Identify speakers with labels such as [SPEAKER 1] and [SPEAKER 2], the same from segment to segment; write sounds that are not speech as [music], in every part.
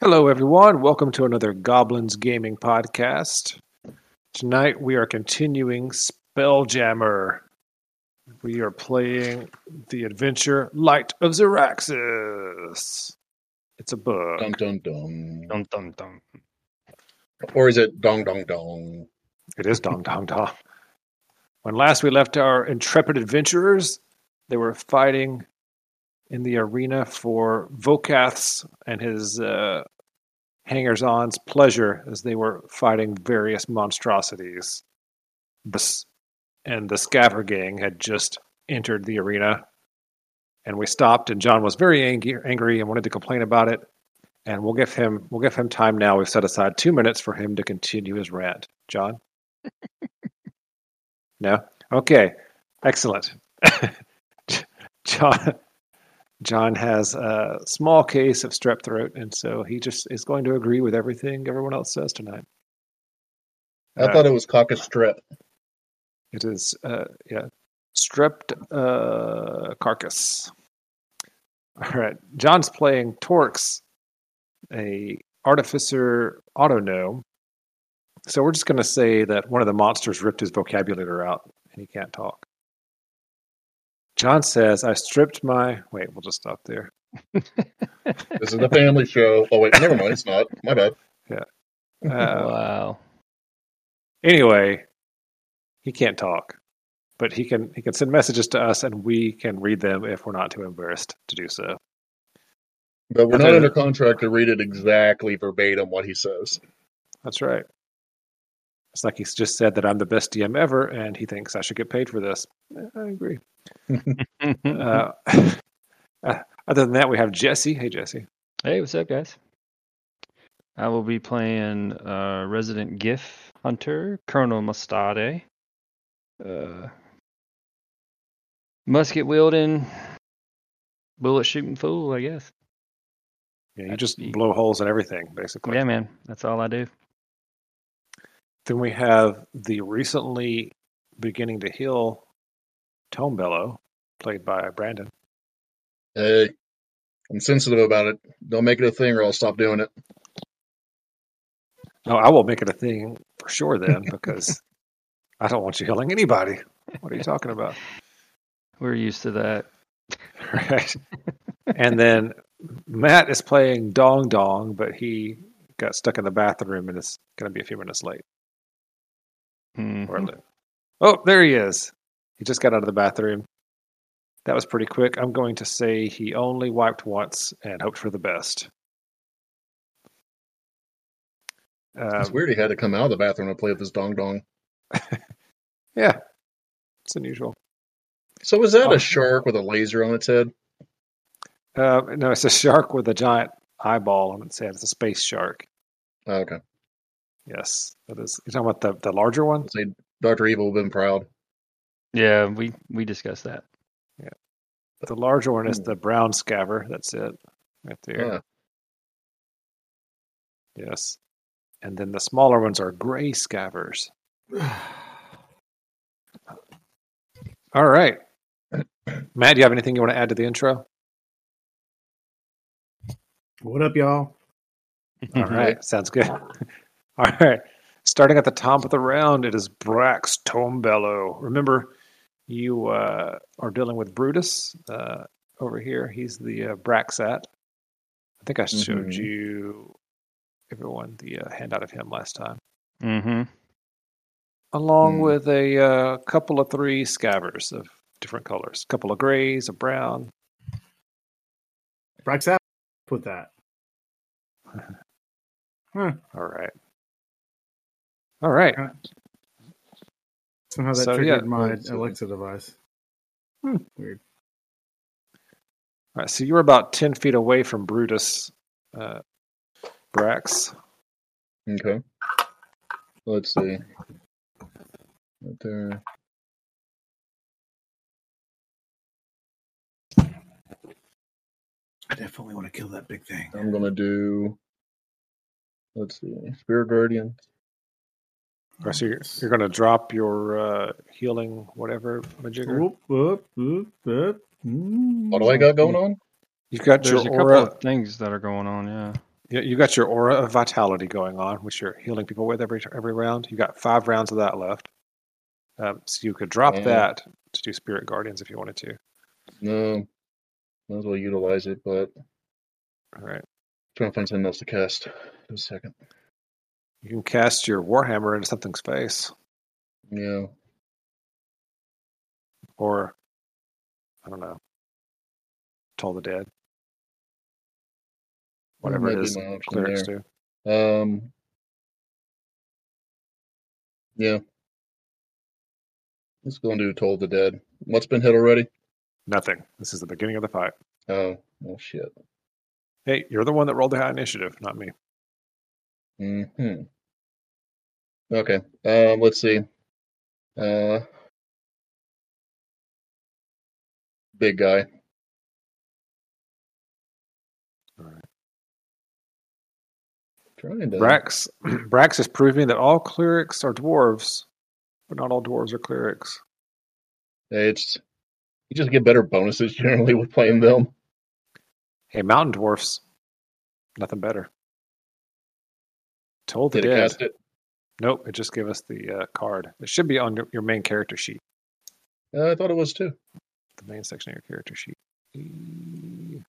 [SPEAKER 1] Hello, everyone. Welcome to another Goblins Gaming Podcast. Tonight we are continuing Spelljammer. We are playing the adventure Light of Xeraxis. It's a book.
[SPEAKER 2] Dun dun dun.
[SPEAKER 3] Dun dun dun.
[SPEAKER 2] Or is it dong dong dong?
[SPEAKER 1] It is Dong Dong Dong. When last we left our intrepid adventurers, they were fighting in the arena for Vokath's and his uh, hangers on's pleasure as they were fighting various monstrosities. This and the Scaver Gang had just entered the arena, and we stopped. and John was very angry, angry and wanted to complain about it. And we'll give him we'll give him time now. We've set aside two minutes for him to continue his rant. John. No? Okay. Excellent. [laughs] John John has a small case of strep throat, and so he just is going to agree with everything everyone else says tonight.
[SPEAKER 2] I
[SPEAKER 1] Uh,
[SPEAKER 2] thought it was cock a strip.
[SPEAKER 1] It is, uh, yeah, stripped uh, carcass. All right, John's playing Torx, a artificer autonome. So we're just going to say that one of the monsters ripped his vocabulator out and he can't talk. John says, "I stripped my." Wait, we'll just stop there.
[SPEAKER 2] This is the family show. Oh wait, never mind. It's not. My bad.
[SPEAKER 1] Uh,
[SPEAKER 3] wow.
[SPEAKER 1] anyway, he can't talk, but he can he can send messages to us, and we can read them if we're not too embarrassed to do so.
[SPEAKER 2] But we're
[SPEAKER 1] Okay.
[SPEAKER 2] not under contract to read it exactly verbatim what he says.
[SPEAKER 1] That's right. It's like he's just said that I'm the best DM ever, and he thinks I should get paid for this. Yeah, I agree. Uh, [laughs] uh, other than that, we have Jesse. Hey, Jesse.
[SPEAKER 3] hey, what's up, guys? I will be playing uh, Resident GIF Hunter, Colonel Mustade, uh, musket wielding, bullet shooting fool, I guess.
[SPEAKER 1] Yeah, you
[SPEAKER 3] That's
[SPEAKER 1] just
[SPEAKER 3] me.
[SPEAKER 1] blow holes in everything, basically.
[SPEAKER 3] Yeah, man, that's all I do.
[SPEAKER 1] Then we have the recently beginning to heal Tone Bellow, played by Brandon.
[SPEAKER 2] Hey, I'm sensitive about it. Don't make it a thing, or I'll stop doing it.
[SPEAKER 1] No, I will make it a thing for sure then, because I don't want you healing anybody. What are you talking about?
[SPEAKER 3] We're used to that.
[SPEAKER 1] [laughs] Right. and then Matt is playing Dong Dong, but he got stuck in the bathroom and is going to be a few minutes late.
[SPEAKER 3] Mhm.
[SPEAKER 1] Or late. Oh, there he is. He just got out of the bathroom. That was pretty quick. I'm going to say he only wiped once and hoped for the best.
[SPEAKER 2] It's
[SPEAKER 1] Um,
[SPEAKER 2] weird he had to come out of the bathroom to play with his dong dong.
[SPEAKER 1] yeah, it's unusual.
[SPEAKER 2] So was that
[SPEAKER 1] Oh.
[SPEAKER 2] a shark with a laser on its head?
[SPEAKER 1] Uh, no, it's a shark with a giant eyeball on its head. It's a space shark.
[SPEAKER 2] Oh, okay.
[SPEAKER 1] Yes, that is. You're talking about the, the larger one?
[SPEAKER 2] Say Doctor Evil would have been proud.
[SPEAKER 3] Yeah, we we discussed that.
[SPEAKER 1] The larger one is
[SPEAKER 2] Hmm.
[SPEAKER 1] the brown scaver. That's it, right there.
[SPEAKER 2] Yeah.
[SPEAKER 1] Yes, and then the smaller ones are
[SPEAKER 2] [sighs]
[SPEAKER 1] gray scavers. All right, Matt, do you have anything you want to add to the intro?
[SPEAKER 4] What up, y'all?
[SPEAKER 1] All
[SPEAKER 3] Mm-hmm.
[SPEAKER 1] right, sounds good. [laughs] All right, starting at the top of the round, it is Brax Tombello. Remember, you uh, are dealing with Brutus uh, over here. He's the uh, Braxat. I think I showed
[SPEAKER 2] Mhm.
[SPEAKER 1] you everyone the uh, handout of him last time,
[SPEAKER 3] Mm-hmm.
[SPEAKER 1] along
[SPEAKER 2] Hmm.
[SPEAKER 1] with a uh, couple of three scavers of different colors, a couple of grays, a brown.
[SPEAKER 4] Brax up with that.
[SPEAKER 1] All right, all right.
[SPEAKER 4] Somehow that
[SPEAKER 1] So,
[SPEAKER 4] triggered
[SPEAKER 1] yeah,
[SPEAKER 4] my
[SPEAKER 2] let's see.
[SPEAKER 4] Alexa device. Hmm, weird.
[SPEAKER 1] All right, so you were about 10 feet away from Brutus, uh, Brax.
[SPEAKER 2] Okay. Let's see. Right there.
[SPEAKER 4] I definitely want to kill that big thing.
[SPEAKER 2] I'm gonna do. Let's see, Spirit Guardian.
[SPEAKER 1] Or so you're, you're going to drop your uh, healing, whatever, majigger.
[SPEAKER 4] Whoop, whoop, whoop, whoop. Mm.
[SPEAKER 2] What do I got going on?
[SPEAKER 1] You've got
[SPEAKER 3] There's a
[SPEAKER 1] your
[SPEAKER 3] couple
[SPEAKER 1] aura.
[SPEAKER 3] of things that are going on. Yeah.
[SPEAKER 1] you, you got your aura of vitality going on, which you're healing people with every every round. You got five rounds of that left, um, so you could drop
[SPEAKER 2] Yeah.
[SPEAKER 1] that to do Spirit Guardians if you wanted to.
[SPEAKER 2] No, might as well utilize it, but
[SPEAKER 1] All right,
[SPEAKER 2] trying to find something else to cast. Just a second.
[SPEAKER 1] you can cast your Warhammer into something's face,
[SPEAKER 2] Yeah.
[SPEAKER 1] or I don't know, Toll the Dead, whatever
[SPEAKER 2] might
[SPEAKER 1] it
[SPEAKER 2] be
[SPEAKER 1] is
[SPEAKER 2] my option
[SPEAKER 1] clerics
[SPEAKER 2] there.
[SPEAKER 1] do.
[SPEAKER 2] Um. Yeah. Let's go and do Toll the Dead. What's been hit already?
[SPEAKER 1] Nothing. This is the beginning of the fight.
[SPEAKER 2] Oh, well, shit.
[SPEAKER 1] Hey, you're the one that rolled the high initiative, not me.
[SPEAKER 2] hmm Okay. Um. Let's see. Uh. Big guy.
[SPEAKER 1] Alright.
[SPEAKER 2] Trying to.
[SPEAKER 1] Brax [clears throat] Brax is proving that all clerics are dwarves, but not all dwarves are clerics.
[SPEAKER 2] It's you just get better bonuses [laughs] generally with playing them.
[SPEAKER 1] Hey, mountain dwarfs, nothing better. Told the
[SPEAKER 2] Did it
[SPEAKER 1] dead.
[SPEAKER 2] cast it?
[SPEAKER 1] Nope, it just gave us the uh, card. It should be on your, your main character sheet,
[SPEAKER 2] Uh, I thought it was too.
[SPEAKER 1] the main section of your character sheet. Mm,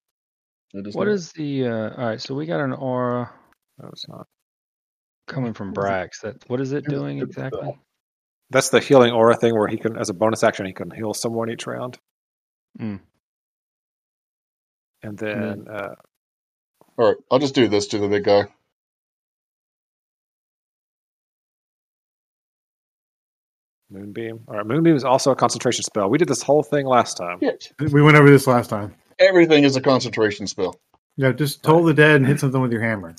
[SPEAKER 2] It is
[SPEAKER 3] What
[SPEAKER 2] not.
[SPEAKER 3] is the? Uh, all right, so we got an aura
[SPEAKER 1] No, it's not.
[SPEAKER 3] coming from Brax. That what is it
[SPEAKER 2] Here's a
[SPEAKER 3] doing
[SPEAKER 2] good
[SPEAKER 3] exactly?
[SPEAKER 2] spell.
[SPEAKER 1] That's the healing aura thing where he can, as a bonus action, he can heal someone each round.
[SPEAKER 3] Mm.
[SPEAKER 1] And then uh,
[SPEAKER 5] All right, I'll just do this to the big guy.
[SPEAKER 1] Moonbeam. All right, Moonbeam is also a concentration spell. We did this whole thing last time.
[SPEAKER 5] Shit.
[SPEAKER 4] We went over this last time.
[SPEAKER 5] Everything is a concentration spell.
[SPEAKER 4] Yeah, just toll the dead and hit something with your hammer.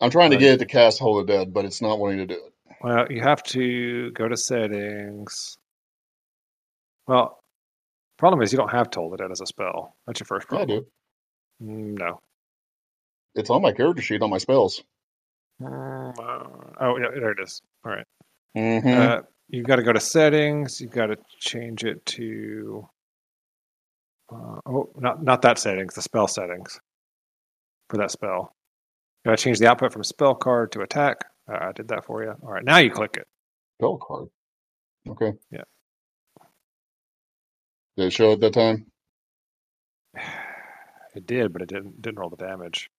[SPEAKER 5] I'm trying to
[SPEAKER 1] Right.
[SPEAKER 5] get it to cast Hold of Dead, but it's not wanting to do it.
[SPEAKER 1] Well, you have to go to settings. Well, problem is you don't have Toll the Dead as a spell. That's your first
[SPEAKER 5] Yeah, I
[SPEAKER 1] problem.
[SPEAKER 5] do.
[SPEAKER 1] Mm, No.
[SPEAKER 5] It's on my character sheet on my spells.
[SPEAKER 1] Mm, uh, Oh, yeah, there it is. All right.
[SPEAKER 5] Mm-hmm.
[SPEAKER 1] Uh, you've got to go to settings. You've got to change it to. Uh, oh, not not that settings. The spell settings for that spell. You got to change the output from spell card to attack. Uh, I did that for you. All right, now you click it.
[SPEAKER 5] spell card. Okay.
[SPEAKER 1] Yeah.
[SPEAKER 5] Did it show at that time?
[SPEAKER 1] It did, but it didn't didn't roll the damage.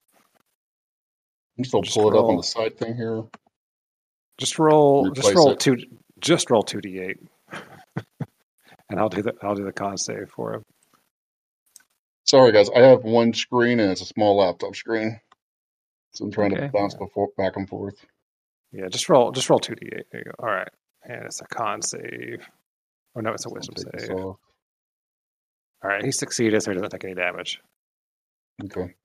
[SPEAKER 5] I'm still
[SPEAKER 1] Just
[SPEAKER 5] pull it up on
[SPEAKER 1] roll.
[SPEAKER 5] the side thing here.
[SPEAKER 1] Just roll. just
[SPEAKER 5] Replace
[SPEAKER 1] roll
[SPEAKER 5] it.
[SPEAKER 1] two. Just roll two d eight, [laughs] and I'll do the I'll do the con save for him.
[SPEAKER 5] Sorry, guys. I have one screen and it's a small laptop screen. So I'm trying
[SPEAKER 3] Okay.
[SPEAKER 5] to bounce before, back and forth.
[SPEAKER 1] Yeah, just roll. Just roll two d eight. There you go. All right, and it's a con save. Oh no, it's a
[SPEAKER 5] I'll
[SPEAKER 1] wisdom
[SPEAKER 5] take this
[SPEAKER 1] save.
[SPEAKER 5] off.
[SPEAKER 1] All right, he succeeded, so he doesn't take any damage.
[SPEAKER 5] Okay.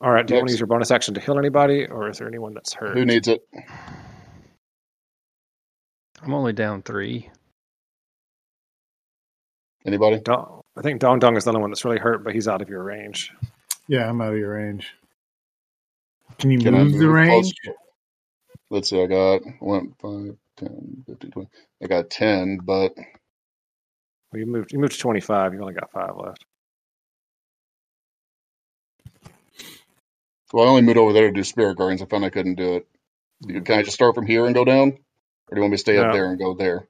[SPEAKER 1] All right, do you want to
[SPEAKER 5] Next.
[SPEAKER 1] use your bonus action to heal anybody, or is there anyone that's hurt?
[SPEAKER 5] Who needs it?
[SPEAKER 3] I'm only down three.
[SPEAKER 5] Anybody?
[SPEAKER 1] Dong- I think Dong Dong is the only one that's really hurt, but he's out of your range.
[SPEAKER 4] Yeah, I'm out of your range. Can you
[SPEAKER 5] Can I
[SPEAKER 4] move, the
[SPEAKER 5] move
[SPEAKER 4] range?
[SPEAKER 5] closer? Let's see, I got 1, 5, 10, 15, 20. I got 10, but
[SPEAKER 1] Well, you moved. You moved to twenty five. You only got five left.
[SPEAKER 5] well, I only moved over there to do Spirit Guardians. I found I couldn't do it. You- Can I just start from here and go down? Or do you want me to stay
[SPEAKER 1] No.
[SPEAKER 5] up there and go there?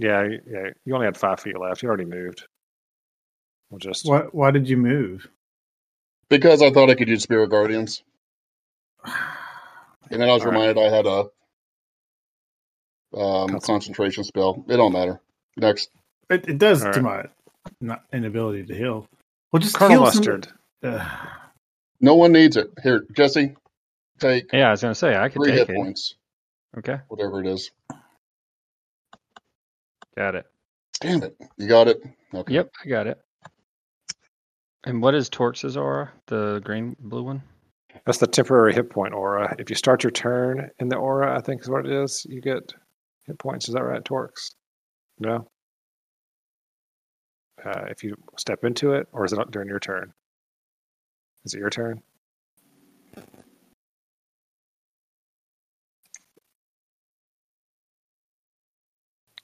[SPEAKER 1] Yeah, yeah. You only had five feet left. You already moved. We'll just.
[SPEAKER 4] Why, why did you move?
[SPEAKER 5] Because I thought I could do Spirit Guardians. And then I was
[SPEAKER 1] All right.
[SPEAKER 5] reminded I had a um,
[SPEAKER 1] Concent-
[SPEAKER 5] concentration spell. It don't matter. Next.
[SPEAKER 4] It, it does
[SPEAKER 1] All
[SPEAKER 4] to my not inability to heal. Well, just
[SPEAKER 1] Colonel
[SPEAKER 4] heal some-
[SPEAKER 1] Mustard.
[SPEAKER 4] Ugh.
[SPEAKER 5] No one needs it. Here, Jesse, take
[SPEAKER 3] Yeah, I was gonna say I could
[SPEAKER 5] three
[SPEAKER 3] take
[SPEAKER 5] hit
[SPEAKER 3] it.
[SPEAKER 5] points,
[SPEAKER 3] Okay,
[SPEAKER 5] whatever it is.
[SPEAKER 3] got it.
[SPEAKER 5] Damn it. You got it? Okay.
[SPEAKER 3] Yep, I got it. And what is Torx's aura? The green blue one?
[SPEAKER 1] That's the temporary hit point aura. If you start your turn in the aura, I think is what it is. You get hit points. Is that right, Torx? No. Uh, if you step into it, or is it during your turn? Is it your turn?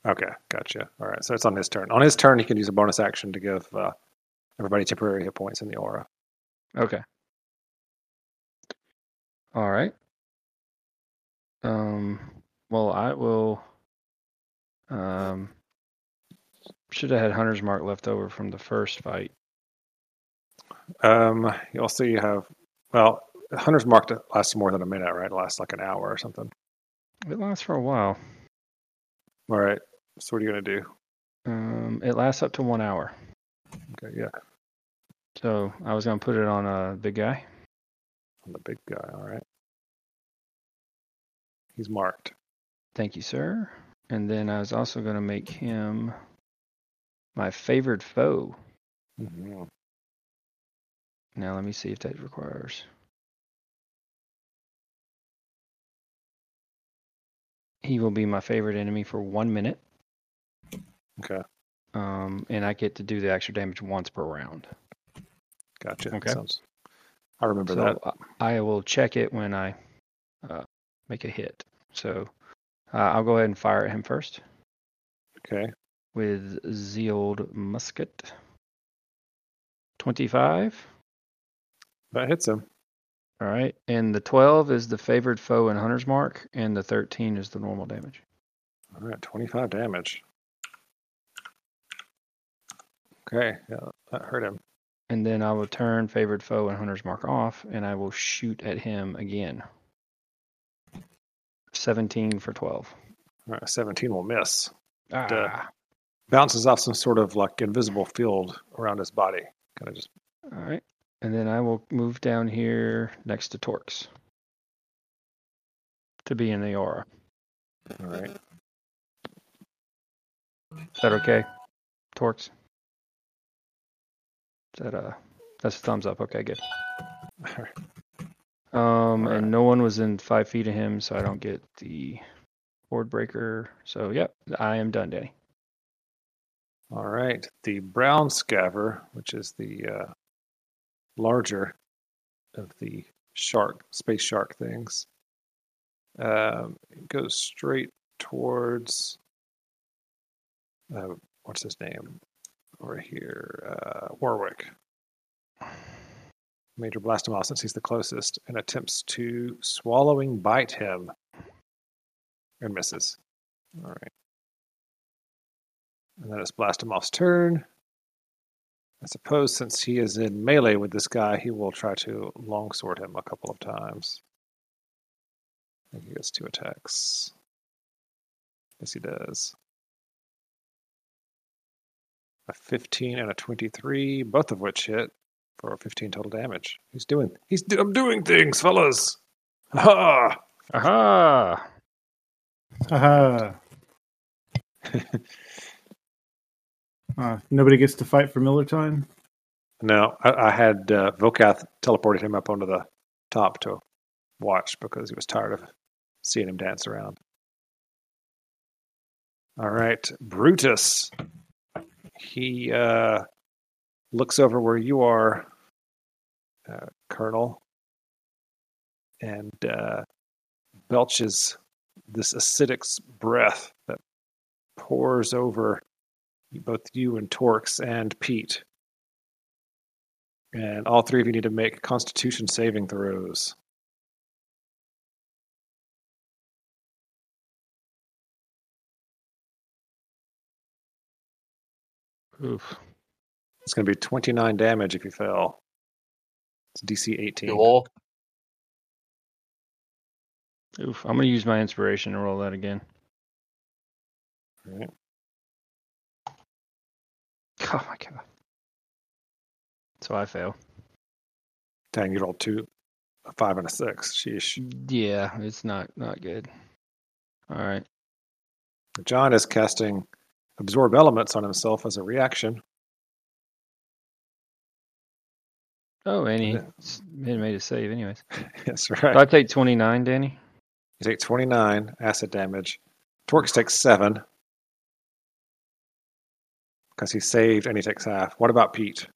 [SPEAKER 1] Okay, gotcha. All right, so it's on his turn. On his turn, he can use a bonus action to give uh, everybody temporary hit points in the aura.
[SPEAKER 3] Okay. All right. Um. Well, I will. Um. Should have had Hunter's Mark left over from the first fight.
[SPEAKER 1] Um, you also you have well, Hunter's Mark that lasts more than a minute, right? It lasts like an hour or something.
[SPEAKER 3] It lasts for a while.
[SPEAKER 1] All right. So what are you gonna do?
[SPEAKER 3] Um, it lasts up to one hour.
[SPEAKER 1] Okay, yeah,
[SPEAKER 3] So I was gonna put it on a big guy.
[SPEAKER 1] on the big guy. All right. He's marked.
[SPEAKER 3] Thank you, sir. And then I was also gonna make him my favored foe.
[SPEAKER 1] Mm-hmm.
[SPEAKER 3] Now let me see if that requires. He will be my favorite enemy for one minute.
[SPEAKER 1] Okay.
[SPEAKER 3] Um, and I get to do the extra damage once per round.
[SPEAKER 1] Gotcha.
[SPEAKER 3] Okay.
[SPEAKER 1] Sounds- I remember that.
[SPEAKER 3] So I I will check it when I uh, make a hit. So uh, I'll go ahead and fire at him first
[SPEAKER 1] Okay.
[SPEAKER 3] with the old musket. 25.
[SPEAKER 1] That hits him.
[SPEAKER 3] All right. And the 12 is the favored foe in Hunter's Mark, and the 13 is the normal damage.
[SPEAKER 1] All right, 25 damage. Okay, yeah, that hurt him.
[SPEAKER 3] And then I will turn favored foe and Hunter's Mark off, and I will shoot at him again. 17 for 12.
[SPEAKER 1] All right, 17 will miss.
[SPEAKER 3] Ah,
[SPEAKER 1] Bounces off some sort of like invisible field around his body. Kind of just
[SPEAKER 3] All right. And then I will move down here next to Torx to be in the aura.
[SPEAKER 1] all right. [laughs]
[SPEAKER 3] Is that okay, Torx? Is that uh, that's a thumbs up. Okay, good. Um,
[SPEAKER 1] Alright.
[SPEAKER 3] and no one was in five feet of him, so I don't get the board breaker. So yep, I am done, Danny.
[SPEAKER 1] All right, the brown scaver, which is the uh, larger of the shark, space shark things, um, it goes straight towards uh, what's his name over here, uh, Warwick. Major Blastomoth, since he's the closest, and attempts to swallowing bite him and misses. All right. And then it's Blastomoth's turn. I suppose since he is in melee with this guy, he will try to longsword him a couple of times. I think he gets two attacks. Yes, he does. A 15 and a 23, both of which hit for 15 total damage. He's doing. He's. Do, I'm doing things, fellas. Ha!
[SPEAKER 3] Aha!
[SPEAKER 4] [sighs]
[SPEAKER 1] [laughs]
[SPEAKER 4] Haha. uh, nobody gets to fight for Miller time.
[SPEAKER 1] No, I, I had uh, Vokath teleported him up onto the top to watch because he was tired of seeing him dance around. All right, Brutus. He uh, looks over where you are, uh, Colonel, and uh, belches this acidic s- breath that pours over both you and Torx and Pete. And all three of you need to make constitution saving throws.
[SPEAKER 3] Oof.
[SPEAKER 1] It's going to be 29 damage if you fail. It's DC 18.
[SPEAKER 5] You all.
[SPEAKER 3] Oof. I'm gonna use my inspiration to roll that again.
[SPEAKER 1] Alright.
[SPEAKER 3] Oh my god. So I fail.
[SPEAKER 1] Dang, you rolled two, a five, and a six. Sheesh.
[SPEAKER 3] Yeah, it's not not good. All right.
[SPEAKER 1] John is casting absorb elements on himself as a reaction. [laughs]
[SPEAKER 3] Oh, and he
[SPEAKER 1] Yeah.
[SPEAKER 3] s- he made a save, anyways.
[SPEAKER 1] That's right.
[SPEAKER 3] I take 29, Danny.
[SPEAKER 1] You take 29 acid damage. Torx takes seven because he saved and he takes half. What about Pete?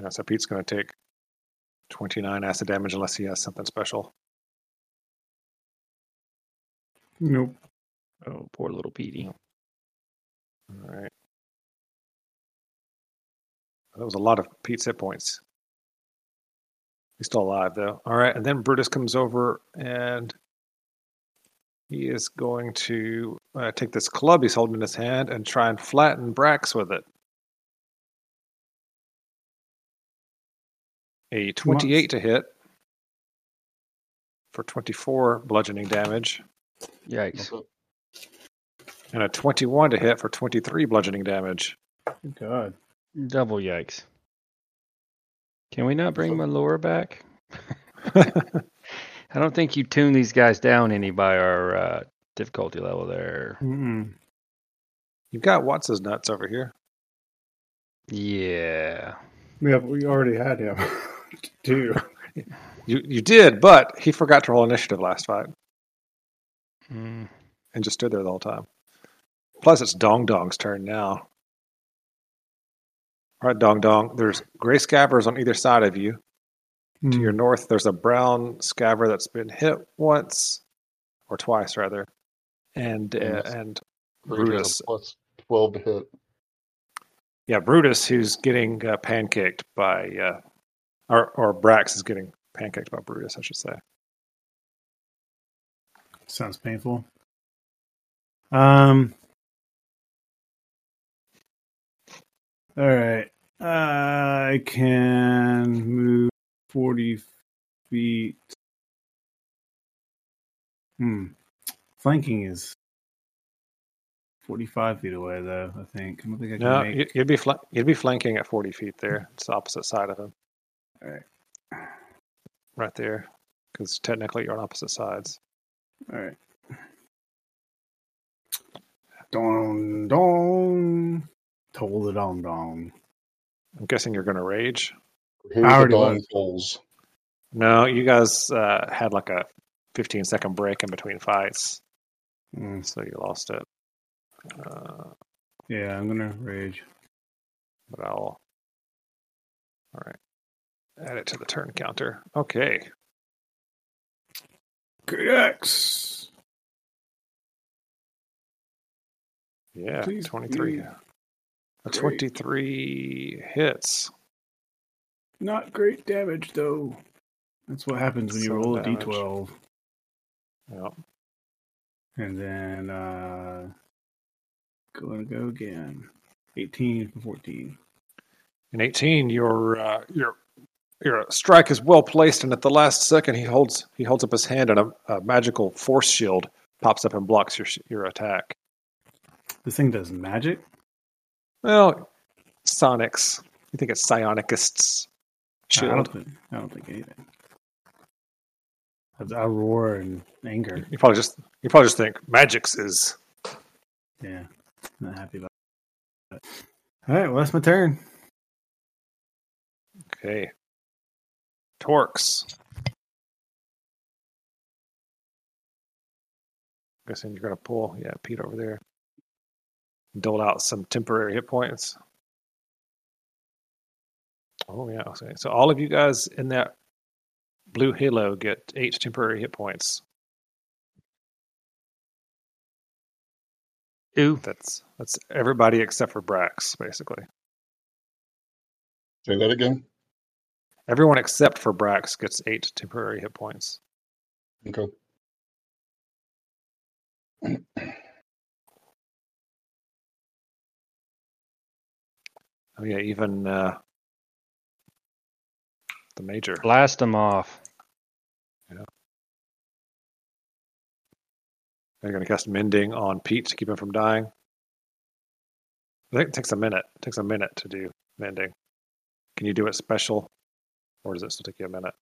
[SPEAKER 1] Yeah, so Pete's going to take 29 acid damage unless he has something special.
[SPEAKER 4] Nope.
[SPEAKER 3] Oh, poor little Petey.
[SPEAKER 1] All right. That was a lot of Pete's hit points. He's still alive, though. All right. And then Brutus comes over and he is going to uh, take this club he's holding in his hand and try and flatten Brax with it. A 28 to hit for 24 bludgeoning damage
[SPEAKER 3] Yikes.
[SPEAKER 1] and a 21 to hit for 23 bludgeoning damage. [laughs]
[SPEAKER 4] Good God.
[SPEAKER 3] Double yikes. Can we not bring my lore back? I don't think you tune these guys down any by our uh, difficulty level there.
[SPEAKER 4] Mm-mm.
[SPEAKER 1] You've got Watts' nuts over here.
[SPEAKER 3] Yeah.
[SPEAKER 4] We have we already had him [laughs] too.
[SPEAKER 1] You you did, but he forgot to roll initiative last fight
[SPEAKER 3] Mm.
[SPEAKER 1] and just stood there the whole time. Plus, it's Dong Dong's turn now. All right, Dong Dong. There's gray scabbers on either side of you.
[SPEAKER 4] Mm.
[SPEAKER 1] to your north, there's a brown scaver that's been hit once or twice, rather, and uh,
[SPEAKER 5] Yes.
[SPEAKER 1] and
[SPEAKER 5] Brutus.
[SPEAKER 1] Brutus.
[SPEAKER 5] Plus 12 to hit.
[SPEAKER 1] yeah, Brutus, who's getting uh, pancaked by, uh, or or Brax is getting pancaked by Brutus, I should say.
[SPEAKER 4] Sounds painful. Um. All right. I can move 40 feet. Hmm. Flanking is 45 feet away, though, I think. I don't think I can
[SPEAKER 1] No,
[SPEAKER 4] make
[SPEAKER 1] you- you'd be fl- you'd be flanking at forty feet there. It's the opposite side of him.
[SPEAKER 4] Alright.
[SPEAKER 1] right there, because technically you're on opposite sides.
[SPEAKER 4] All right. Dong dong. Toll the dong dong.
[SPEAKER 1] I'm guessing you're going to rage.
[SPEAKER 5] Here's
[SPEAKER 4] I
[SPEAKER 5] the
[SPEAKER 4] already
[SPEAKER 5] Dawn
[SPEAKER 4] was.
[SPEAKER 5] Souls.
[SPEAKER 1] No, you guys uh, had like a 15 second break in between fights,
[SPEAKER 4] Mm,
[SPEAKER 1] so you lost it. Uh,
[SPEAKER 4] yeah, I'm gonna rage.
[SPEAKER 1] but I'll. All right. Add it to the turn counter. Okay.
[SPEAKER 4] KX.
[SPEAKER 1] Yeah.
[SPEAKER 4] Please
[SPEAKER 1] 23.
[SPEAKER 4] be
[SPEAKER 1] A
[SPEAKER 4] great.
[SPEAKER 1] 23 hits.
[SPEAKER 4] Not great damage though. That's what happens when you
[SPEAKER 1] Seven
[SPEAKER 4] roll a
[SPEAKER 1] damage.
[SPEAKER 4] d12,
[SPEAKER 1] Yeah.
[SPEAKER 4] and then uh, gonna go again. 18 for 14.
[SPEAKER 1] In 18, your uh, your your strike is well placed, and at the last second, he holds he holds up his hand, and a, a magical force shield pops up and blocks your sh- your attack.
[SPEAKER 4] This thing does magic.
[SPEAKER 1] Well, Sonics. You think it's Psionicists?
[SPEAKER 4] I
[SPEAKER 1] Shield.
[SPEAKER 4] don't think. I don't think anything. I, I roar in anger.
[SPEAKER 1] You probably just you probably just think Magic's is
[SPEAKER 4] Yeah, not happy about that. All right, well, that's my turn.
[SPEAKER 1] okay. Torx. Guessing you're gonna pull yeah Pete over there. Dole out some temporary hit points. Oh yeah, okay. So all of you guys in that blue halo get eight temporary hit points.
[SPEAKER 3] Ooh.
[SPEAKER 1] That's that's everybody except for Brax, basically.
[SPEAKER 5] Say that again.
[SPEAKER 1] Everyone except for Brax gets eight temporary hit points.
[SPEAKER 5] Okay.
[SPEAKER 1] Oh yeah, even uh, the major.
[SPEAKER 3] Blast them off.
[SPEAKER 1] They're going to cast mending on Pete to keep him from dying. I think it takes a minute. It takes a minute to do mending. Can you do it special, or does it still take you a minute?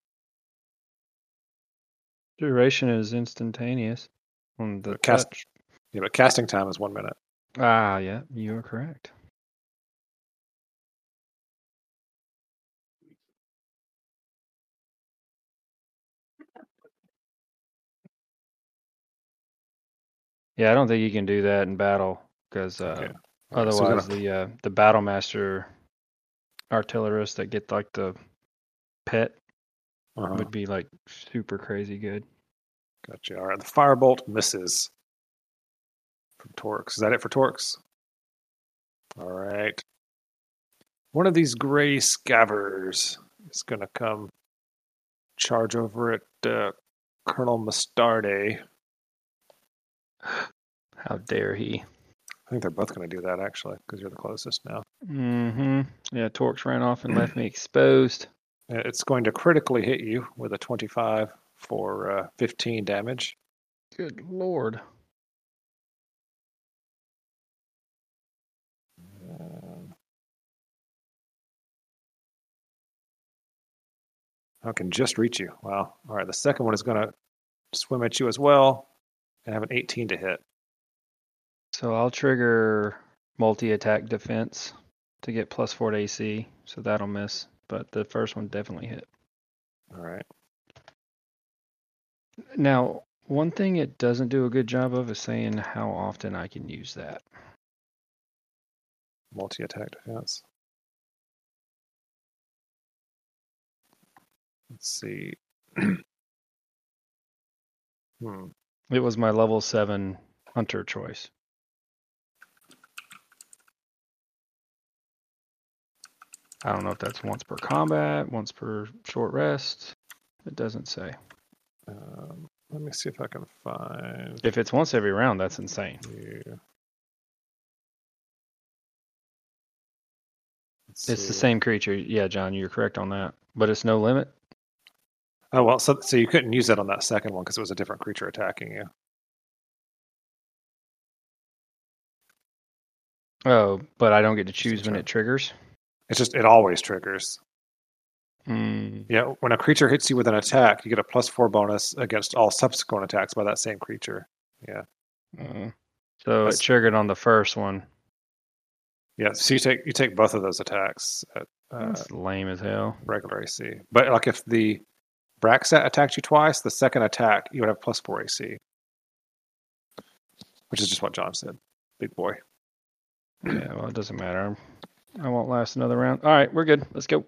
[SPEAKER 3] Duration is instantaneous on the
[SPEAKER 1] Cast-
[SPEAKER 3] touch.
[SPEAKER 1] Yeah, but casting time is one minute.
[SPEAKER 3] Ah, yeah, you are correct. Yeah, I don't think you can do that in battle because uh,
[SPEAKER 1] Okay. Okay, so we're
[SPEAKER 3] otherwise
[SPEAKER 1] gonna-
[SPEAKER 3] the uh, the battle master artillerists that get like the pet
[SPEAKER 1] Uh-huh,
[SPEAKER 3] would be like super crazy good.
[SPEAKER 1] Gotcha. All right, the firebolt misses. from Torx. Is that it for Torx? All right. One of these gray scavers is going to come charge over at uh, Colonel Mustarde.
[SPEAKER 3] How dare he?
[SPEAKER 1] I think they're both going to do that, actually, because you're the closest now.
[SPEAKER 3] Mm-hmm. Yeah, Torx ran off and left me exposed.
[SPEAKER 1] Uh, It's going to critically hit you with a 25 for uh, 15 damage.
[SPEAKER 3] Good lord.
[SPEAKER 1] Um, I can just reach you. Wow. All right. The second one is going to swim at you as well and have an 18 to hit.
[SPEAKER 3] So I'll trigger multi attack defense to get plus four to AC. So that'll miss. But the first one definitely hit.
[SPEAKER 1] All right.
[SPEAKER 3] Now, one thing it doesn't do a good job of is saying how often I can use that.
[SPEAKER 1] Multi attack defense. Let's see. [clears throat] hmm.
[SPEAKER 3] It was my level seven hunter choice. I don't know if that's once per combat, once per short rest. It doesn't say.
[SPEAKER 1] Um, let me see if I can find
[SPEAKER 3] If it's once every round, that's insane.
[SPEAKER 1] you. Let's
[SPEAKER 3] It's the
[SPEAKER 1] see.
[SPEAKER 3] same creature. Yeah, John, you're correct on that. But it's no limit.
[SPEAKER 1] Oh well, so so you couldn't use that on that second one because it was a different creature attacking you.
[SPEAKER 3] Oh, but I don't get to choose
[SPEAKER 1] That's
[SPEAKER 3] when
[SPEAKER 1] right.
[SPEAKER 3] it triggers.
[SPEAKER 1] It's just it always triggers.
[SPEAKER 3] Mm,
[SPEAKER 1] Yeah, when a creature hits you with an attack, you get a plus four bonus against all subsequent attacks by that same creature.
[SPEAKER 3] uh, so
[SPEAKER 1] That's-
[SPEAKER 3] it triggered on the first one.
[SPEAKER 1] Yeah, so you take you take both of those attacks at uh,
[SPEAKER 3] That's lame as hell.
[SPEAKER 1] regular AC. But like if the Braxat attacked you twice, the second attack you would have plus four AC, which is just what John said. Big boy.
[SPEAKER 3] Yeah, well, it doesn't matter. I'm- I won't last another round. All right, we're good. Let's go.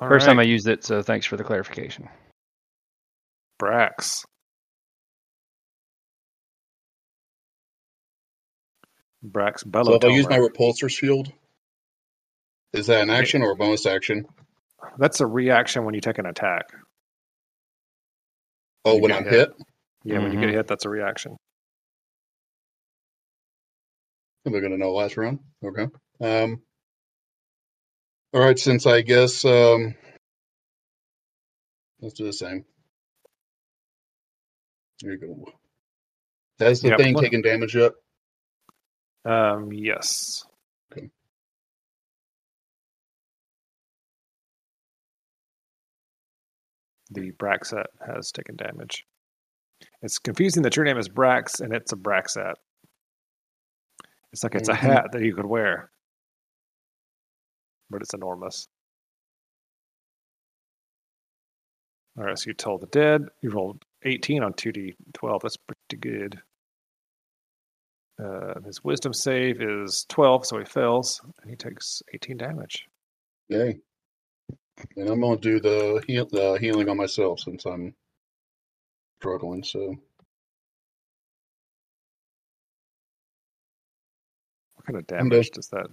[SPEAKER 1] All
[SPEAKER 3] First time I
[SPEAKER 1] right,
[SPEAKER 3] used it, so thanks for the clarification.
[SPEAKER 1] Brax. Brax Bellow.
[SPEAKER 5] So if I use my repulsor shield, is that an
[SPEAKER 1] Yeah.
[SPEAKER 5] action or a bonus action?
[SPEAKER 1] That's a reaction when you take an attack.
[SPEAKER 5] Oh,
[SPEAKER 1] You
[SPEAKER 5] when
[SPEAKER 1] get
[SPEAKER 5] I'm
[SPEAKER 1] hit.
[SPEAKER 5] hit,
[SPEAKER 1] Yeah, when you get
[SPEAKER 5] Mm-hmm.
[SPEAKER 3] Mhm.
[SPEAKER 1] hit, that's a reaction.
[SPEAKER 5] we're gonna know last round. Okay. Um. All right, since I guess um, let's do the same. There you go. Has the
[SPEAKER 1] Yeah,
[SPEAKER 5] thing
[SPEAKER 1] what-
[SPEAKER 5] taken damage yet?
[SPEAKER 1] Um, yes. The Braxat has taken damage. It's confusing that your name is Brax and it's a Braxat. It's like it's a
[SPEAKER 5] Mhm.
[SPEAKER 1] hat that you could wear, but it's enormous. All right, so you told the dead. You rolled 18 on 2d12. That's pretty good. Uh, his wisdom save is 12, so he fails, and he takes 18 damage.
[SPEAKER 5] Yay. And I'm gonna do the heal the healing on myself since I'm struggling. So
[SPEAKER 1] What kind of
[SPEAKER 5] I'm
[SPEAKER 1] damage does that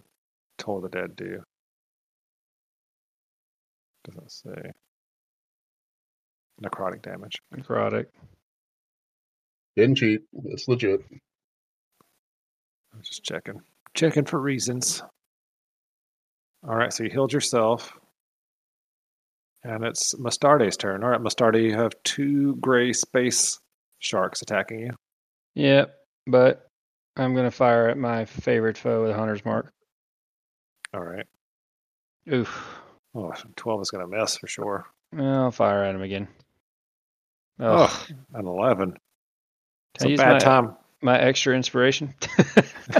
[SPEAKER 1] Toll of the Dead do? Doesn't say. Necrotic damage.
[SPEAKER 3] Necrotic.
[SPEAKER 5] didn't cheat. It's legit.
[SPEAKER 1] I was just checking. Checking for reasons. All right, so you healed yourself. And it's Mustarde's turn. All right, Mustarde, you have two gray space sharks attacking you.
[SPEAKER 3] Yep, but I'm gonna fire at my favorite foe with Hunter's Mark.
[SPEAKER 1] All right.
[SPEAKER 3] Oof.
[SPEAKER 1] Oh, 12 is going to miss for sure.
[SPEAKER 3] I'll fire at him again. Ugh.
[SPEAKER 1] Ugh. An 11. It's
[SPEAKER 3] Can I
[SPEAKER 1] a
[SPEAKER 3] use
[SPEAKER 1] bad
[SPEAKER 3] my,
[SPEAKER 1] time.
[SPEAKER 3] my extra inspiration?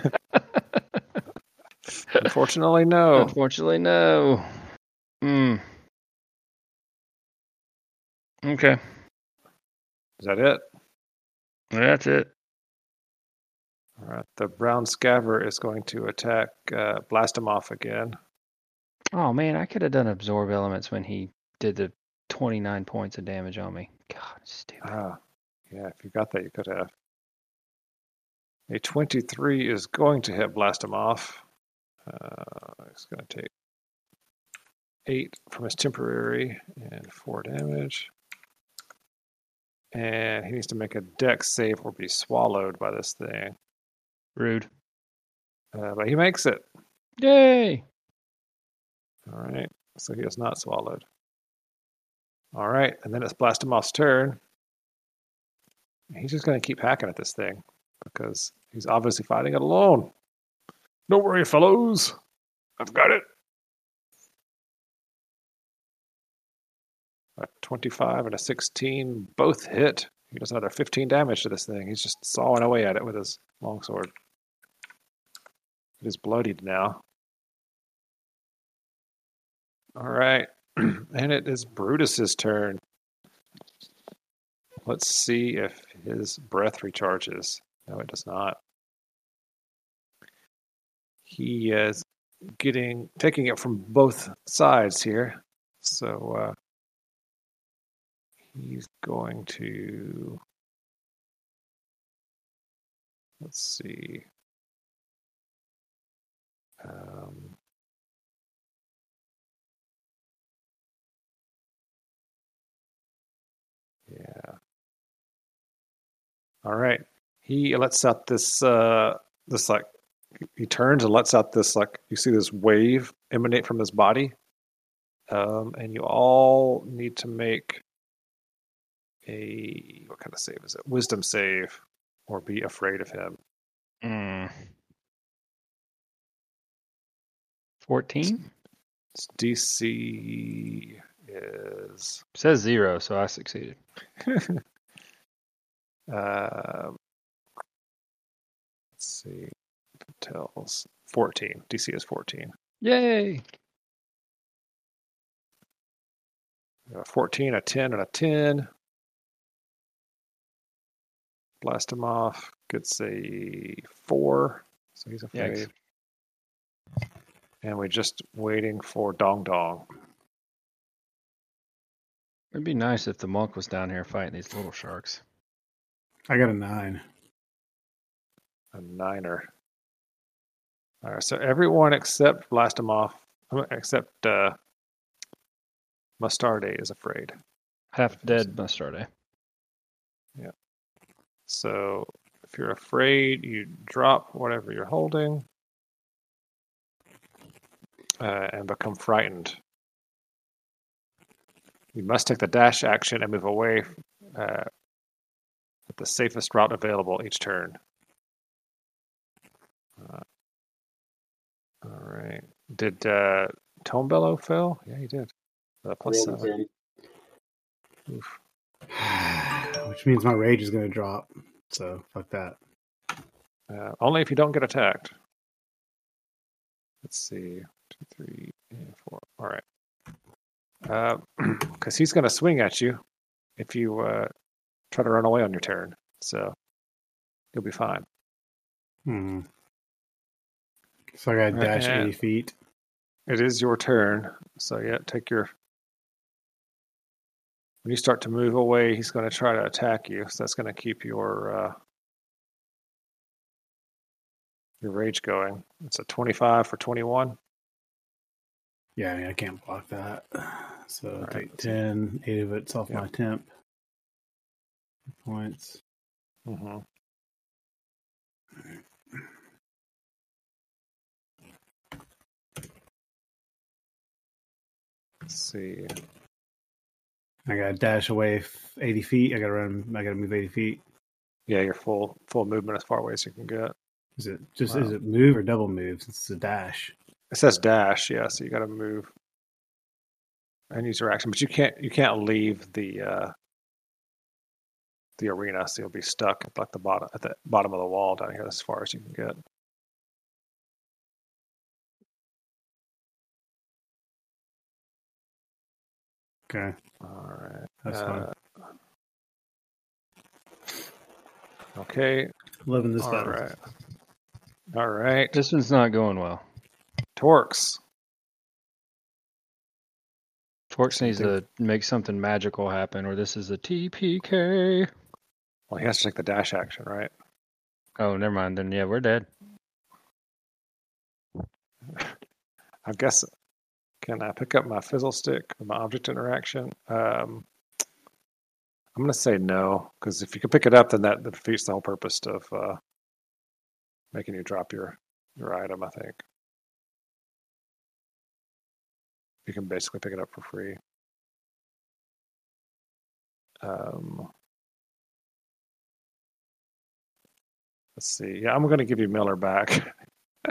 [SPEAKER 1] [laughs]
[SPEAKER 3] [laughs]
[SPEAKER 1] Unfortunately, no.
[SPEAKER 3] Unfortunately, no. Hmm. Okay,
[SPEAKER 1] Is that it?
[SPEAKER 3] that's it.
[SPEAKER 1] All right. The brown scaver is going to attack, uh, blast him off again.
[SPEAKER 3] Oh man, I could have done absorb elements when he did the 29 points of damage on me. God, stupid.
[SPEAKER 1] Ah, yeah. If you got that, you could have. A 23 is going to hit Blast him off. Uh, it's going to take 8 from his temporary and 4 damage. And he needs to make a deck save or be swallowed by this thing.
[SPEAKER 3] Rude.
[SPEAKER 1] Uh, but he makes it.
[SPEAKER 3] Yay!
[SPEAKER 1] All right. So he is not swallowed. All right. And then it's Blastomoth's turn. He's just going to keep hacking at this thing because he's obviously fighting it alone. Don't worry, fellows. I've got it. A 25 and a 16 both hit. He does another 15 damage to this thing. He's just sawing away at it with his longsword. It is bloodied now. All right. [clears throat] and it is Brutus's turn. Let's see if his breath recharges. No, it does not. He is getting taking it from both sides here. So uh, he's going to let's see. Um, Yeah. All right. He lets out this uh this like he turns and lets out this like you see this wave emanate from his body. Um and you all need to make a what kind of save is it? Wisdom save or be afraid of him.
[SPEAKER 3] Mm. 14?
[SPEAKER 1] Its DC is
[SPEAKER 3] Says zero, so I succeeded.
[SPEAKER 1] Um, let's see. Tells 14. DC is 14.
[SPEAKER 3] Yay!
[SPEAKER 1] A 14, a 10, and a 10. Blast him off. Gets a 4. So he's afraid.
[SPEAKER 3] Yikes.
[SPEAKER 1] And we're just waiting for Dong Dong.
[SPEAKER 3] It'd be nice if the monk was down here fighting these little sharks.
[SPEAKER 4] I got a nine.
[SPEAKER 1] A niner. All right, so everyone except Blastomoff, I mean, except uh, Mustarde is afraid.
[SPEAKER 3] Half dead Mustarde.
[SPEAKER 1] So if you're afraid, you drop whatever you're holding uh, and become frightened. You must take the dash action and move away uh, with the safest route available each turn. Uh, all right. Did uh, Tombello fail? Yeah, he did. Uh, plus
[SPEAKER 5] Roll the
[SPEAKER 1] seven.
[SPEAKER 5] ten.
[SPEAKER 1] Oof.
[SPEAKER 3] eh? [sighs]
[SPEAKER 4] Which means my rage is going to drop. So fuck that.
[SPEAKER 1] Uh, only if you don't get attacked. Let's see. Two, three, and four. All [clears throat] right. Because he's going to swing at you if you uh, try to run away on your turn. So you'll be fine.
[SPEAKER 4] Hmm. So I got to
[SPEAKER 1] Right,
[SPEAKER 4] dash
[SPEAKER 1] and-
[SPEAKER 4] 80 feet.
[SPEAKER 1] It is your turn. So, yeah, take your. When you start to move away, he's going to try to attack you. So that's going to keep your. Uh, your rage going. It's a 25 for 21.
[SPEAKER 4] Yeah, I mean, I can't block that. So
[SPEAKER 1] All
[SPEAKER 4] I
[SPEAKER 1] right.
[SPEAKER 4] take 10, 8 of it's off
[SPEAKER 1] Yeah.
[SPEAKER 4] my temp points.
[SPEAKER 1] Mm-hmm. Let's see.
[SPEAKER 4] I got to dash away f- 80 feet. I got to run. I got to move 80 feet.
[SPEAKER 1] Yeah, your full full movement as far away as you can get.
[SPEAKER 4] Is it just,
[SPEAKER 1] Wow.
[SPEAKER 4] is it move or double move since it's a dash?
[SPEAKER 1] It says dash, yeah, so you gotta move and use your action, but you can't you can't leave the uh the arena, so you'll be stuck at like the bottom at the bottom of the wall down here as far as you can get.
[SPEAKER 4] Okay.
[SPEAKER 1] All right.
[SPEAKER 4] That's fine.
[SPEAKER 1] Uh, Uh, Okay.
[SPEAKER 4] Loving this
[SPEAKER 1] All
[SPEAKER 4] battle.
[SPEAKER 1] right. All right.
[SPEAKER 3] This one's not going well.
[SPEAKER 1] Torx.
[SPEAKER 3] Torx needs
[SPEAKER 1] Something-
[SPEAKER 3] to make something magical happen, or this is a TPK.
[SPEAKER 1] Well, he has to take the dash action, right?
[SPEAKER 3] Oh, never mind. Then yeah, we're dead.
[SPEAKER 1] I guess can I pick up my fizzle stick for my object interaction? Um, I'm gonna say no because if you can pick it up, then that, that defeats the whole purpose of uh, making you drop your your item. I think you can basically pick it up for free. Um, let's see. Yeah, I'm gonna give you Miller back. [laughs]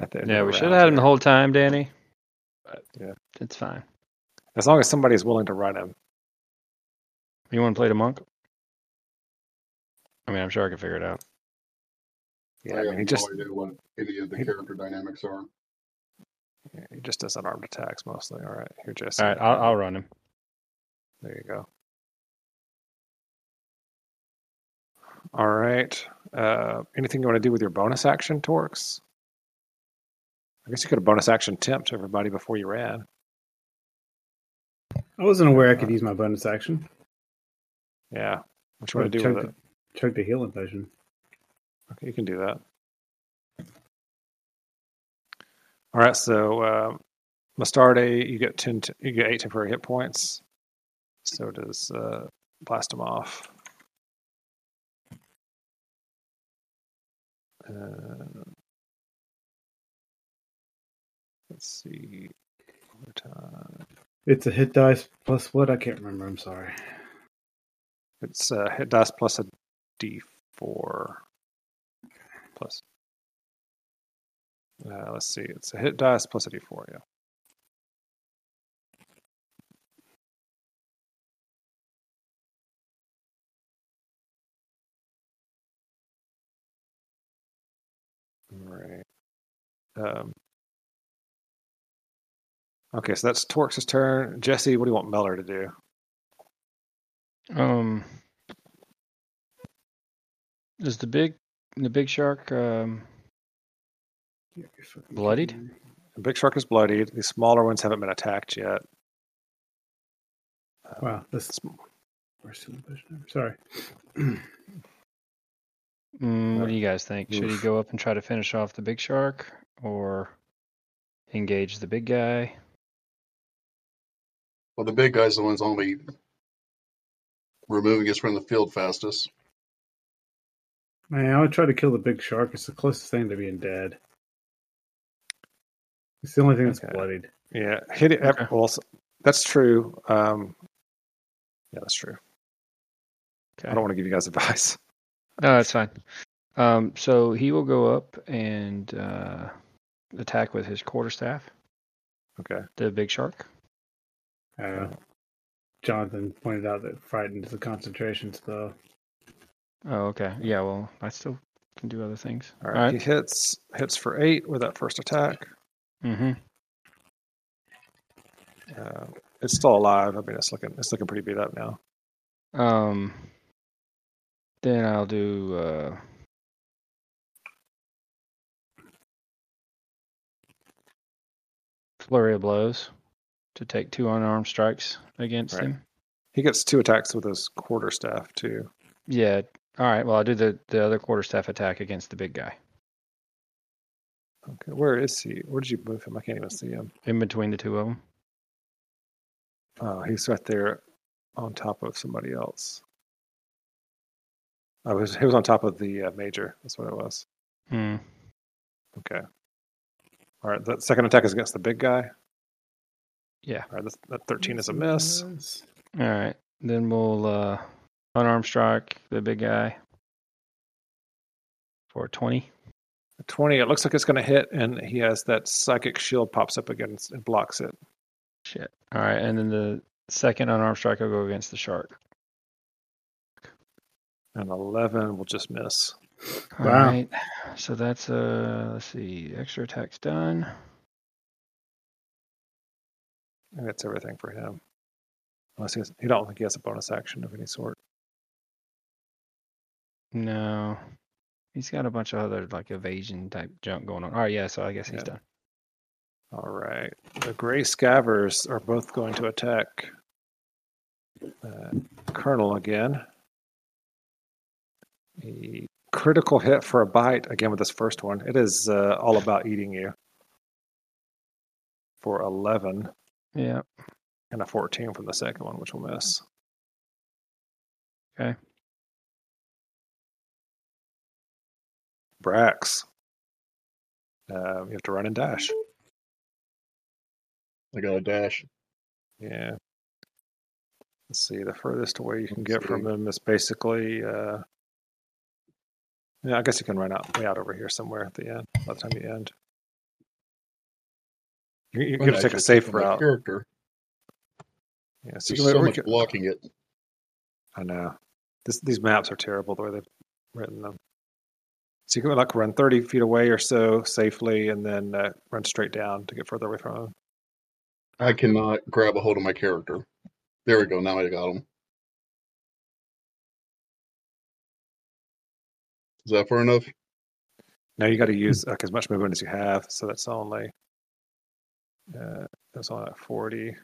[SPEAKER 1] at the end
[SPEAKER 3] Yeah,
[SPEAKER 1] of the
[SPEAKER 3] we should have
[SPEAKER 1] round
[SPEAKER 3] had him the
[SPEAKER 1] here.
[SPEAKER 3] whole time, Danny. But
[SPEAKER 1] Yeah.
[SPEAKER 3] it's fine.
[SPEAKER 1] As long as somebody's willing to run him.
[SPEAKER 3] You want to play the monk? I mean, I'm sure I can figure it out.
[SPEAKER 1] Yeah,
[SPEAKER 5] I
[SPEAKER 1] I
[SPEAKER 5] have
[SPEAKER 1] mean, he
[SPEAKER 5] no
[SPEAKER 1] just
[SPEAKER 5] idea what any of the
[SPEAKER 1] he-
[SPEAKER 5] character dynamics are.
[SPEAKER 1] he just does unarmed attacks mostly. All right, here, Jesse.
[SPEAKER 3] All right, I'll, I'll run him.
[SPEAKER 1] There you go. All right. Uh, anything you want to do with your bonus action, Torx? I guess you could have bonus action tempt everybody before you ran.
[SPEAKER 4] I wasn't aware I
[SPEAKER 1] Uh,
[SPEAKER 4] could use my bonus action.
[SPEAKER 1] Yeah. What you want to do
[SPEAKER 4] Choke
[SPEAKER 1] with it?
[SPEAKER 4] the- Choke the healing potion.
[SPEAKER 1] Okay, you can do that. All right. So, uh, Mastarde, you get ten. T- you get eight temporary hit points. So does uh, blast him off. Uh, let's see. Overtime.
[SPEAKER 4] It's a hit dice plus what? I can't remember. I'm sorry.
[SPEAKER 1] It's uh, hit dice plus a d4 plus. Uh, let's see. It's a hit dice plus a d4. Yeah. Right. Um, okay, so that's Torx's turn. Jesse, what do you want Meller to do?
[SPEAKER 3] Um, is the big the big shark? Um, Bloodied?
[SPEAKER 1] The big shark is bloodied. The smaller ones haven't been attacked yet.
[SPEAKER 4] Wow, that's
[SPEAKER 1] Sm-
[SPEAKER 4] worst healing potion ever. Sorry. [clears throat]
[SPEAKER 3] mm, what do
[SPEAKER 1] Uh,
[SPEAKER 3] you guys think? Should he
[SPEAKER 1] oof.
[SPEAKER 3] go up and try to finish off the big shark, or engage the big guy?
[SPEAKER 5] Well, the big guy's the one's only removing us from the field fastest.
[SPEAKER 4] Man, I would try to kill the big shark. It's the closest thing to being dead. It's the only thing that's
[SPEAKER 1] Okay.
[SPEAKER 4] bloodied.
[SPEAKER 1] Yeah, hit it.
[SPEAKER 3] Okay.
[SPEAKER 1] Well, s- that's true. Um, yeah, that's true. I don't want to give you guys [laughs] advice.
[SPEAKER 3] No, that's fine. Um, so he will go up and uh, attack with his quarterstaff,
[SPEAKER 1] Okay.
[SPEAKER 3] the big shark.
[SPEAKER 4] I don't know. Uh, Jonathan pointed out that frightened is a concentration spell.
[SPEAKER 3] Oh, okay. Yeah, well, I still can do other things.
[SPEAKER 1] All right. He hits hits for eight with that first attack.
[SPEAKER 3] Mm-hmm.
[SPEAKER 1] Uh, it's still alive. I mean, it's looking it's looking pretty beat up now.
[SPEAKER 3] Um, then I'll do. Uh, flurry of blows to take two unarmed strikes against
[SPEAKER 1] Right.
[SPEAKER 3] him.
[SPEAKER 1] He gets two attacks with his quarter staff too.
[SPEAKER 3] Yeah. All right. Well, I'll do the the other quarterstaff attack against the big guy
[SPEAKER 1] Okay, where is he? Where did you move him? I can't even see him.
[SPEAKER 3] in between the two of them.
[SPEAKER 1] Oh, he's right there on top of somebody else. I was he was on top of the uh, major. That's what it was.
[SPEAKER 3] Hmm.
[SPEAKER 1] Okay. All right. That second attack is against the big guy.
[SPEAKER 3] Yeah.
[SPEAKER 1] All right. That, that 13 is a miss.
[SPEAKER 3] All right. Then we'll uh, unarmed strike the big guy for twenty.
[SPEAKER 1] 20. It looks like it's going to hit, and he has that psychic shield pops up again and blocks it.
[SPEAKER 3] Shit. All right, and then the second unarmed strike will go against the shark.
[SPEAKER 1] And 11 will just miss.
[SPEAKER 3] All
[SPEAKER 4] Wow.
[SPEAKER 3] right. So that's uh let's see, extra attack's done.
[SPEAKER 1] And that's everything for him. Unless he has, he don't think he has a bonus action of any sort.
[SPEAKER 3] No. He's got a bunch of other like evasion type junk going on. All right, yeah, so I guess he's
[SPEAKER 1] Yeah.
[SPEAKER 3] done.
[SPEAKER 1] All right. The gray scavers are both going to attack uh, Colonel again. He Critical hit for a bite again with this first one. It is uh, all about eating you for 11
[SPEAKER 3] Yeah.
[SPEAKER 1] and a 14 from the second one, which will miss.
[SPEAKER 3] Okay.
[SPEAKER 1] Brax. Um, you have to run and dash.
[SPEAKER 5] I got a dash.
[SPEAKER 1] Yeah. Let's see. The furthest away you can
[SPEAKER 5] Let's
[SPEAKER 1] get from
[SPEAKER 5] see.
[SPEAKER 1] him is basically. Uh, yeah, I guess you can run out way out over here somewhere at the end. By the time you end, you, you're going to
[SPEAKER 5] Well,
[SPEAKER 1] take a
[SPEAKER 5] actually,
[SPEAKER 1] safe
[SPEAKER 5] for my
[SPEAKER 1] route.
[SPEAKER 5] Character.
[SPEAKER 1] Yeah, so
[SPEAKER 5] There's
[SPEAKER 1] you can-
[SPEAKER 5] so
[SPEAKER 1] we
[SPEAKER 5] much
[SPEAKER 1] can-
[SPEAKER 5] blocking it.
[SPEAKER 1] I know. This, these maps are terrible the way they've written them. So you can like run 30 feet away or so safely, and then uh, run straight down to get further away from him.
[SPEAKER 5] I cannot grab a hold of my character. There we go. Now I got him. Is that far enough?
[SPEAKER 1] Now you got to use like as much movement as you have, so that's only uh, that's only like 40,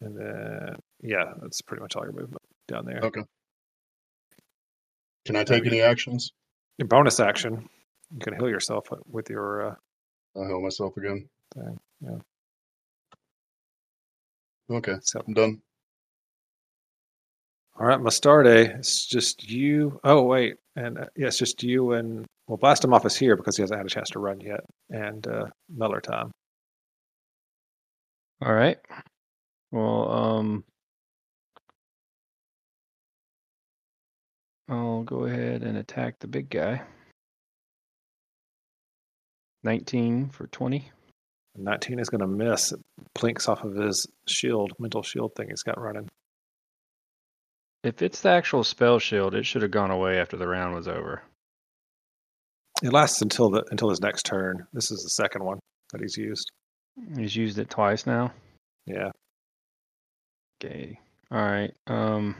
[SPEAKER 1] and then yeah, that's pretty much all your movement down there.
[SPEAKER 5] Okay. Can I take
[SPEAKER 1] we
[SPEAKER 5] any actions?
[SPEAKER 1] Your bonus action, you can heal yourself with your. Uh,
[SPEAKER 5] I heal myself again.
[SPEAKER 1] Dang, yeah.
[SPEAKER 5] Okay,
[SPEAKER 1] self-
[SPEAKER 5] I'm done.
[SPEAKER 1] All right, Mastarde, it's just you. Oh, wait. And uh, yeah, it's just you and, well, Blast him off is here because he hasn't had a chance to run yet. And uh, Miller time.
[SPEAKER 3] All right. Well, um, I'll go ahead and attack the big guy. 19 for 20.
[SPEAKER 1] 19 is going to miss. It plinks off of his shield, mental shield thing he's got running.
[SPEAKER 3] If it's the actual spell shield, it should have gone away after the round was over.
[SPEAKER 1] It lasts until the until his next turn. This is the second one that he's used.
[SPEAKER 3] He's used it twice now.
[SPEAKER 1] Yeah.
[SPEAKER 3] Okay. All right. Um,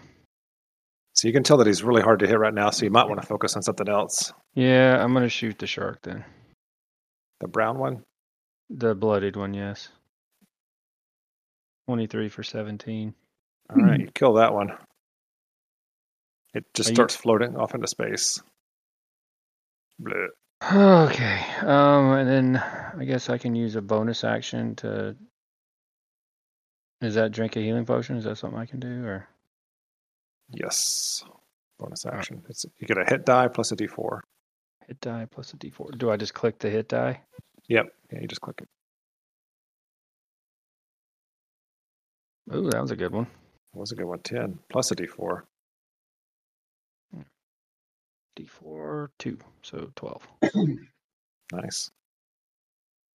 [SPEAKER 1] So you can tell that he's really hard to hit right now. So you might want to focus on something else.
[SPEAKER 3] yeah, I'm going to shoot the shark then.
[SPEAKER 1] The brown one.
[SPEAKER 3] The bloodied one, yes. 23 for 17.
[SPEAKER 1] All right, you kill that one. It just
[SPEAKER 3] Hmm. Are you-
[SPEAKER 1] starts floating off into space. Bleh.
[SPEAKER 3] Okay. Um, and then I guess I can use a bonus action to. Is that drink a healing potion? Is that something I can do? Or
[SPEAKER 1] Yes.
[SPEAKER 3] Ah.
[SPEAKER 1] Bonus action. It's you get a hit die plus a d4.
[SPEAKER 3] hit die plus a d4. Do I just click the hit die?
[SPEAKER 1] Yep. Yeah, you just click it.
[SPEAKER 3] Ooh, that was a good one.
[SPEAKER 1] That was a good one. 10 plus a d4.
[SPEAKER 3] d4, 2. So 12.
[SPEAKER 1] Nice.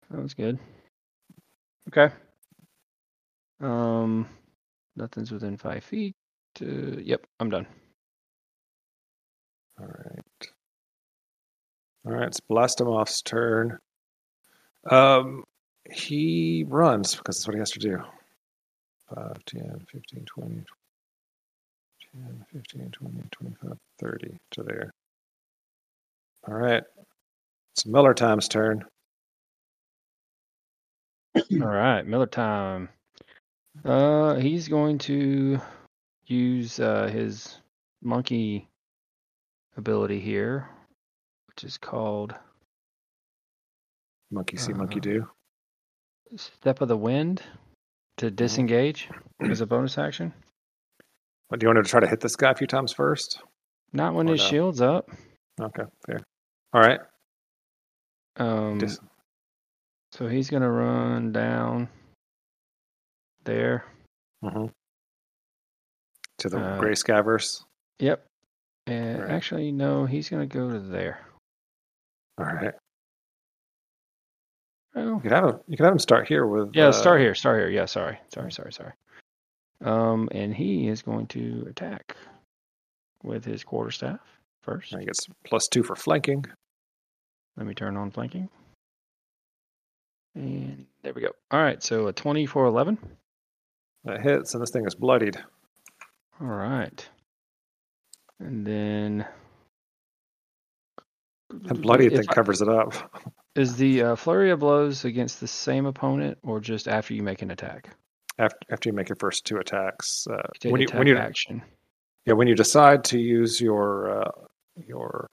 [SPEAKER 3] That was good. Okay. Um, nothing's within five feet. Uh, yep, I'm done.
[SPEAKER 1] All right. All right. It's Blastomoff's turn. Um, he runs because that's what he has to do. 5, 10, 15, 20, 10, 15, 20, 25, 30 to there. All right. It's Miller time's turn.
[SPEAKER 3] All right, Miller time. Uh, he's going to use uh, his monkey ability here, which is called
[SPEAKER 1] Monkey see, monkey
[SPEAKER 3] Uh,
[SPEAKER 1] do.
[SPEAKER 3] Step of the Wind to disengage as a bonus action.
[SPEAKER 1] But do you want him to try to hit this guy a few times first?
[SPEAKER 3] Not when
[SPEAKER 1] Or
[SPEAKER 3] his
[SPEAKER 1] no.
[SPEAKER 3] shield's up.
[SPEAKER 1] Okay, fair. All right.
[SPEAKER 3] Um,
[SPEAKER 1] Dis-
[SPEAKER 3] so he's going to run down there.
[SPEAKER 1] mhm. To the
[SPEAKER 3] Uh,
[SPEAKER 1] gray skyverse.
[SPEAKER 3] Yep. And
[SPEAKER 1] Right.
[SPEAKER 3] actually, no, he's going to go to there.
[SPEAKER 1] All right.
[SPEAKER 3] Oh,
[SPEAKER 1] You can have him. You can have him start here with.
[SPEAKER 3] Yeah,
[SPEAKER 1] uh,
[SPEAKER 3] start here, start here. Yeah, sorry, sorry, sorry, sorry. Um, and he is going to attack with his quarterstaff first.
[SPEAKER 1] and He gets plus two for flanking.
[SPEAKER 3] Let me turn on flanking. And there we go. All right, so a 24 11.
[SPEAKER 1] That hits, and this thing is bloodied. [laughs]
[SPEAKER 3] All right. And then.
[SPEAKER 1] That bloody
[SPEAKER 3] If
[SPEAKER 1] thing
[SPEAKER 3] I-
[SPEAKER 1] covers it up. [laughs]
[SPEAKER 3] Is the uh, flurry of blows against the same opponent or just after you make an attack?
[SPEAKER 1] After, after you make your first two attacks, uh,
[SPEAKER 3] Take
[SPEAKER 1] when you
[SPEAKER 3] attack
[SPEAKER 1] when you
[SPEAKER 3] action.
[SPEAKER 1] yeah when you decide to use your uh, your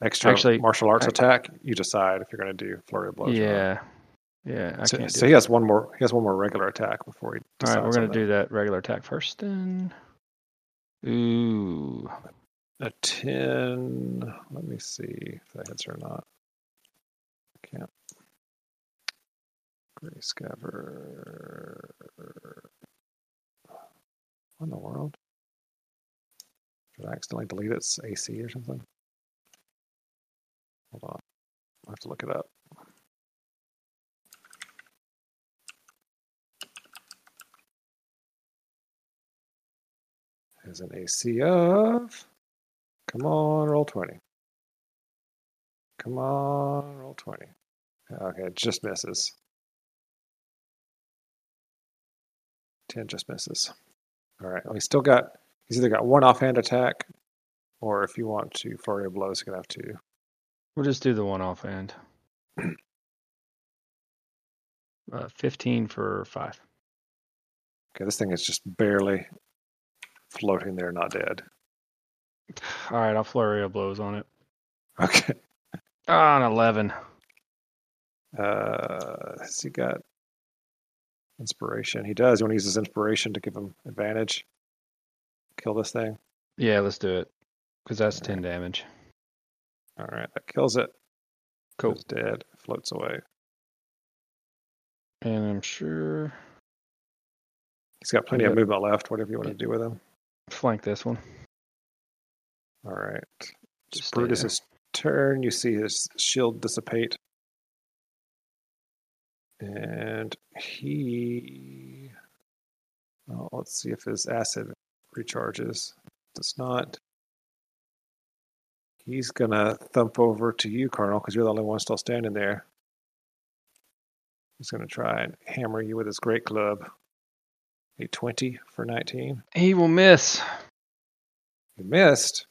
[SPEAKER 1] extra
[SPEAKER 3] Actually,
[SPEAKER 1] martial arts
[SPEAKER 3] I-
[SPEAKER 1] attack, you decide if you're going to do flurry of blows. or not.
[SPEAKER 3] yeah, yeah. I
[SPEAKER 1] So,
[SPEAKER 3] can't do
[SPEAKER 1] so he has one more. He has one more regular attack before he.
[SPEAKER 3] All
[SPEAKER 1] Decides
[SPEAKER 3] right, we're
[SPEAKER 1] on
[SPEAKER 3] gonna do that regular attack first. Then, ooh,
[SPEAKER 1] that. a ten. Let me see if that hits or not. I can't. Gray scaver. What in the world? Did I accidentally delete its AC or something? Hold on. I have to look it up. Has an AC of. Come on, roll 20. Come on, roll 20. Okay, it just misses. 10 just misses. All right, well, he's still got. He's either got one offhand attack, or if you want to flurry of blows, he's gonna have to.
[SPEAKER 3] we'll just do the one offhand. Uh, Fifteen for five.
[SPEAKER 1] Okay, this thing is just barely floating there, not dead. [laughs]
[SPEAKER 3] All right, I'll flurry of blows on it.
[SPEAKER 1] Okay.
[SPEAKER 3] Ah, an eleven.
[SPEAKER 1] Uh, has he got inspiration? He does. You want to use his inspiration to give him advantage? Kill this thing.
[SPEAKER 3] Yeah, let's do it, because that's ten damage.
[SPEAKER 1] All right, that kills it.
[SPEAKER 3] Cool.
[SPEAKER 1] It's dead. Floats away.
[SPEAKER 3] And I'm sure
[SPEAKER 1] He's got plenty of
[SPEAKER 3] Yep.
[SPEAKER 1] movement left. Whatever you want to do with him.
[SPEAKER 3] flank this one.
[SPEAKER 1] All right.
[SPEAKER 3] Just
[SPEAKER 1] It's
[SPEAKER 3] stay there.
[SPEAKER 1] Brutus' turn. You see his shield dissipate. And he. Oh, let's see if his acid recharges. Does not. He's going to thump over to you, Colonel, because you're the only one still standing there. He's going to try and hammer you with his great club. A 20 for 19.
[SPEAKER 3] He will miss
[SPEAKER 1] You missed.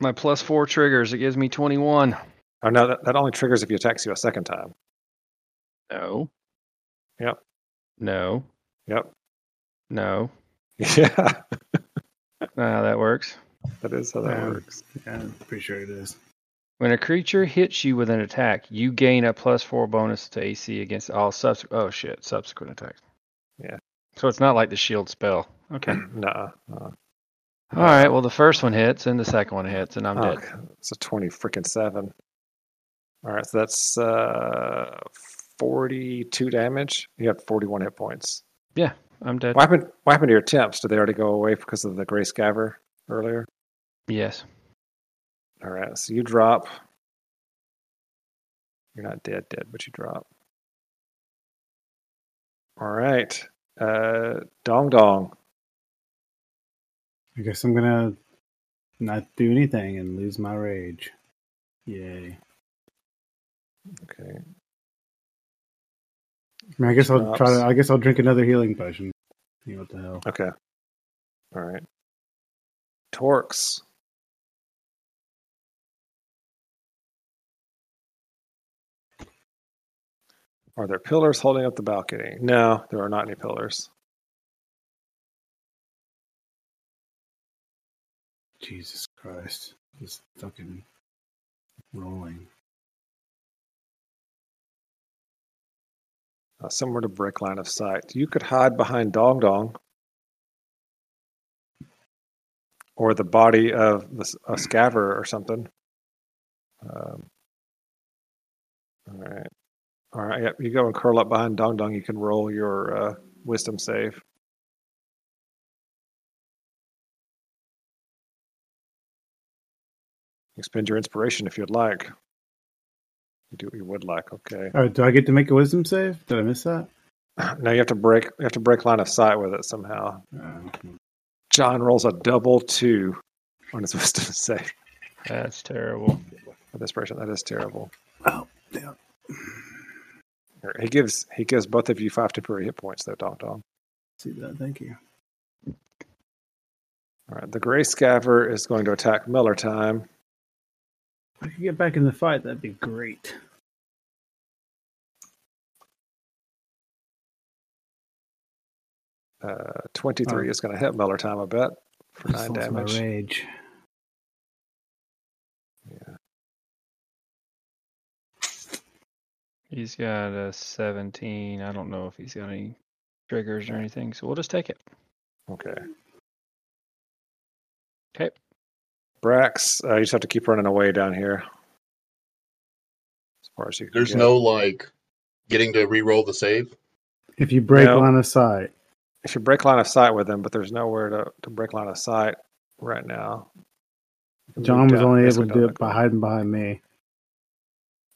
[SPEAKER 3] my plus four triggers. It gives me twenty-one.
[SPEAKER 1] Oh no, that, that only triggers if he attacks you a second time.
[SPEAKER 3] No.
[SPEAKER 1] Yep.
[SPEAKER 3] No.
[SPEAKER 1] Yep. [laughs]
[SPEAKER 3] No.
[SPEAKER 1] Yeah,
[SPEAKER 3] Ah, that works.
[SPEAKER 1] that is how that
[SPEAKER 3] Um, [clears throat]
[SPEAKER 4] Yeah.
[SPEAKER 1] works. [clears throat]
[SPEAKER 4] Yeah, I'm pretty sure it is.
[SPEAKER 3] When a creature hits you with an attack, you gain a plus four bonus to AC against all subsequent. Oh shit! Subsequent attacks.
[SPEAKER 1] Yeah.
[SPEAKER 3] So it's not like the shield spell.
[SPEAKER 1] [clears throat]
[SPEAKER 3] Okay.
[SPEAKER 1] Nah, uh,
[SPEAKER 3] All right. Well, the first one hits, and the second one hits, and I'm dead.
[SPEAKER 1] it's a twenty freaking seven. All right, so that's uh, forty-two damage. You have forty-one hit points.
[SPEAKER 3] I'm dead.
[SPEAKER 1] What happened? What happened to your temps? Did they already go away because of the gray scaver earlier?
[SPEAKER 3] Yes.
[SPEAKER 1] All right, so you drop. You're not dead, dead, but you drop. All right, uh, Dong Dong.
[SPEAKER 4] I guess I'm gonna not do anything and lose my rage. Yay.
[SPEAKER 1] Okay.
[SPEAKER 4] I, mean, I guess I'll
[SPEAKER 1] Drops.
[SPEAKER 4] try to. I guess I'll drink another healing potion. You know what the hell?
[SPEAKER 1] Okay. All right. Torx. Are there pillars holding up the balcony? No, there are not any pillars.
[SPEAKER 4] Jesus Christ! This fucking rolling.
[SPEAKER 1] Uh, somewhere to break line of sight. You could hide behind Dong Dong or the body of the, s- a scaver or something. Um, all right. All right. Yep. You go and curl up behind Dong Dong. You can roll your uh, wisdom save. You spend your inspiration if you'd like. You do what you would like. Okay.
[SPEAKER 4] All right, Oh, do I get to make a wisdom save? Did I miss that?
[SPEAKER 1] No, you have to break. You have to break line of sight with it somehow.
[SPEAKER 4] Uh,
[SPEAKER 1] John rolls a double two on his [laughs] wisdom save.
[SPEAKER 3] That's terrible.
[SPEAKER 1] With this person, that is terrible.
[SPEAKER 4] oh, damn.
[SPEAKER 1] Here, He gives he gives both of you five temporary hit points though. Dong dong.
[SPEAKER 4] See that? Thank you.
[SPEAKER 1] All right, the gray scaver is going to attack Miller. Time.
[SPEAKER 4] If I could get back in the fight, that'd be great. [laughs]
[SPEAKER 1] Uh, Twenty three
[SPEAKER 4] Oh.
[SPEAKER 1] is going to hit Miller. Time. I bet for nine
[SPEAKER 4] Just lost my
[SPEAKER 1] damage.
[SPEAKER 4] rage.
[SPEAKER 3] He's got a 17. I don't know if he's got any triggers or anything, so we'll just take it.
[SPEAKER 1] Okay.
[SPEAKER 3] Okay.
[SPEAKER 1] Brax, uh, you just have to keep running away down here. As far as you can
[SPEAKER 5] There's
[SPEAKER 1] get.
[SPEAKER 5] no like getting to re-roll the save.
[SPEAKER 4] If you break
[SPEAKER 1] No.
[SPEAKER 4] line of sight,
[SPEAKER 1] If you break line of sight with him, but there's nowhere to, to break line of sight right now. You can
[SPEAKER 4] John
[SPEAKER 1] move
[SPEAKER 4] was
[SPEAKER 1] down-
[SPEAKER 4] only able
[SPEAKER 1] basically
[SPEAKER 4] to
[SPEAKER 1] down
[SPEAKER 4] do
[SPEAKER 1] the
[SPEAKER 4] it by
[SPEAKER 1] corridor.
[SPEAKER 4] hiding behind me.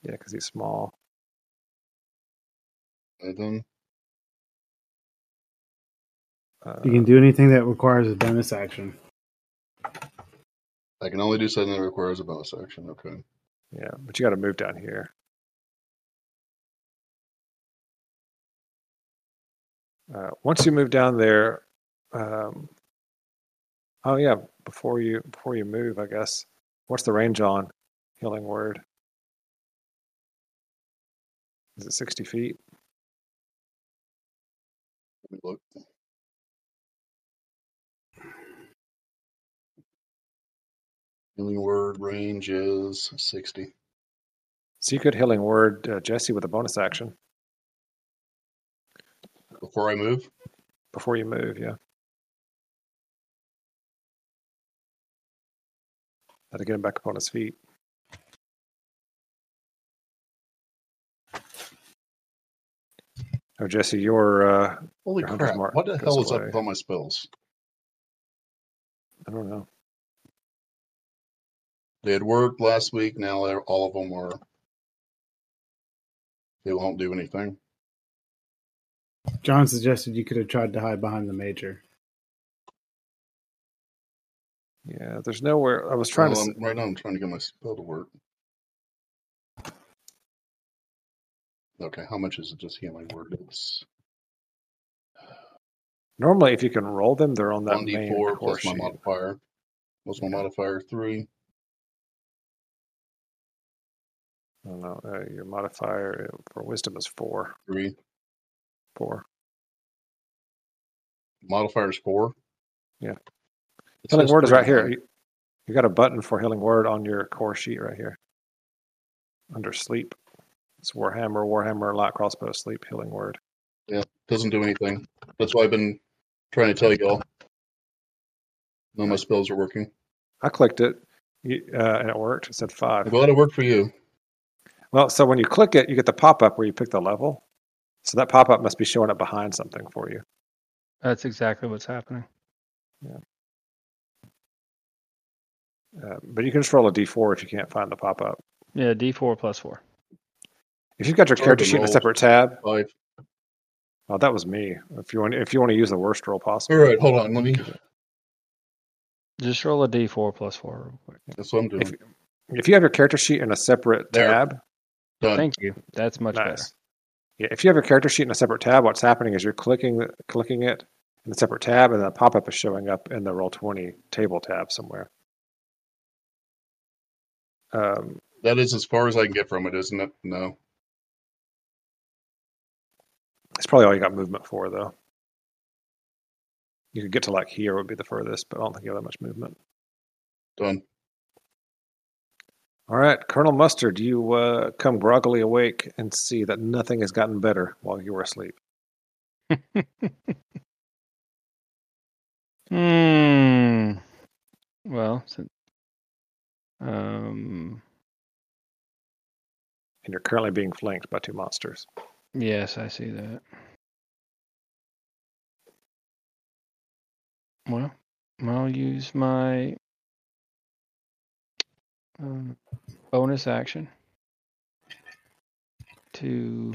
[SPEAKER 1] Yeah, because he's small.
[SPEAKER 5] And then
[SPEAKER 1] Uh,
[SPEAKER 4] You can do anything that requires a bonus action.
[SPEAKER 5] I can only do something that requires a bonus action. Okay.
[SPEAKER 1] Yeah, but you got to move down here. Uh, once you move down there, um, oh yeah, before you before you move, I guess. What's the range on healing word? Is it sixty feet?
[SPEAKER 5] Let me look. Healing word range is sixty.
[SPEAKER 1] So you could healing word uh, Jesse with a bonus action
[SPEAKER 5] Before I move,
[SPEAKER 1] before you move. Yeah, that'll get him back up on his feet. Oh, Jesse, your uh,
[SPEAKER 5] holy
[SPEAKER 1] Your hunter's
[SPEAKER 5] crap!
[SPEAKER 1] mark
[SPEAKER 5] What the
[SPEAKER 1] goes
[SPEAKER 5] hell is up
[SPEAKER 1] away.
[SPEAKER 5] with all my spells?
[SPEAKER 1] I don't know.
[SPEAKER 5] They had worked last week. Now they're, all of them are. They won't do anything.
[SPEAKER 4] John suggested you could have tried to hide behind the major.
[SPEAKER 1] Yeah, there's nowhere. I was trying
[SPEAKER 5] Well, um,
[SPEAKER 1] to. s-
[SPEAKER 5] I'm- right now, I'm trying to get my spell to work. Okay, how much is it just healing word? It's
[SPEAKER 1] Normally, if you can roll them, they're on that
[SPEAKER 5] one d
[SPEAKER 1] main
[SPEAKER 5] four
[SPEAKER 1] core
[SPEAKER 5] plus my
[SPEAKER 1] sheet.
[SPEAKER 5] modifier. What's my modifier? Three.
[SPEAKER 1] I don't know. Uh, your modifier for wisdom is four.
[SPEAKER 5] Three.
[SPEAKER 1] Four.
[SPEAKER 5] Modifier is four.
[SPEAKER 1] Yeah.
[SPEAKER 5] It
[SPEAKER 1] Healing
[SPEAKER 5] says
[SPEAKER 1] word is
[SPEAKER 5] three
[SPEAKER 1] right here.
[SPEAKER 5] on mine.
[SPEAKER 1] You, you got a button for healing word on your core sheet right here. Under sleep, it's Warhammer, Warhammer, light crossbow, sleep, healing word.
[SPEAKER 5] Doesn't do anything. That's why I've been trying to tell y'all. None of my spells are working.
[SPEAKER 1] I clicked it, you, uh, and it worked. It said
[SPEAKER 5] I'm
[SPEAKER 1] five.
[SPEAKER 5] glad it worked for you.
[SPEAKER 1] Well, so when you click it, you get the pop up where you pick the level. So that pop up must be showing up behind something for you.
[SPEAKER 3] That's exactly what's happening.
[SPEAKER 1] Uh, but you can just roll a d4 if you can't find the pop up.
[SPEAKER 3] Yeah, D4 plus 4.
[SPEAKER 1] If you've got your
[SPEAKER 5] It's
[SPEAKER 1] character
[SPEAKER 5] already
[SPEAKER 1] sheet in a
[SPEAKER 5] rolled.
[SPEAKER 1] separate tab,
[SPEAKER 5] Five.
[SPEAKER 1] oh, that was me. If you want, if you want to use the worst roll possible,
[SPEAKER 5] All right, hold on. Let me.
[SPEAKER 3] Just roll a D4 plus 4 real quick.
[SPEAKER 5] That's what I'm doing.
[SPEAKER 1] If- if you have your character sheet in a separate
[SPEAKER 5] There.
[SPEAKER 1] tab,
[SPEAKER 5] Done.
[SPEAKER 3] Thank you. That's much better.
[SPEAKER 1] nice. Yeah, if you have your character sheet in a separate tab, what's happening is you're clicking the- clicking it in a separate tab, and then a pop up is showing up in the roll twenty table tab somewhere. Um,
[SPEAKER 5] that is as far as I can get from it, isn't it? No.
[SPEAKER 1] it's probably all you got movement for, though. You could get to like here would be the furthest, but I don't think you have that much movement.
[SPEAKER 5] Done.
[SPEAKER 1] All right, Colonel Mustard, you uh, come groggily awake and see that nothing has gotten better while you were asleep.
[SPEAKER 3] Hmm. Well, since, um,
[SPEAKER 1] And you're currently being flanked by two monsters.
[SPEAKER 3] yes, I see that. Well, I'll use my um, bonus action to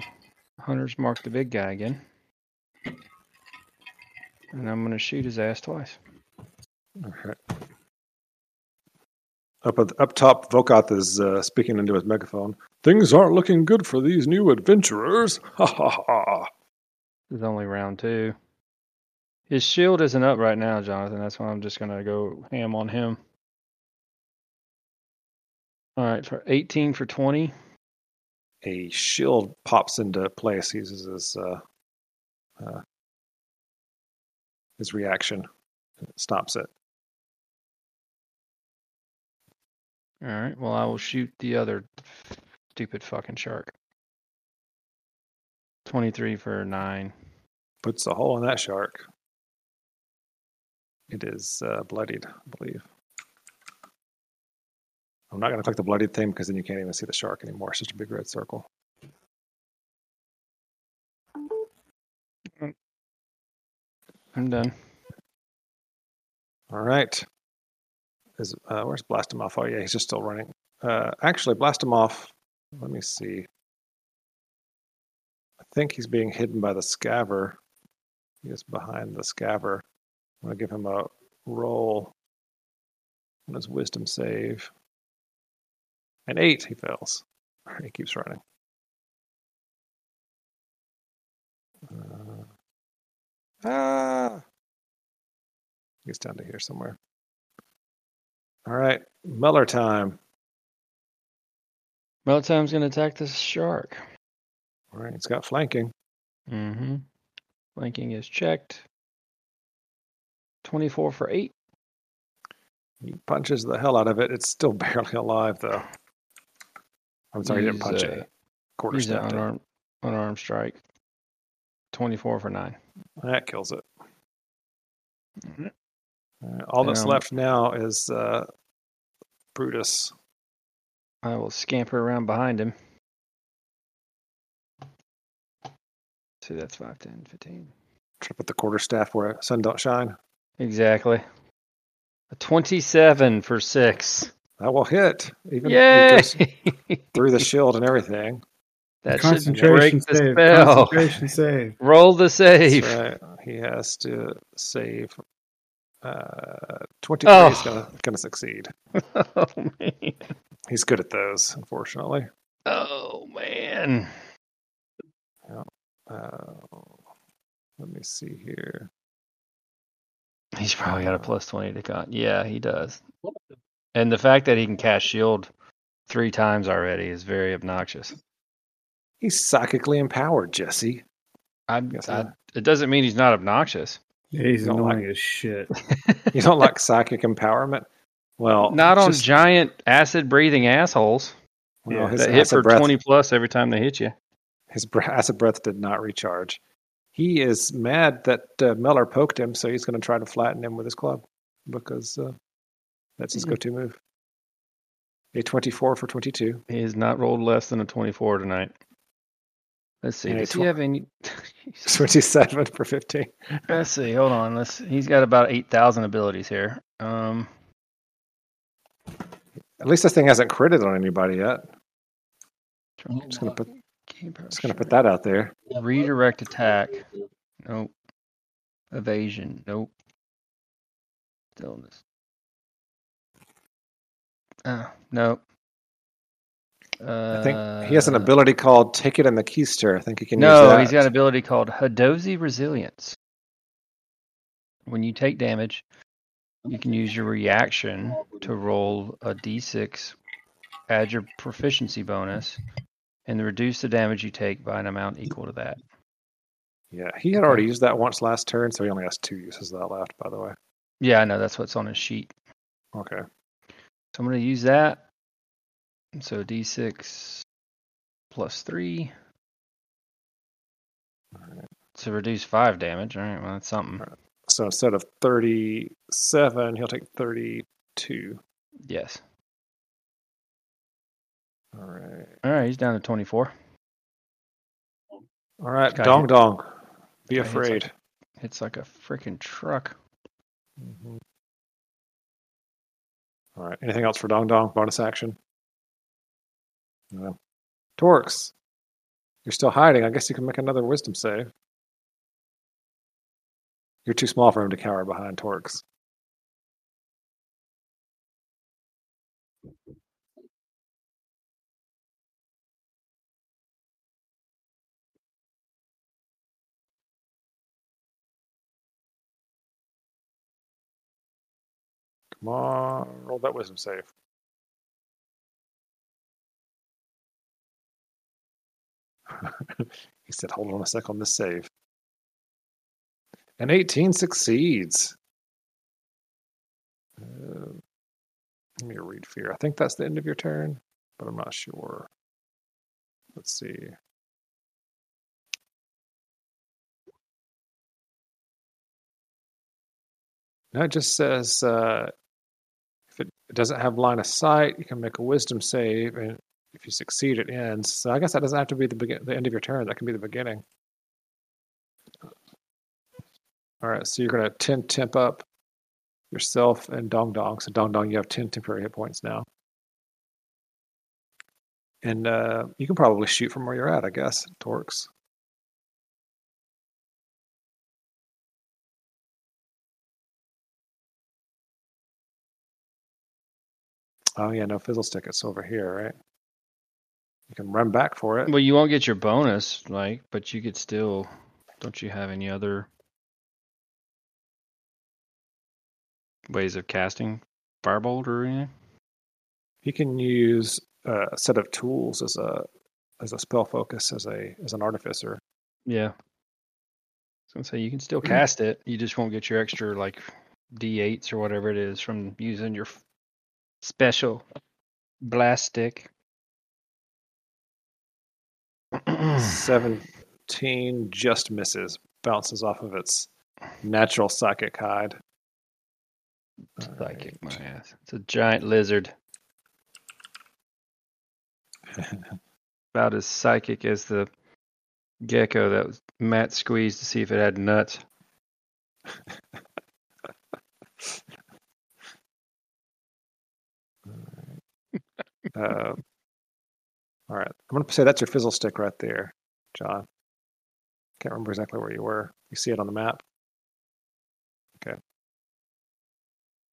[SPEAKER 3] Hunter's Mark the big guy again. And I'm going to shoot his ass twice.
[SPEAKER 1] All right. Up, at, up top, Vokoth is uh, speaking into his megaphone. Things aren't looking good for these new adventurers. [laughs] Ha ha ha.
[SPEAKER 3] This is only round two. His shield isn't up right now, Jonathan. That's why I'm just gonna go ham on him. All right, for 18 for 20.
[SPEAKER 1] A shield pops into place. He uses his, uh, uh, his reaction and it stops it.
[SPEAKER 3] All right, well I will shoot the other stupid fucking shark. 23 for 9.
[SPEAKER 1] Puts a hole in that shark. It is uh, bloodied, I believe. I'm not going to click the bloodied thing because then you can't even see the shark anymore. It's just a big red circle.
[SPEAKER 3] I'm done.
[SPEAKER 1] All right. Is, uh, where's Blastomoff? Oh, yeah, he's just still running. Uh, actually, Blastomoff, let me see. I think he's being hidden by the scaver. He is behind the scaver. I'm going to give him a roll on his wisdom save. An eight, he fails. [laughs] He keeps running. Uh, ah! Gets down to here somewhere. All right, Muller time.
[SPEAKER 3] Meltam's going to attack this shark.
[SPEAKER 1] All right, it's got flanking.
[SPEAKER 3] Mm-hmm. Flanking is checked. 24 for 8.
[SPEAKER 1] He punches the hell out of it. It's still [laughs] barely alive, though. I'm sorry, he didn't
[SPEAKER 3] He's,
[SPEAKER 1] punch
[SPEAKER 3] uh,
[SPEAKER 1] it. Quarter
[SPEAKER 3] He's an
[SPEAKER 1] snapped it.
[SPEAKER 3] unarmed, unarmed strike. 24 for 9.
[SPEAKER 1] That kills it.
[SPEAKER 3] Mhm.
[SPEAKER 1] All right, all that's
[SPEAKER 3] Um,
[SPEAKER 1] left now is uh, Brutus.
[SPEAKER 3] I will scamper around behind him. See, that's 5, 10, 15.
[SPEAKER 1] Try to put the quarterstaff where sun don't shine.
[SPEAKER 3] Exactly. A 27 for 6.
[SPEAKER 1] That will hit. Even it
[SPEAKER 3] Yay!
[SPEAKER 1] goes through the shield and everything.
[SPEAKER 3] [laughs] that should break
[SPEAKER 4] Concentration
[SPEAKER 3] the
[SPEAKER 4] save.
[SPEAKER 3] spell.
[SPEAKER 4] Concentration save.
[SPEAKER 3] [laughs] Roll the save.
[SPEAKER 1] That's right. He has to save. Uh, 23
[SPEAKER 3] Oh.
[SPEAKER 1] is gonna gonna succeed.
[SPEAKER 3] Oh man.
[SPEAKER 1] He's good at those, unfortunately.
[SPEAKER 3] [laughs] Oh man.
[SPEAKER 1] Uh, let me see here.
[SPEAKER 3] He's probably got a plus 20 to con. Yeah, he does. And the fact that he can cast shield three times already is very obnoxious.
[SPEAKER 1] He's psychically empowered, Jesse.
[SPEAKER 3] I,
[SPEAKER 1] Yes,
[SPEAKER 3] I,
[SPEAKER 1] sir.
[SPEAKER 3] it doesn't mean he's not obnoxious.
[SPEAKER 4] Yeah, he's
[SPEAKER 1] Don't like
[SPEAKER 4] annoying as shit.
[SPEAKER 1] You don't like psychic empowerment? Well,
[SPEAKER 3] [laughs] not
[SPEAKER 1] it's
[SPEAKER 3] on
[SPEAKER 1] just-
[SPEAKER 3] giant acid breathing assholes
[SPEAKER 1] well,
[SPEAKER 4] yeah,
[SPEAKER 1] his
[SPEAKER 3] that hit
[SPEAKER 1] acid
[SPEAKER 3] for
[SPEAKER 1] breath,
[SPEAKER 3] 20 plus every time they hit you.
[SPEAKER 1] His br- acid breath did not recharge. He is mad that uh, Miller poked him, so he's going to try to flatten him with his club because uh, that's his
[SPEAKER 3] Mhm.
[SPEAKER 1] go-to move. A twenty-four for twenty-two. [laughs]
[SPEAKER 3] He has not rolled less than a 24 tonight. Let's see.
[SPEAKER 1] Yeah,
[SPEAKER 3] Does
[SPEAKER 1] tw-
[SPEAKER 3] he have any?
[SPEAKER 1] [laughs] Twenty-seven for fifteen.
[SPEAKER 3] [laughs] Let's see. Hold on. Let's. He's got about 8,000 abilities here. Um,
[SPEAKER 1] At least this thing hasn't critted on anybody yet. Just gonna put- Just going to put that out there.
[SPEAKER 3] Redirect attack. Nope. Evasion. Nope. Stillness. Ah, nope. Uh,
[SPEAKER 1] I think he has an ability called "Take It in the Keister." I think he can. use
[SPEAKER 3] No,
[SPEAKER 1] that.
[SPEAKER 3] he's got an ability called Hadozi Resilience. When you take damage, you can use your reaction to roll a d6, add your proficiency bonus, and reduce the damage you take by an amount equal to that.
[SPEAKER 1] Yeah, he had already used that once last turn, so he only has two uses of that left. By the way.
[SPEAKER 3] Yeah, I know that's what's on his sheet.
[SPEAKER 1] Okay.
[SPEAKER 3] So I'm going to use that. And So d6 plus 3 to reduce 5 damage. All right, well, that's something.
[SPEAKER 1] So instead of 37, he'll take 32.
[SPEAKER 3] Yes.
[SPEAKER 1] All right.
[SPEAKER 3] All right, he's down to 24.
[SPEAKER 1] All right.
[SPEAKER 3] Got
[SPEAKER 1] dong
[SPEAKER 3] it.
[SPEAKER 1] dong. Be
[SPEAKER 3] Got it.
[SPEAKER 1] afraid.
[SPEAKER 3] It's like a freaking truck.
[SPEAKER 1] Mhm. All right. Anything else for dong dong? Bonus action? No. Torx, you're still hiding. I guess you can make another wisdom save. You're too small for him to cower behind Torx. Come on, roll that wisdom save. [laughs] he said, hold on a second on this save. And 18 succeeds. Uh, let me read fear. I think that's the end of your turn, but I'm not sure. Let's see. No, it just says uh, if it doesn't have line of sight, you can make a wisdom save, and if you succeed, it ends. So I guess that doesn't have to be the begin- the end of your turn. That can be the beginning. All right, so you're going to 10 temp up yourself and Dong Dong. So Dong Dong, you have 10 temporary hit points now. And uh, you can probably shoot from where you're at, I guess, Torx. Oh, yeah, no fizzle stick. It's over here, right? You can run back for it.
[SPEAKER 3] Well, you won't get your bonus, like, but you could still. Don't you have any other ways of casting firebolt or anything?
[SPEAKER 1] He can use uh, a set of tools as a as a spell focus as a as an artificer.
[SPEAKER 3] Yeah. Mm. I was gonna say you can still cast it. You just won't get your extra like D8s or whatever it is from using your f- special blast [clears throat] stick. Hmm.
[SPEAKER 1] Seventeen just misses, bounces off of its natural psychic hide. All
[SPEAKER 3] Psychic, my
[SPEAKER 1] right.
[SPEAKER 3] ass. It's a giant [laughs] lizard. About as psychic as the gecko that was Matt squeezed to see if it had nuts.
[SPEAKER 1] Uh, all right, I'm going to say that's your fizzle stick right there, John. Can't remember exactly where you were. You see it on the map. Okay.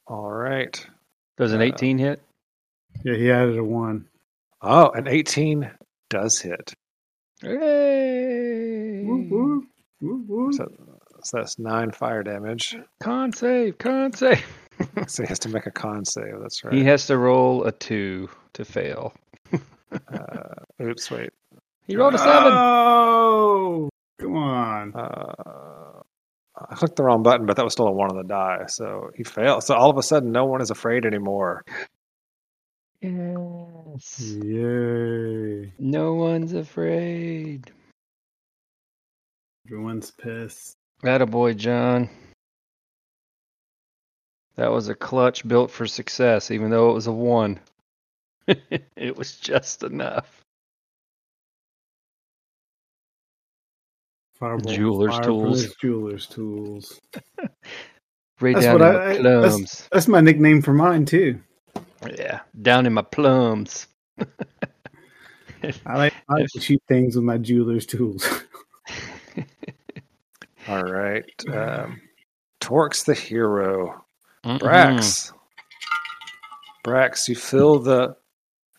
[SPEAKER 1] All right.
[SPEAKER 3] Does an
[SPEAKER 1] Uh,
[SPEAKER 3] 18 hit?
[SPEAKER 4] Yeah, he added a one.
[SPEAKER 1] Oh, an 18 does hit.
[SPEAKER 4] Woo,
[SPEAKER 3] Hey!
[SPEAKER 4] woo, woo, woo.
[SPEAKER 1] So, so that's nine fire damage.
[SPEAKER 3] Con save, con save. [laughs]
[SPEAKER 1] So he has to make a con save. That's right.
[SPEAKER 3] He has to roll a two to fail.
[SPEAKER 1] Uh, oops, wait.
[SPEAKER 3] He rolled a seven.
[SPEAKER 4] Oh, come on.
[SPEAKER 1] Uh, I clicked the wrong button, but that was still a one on the die. So he failed. So all of a sudden, no one is afraid anymore.
[SPEAKER 3] Yes.
[SPEAKER 4] Yay.
[SPEAKER 3] No one's afraid.
[SPEAKER 4] Everyone's pissed.
[SPEAKER 3] Attaboy, John. That was a clutch built for success, even though it was a one. [laughs] it was just enough.
[SPEAKER 4] Fireball,
[SPEAKER 3] Jeweler's tools.
[SPEAKER 4] Jeweler's tools.
[SPEAKER 3] Right
[SPEAKER 4] That's
[SPEAKER 3] down
[SPEAKER 4] what
[SPEAKER 3] in
[SPEAKER 4] I- I-
[SPEAKER 3] my
[SPEAKER 4] that's-
[SPEAKER 3] plums.
[SPEAKER 4] That's my nickname for mine too.
[SPEAKER 3] Yeah, down in my
[SPEAKER 4] [laughs]
[SPEAKER 3] plums.
[SPEAKER 4] I like, I like to shoot things with my jeweler's tools. [laughs]
[SPEAKER 1] All right. Um, Torx the hero.
[SPEAKER 3] Mm-mm.
[SPEAKER 1] Brax. Mm-hmm. Brax, you feel the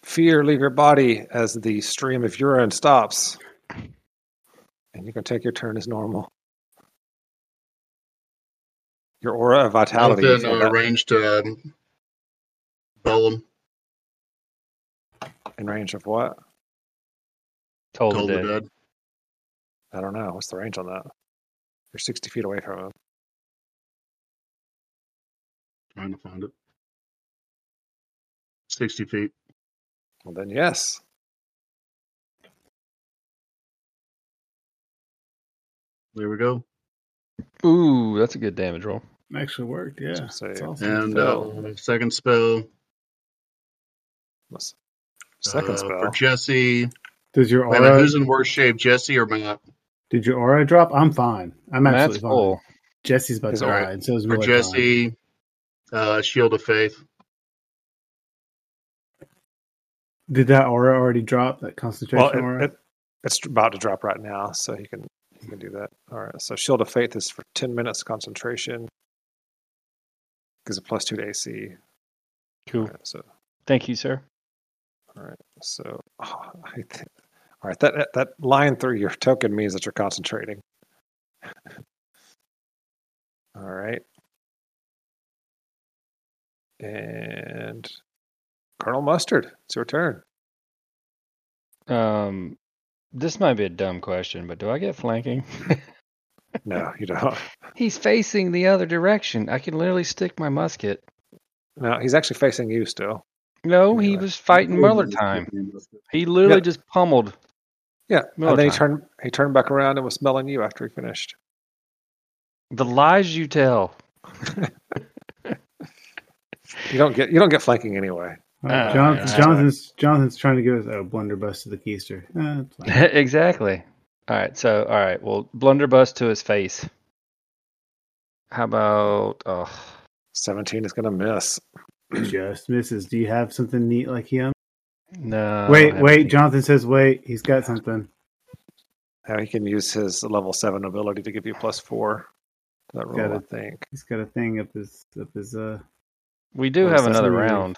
[SPEAKER 1] fear leave your body as the stream of urine stops. And you can take your turn as normal. Your aura of vitality. you
[SPEAKER 5] Within
[SPEAKER 1] feel
[SPEAKER 5] uh,
[SPEAKER 1] that
[SPEAKER 5] range to um, Bellum.
[SPEAKER 1] in range of what?
[SPEAKER 3] Told
[SPEAKER 5] Told
[SPEAKER 3] the
[SPEAKER 5] the
[SPEAKER 3] dead.
[SPEAKER 5] dead.
[SPEAKER 1] I don't know. What's the range on that? You're 60 feet away from him.
[SPEAKER 5] Trying to find it. 60 feet.
[SPEAKER 1] Well, then, yes.
[SPEAKER 5] There we go.
[SPEAKER 3] Ooh, that's a good damage roll.
[SPEAKER 4] Actually worked, yeah.
[SPEAKER 1] That's what I'm
[SPEAKER 4] That's
[SPEAKER 1] saying.
[SPEAKER 4] awesome.
[SPEAKER 5] And
[SPEAKER 1] Spell.
[SPEAKER 5] uh, second spell.
[SPEAKER 1] Let's- Second
[SPEAKER 5] uh,
[SPEAKER 1] spell.
[SPEAKER 5] For Jesse.
[SPEAKER 4] Does your
[SPEAKER 5] Wait a minute,
[SPEAKER 4] aura
[SPEAKER 5] who's in worse shape, Jesse or Matt?
[SPEAKER 4] did your aura drop? I'm fine. I'm
[SPEAKER 3] Matt's
[SPEAKER 4] absolutely fine.
[SPEAKER 3] full.
[SPEAKER 4] Jesse's about
[SPEAKER 1] His
[SPEAKER 4] to
[SPEAKER 5] aura-
[SPEAKER 4] die, and so is
[SPEAKER 5] For
[SPEAKER 4] Miller Khan.
[SPEAKER 5] Jesse, uh, Shield of Faith.
[SPEAKER 4] Did that aura already drop? That concentration
[SPEAKER 1] Well,
[SPEAKER 4] aura?
[SPEAKER 1] it, it, it's about to drop right now, so he can he can do that. All right. So Shield of Faith is for ten minutes concentration. Gives a plus two to AC. All
[SPEAKER 3] Cool.
[SPEAKER 1] right, so
[SPEAKER 3] Thank you, sir.
[SPEAKER 1] so oh, I think, all right. That that- that line through your token means that you're concentrating. [laughs] all right. And Colonel Mustard, it's your turn.
[SPEAKER 3] Um, this might be a dumb question, but do I get flanking? [laughs]
[SPEAKER 1] No, you don't.
[SPEAKER 3] He's facing the other direction. I can literally stick my musket.
[SPEAKER 1] No, he's actually facing you still.
[SPEAKER 3] No, he
[SPEAKER 1] Really?
[SPEAKER 3] was fighting Muller time. He literally
[SPEAKER 1] Yeah.
[SPEAKER 3] just pummeled.
[SPEAKER 1] Yeah,
[SPEAKER 3] Miller
[SPEAKER 1] and then he
[SPEAKER 3] time.
[SPEAKER 1] turned he turned back around and was smelling you after he finished.
[SPEAKER 3] The lies you tell.
[SPEAKER 1] You don't get you don't get flanking anyway.
[SPEAKER 4] Uh,
[SPEAKER 3] Ah,
[SPEAKER 4] Jon-
[SPEAKER 3] yeah.
[SPEAKER 4] Jonathan's Jonathan's trying to give us a blunderbuss to the keister. Eh, it's
[SPEAKER 3] [laughs]
[SPEAKER 4] fine.
[SPEAKER 3] [laughs] exactly. All right. So, all right. Well, blunderbuss to his face. How about? Oh,
[SPEAKER 1] Seventeen is gonna miss.
[SPEAKER 4] Just misses. Do you have something neat like him?
[SPEAKER 3] no. Uh, I
[SPEAKER 4] wait,
[SPEAKER 3] don't
[SPEAKER 4] wait.
[SPEAKER 3] have
[SPEAKER 4] Jonathan says, "Wait, he's got something."
[SPEAKER 1] Now he can use his level seven ability to give you plus four. to That
[SPEAKER 4] Got
[SPEAKER 1] roll, I think.
[SPEAKER 4] He's got a thing up his up his. Uh,
[SPEAKER 3] any- We do
[SPEAKER 4] Well,
[SPEAKER 3] have
[SPEAKER 4] it's
[SPEAKER 3] another
[SPEAKER 4] definitely-
[SPEAKER 3] round.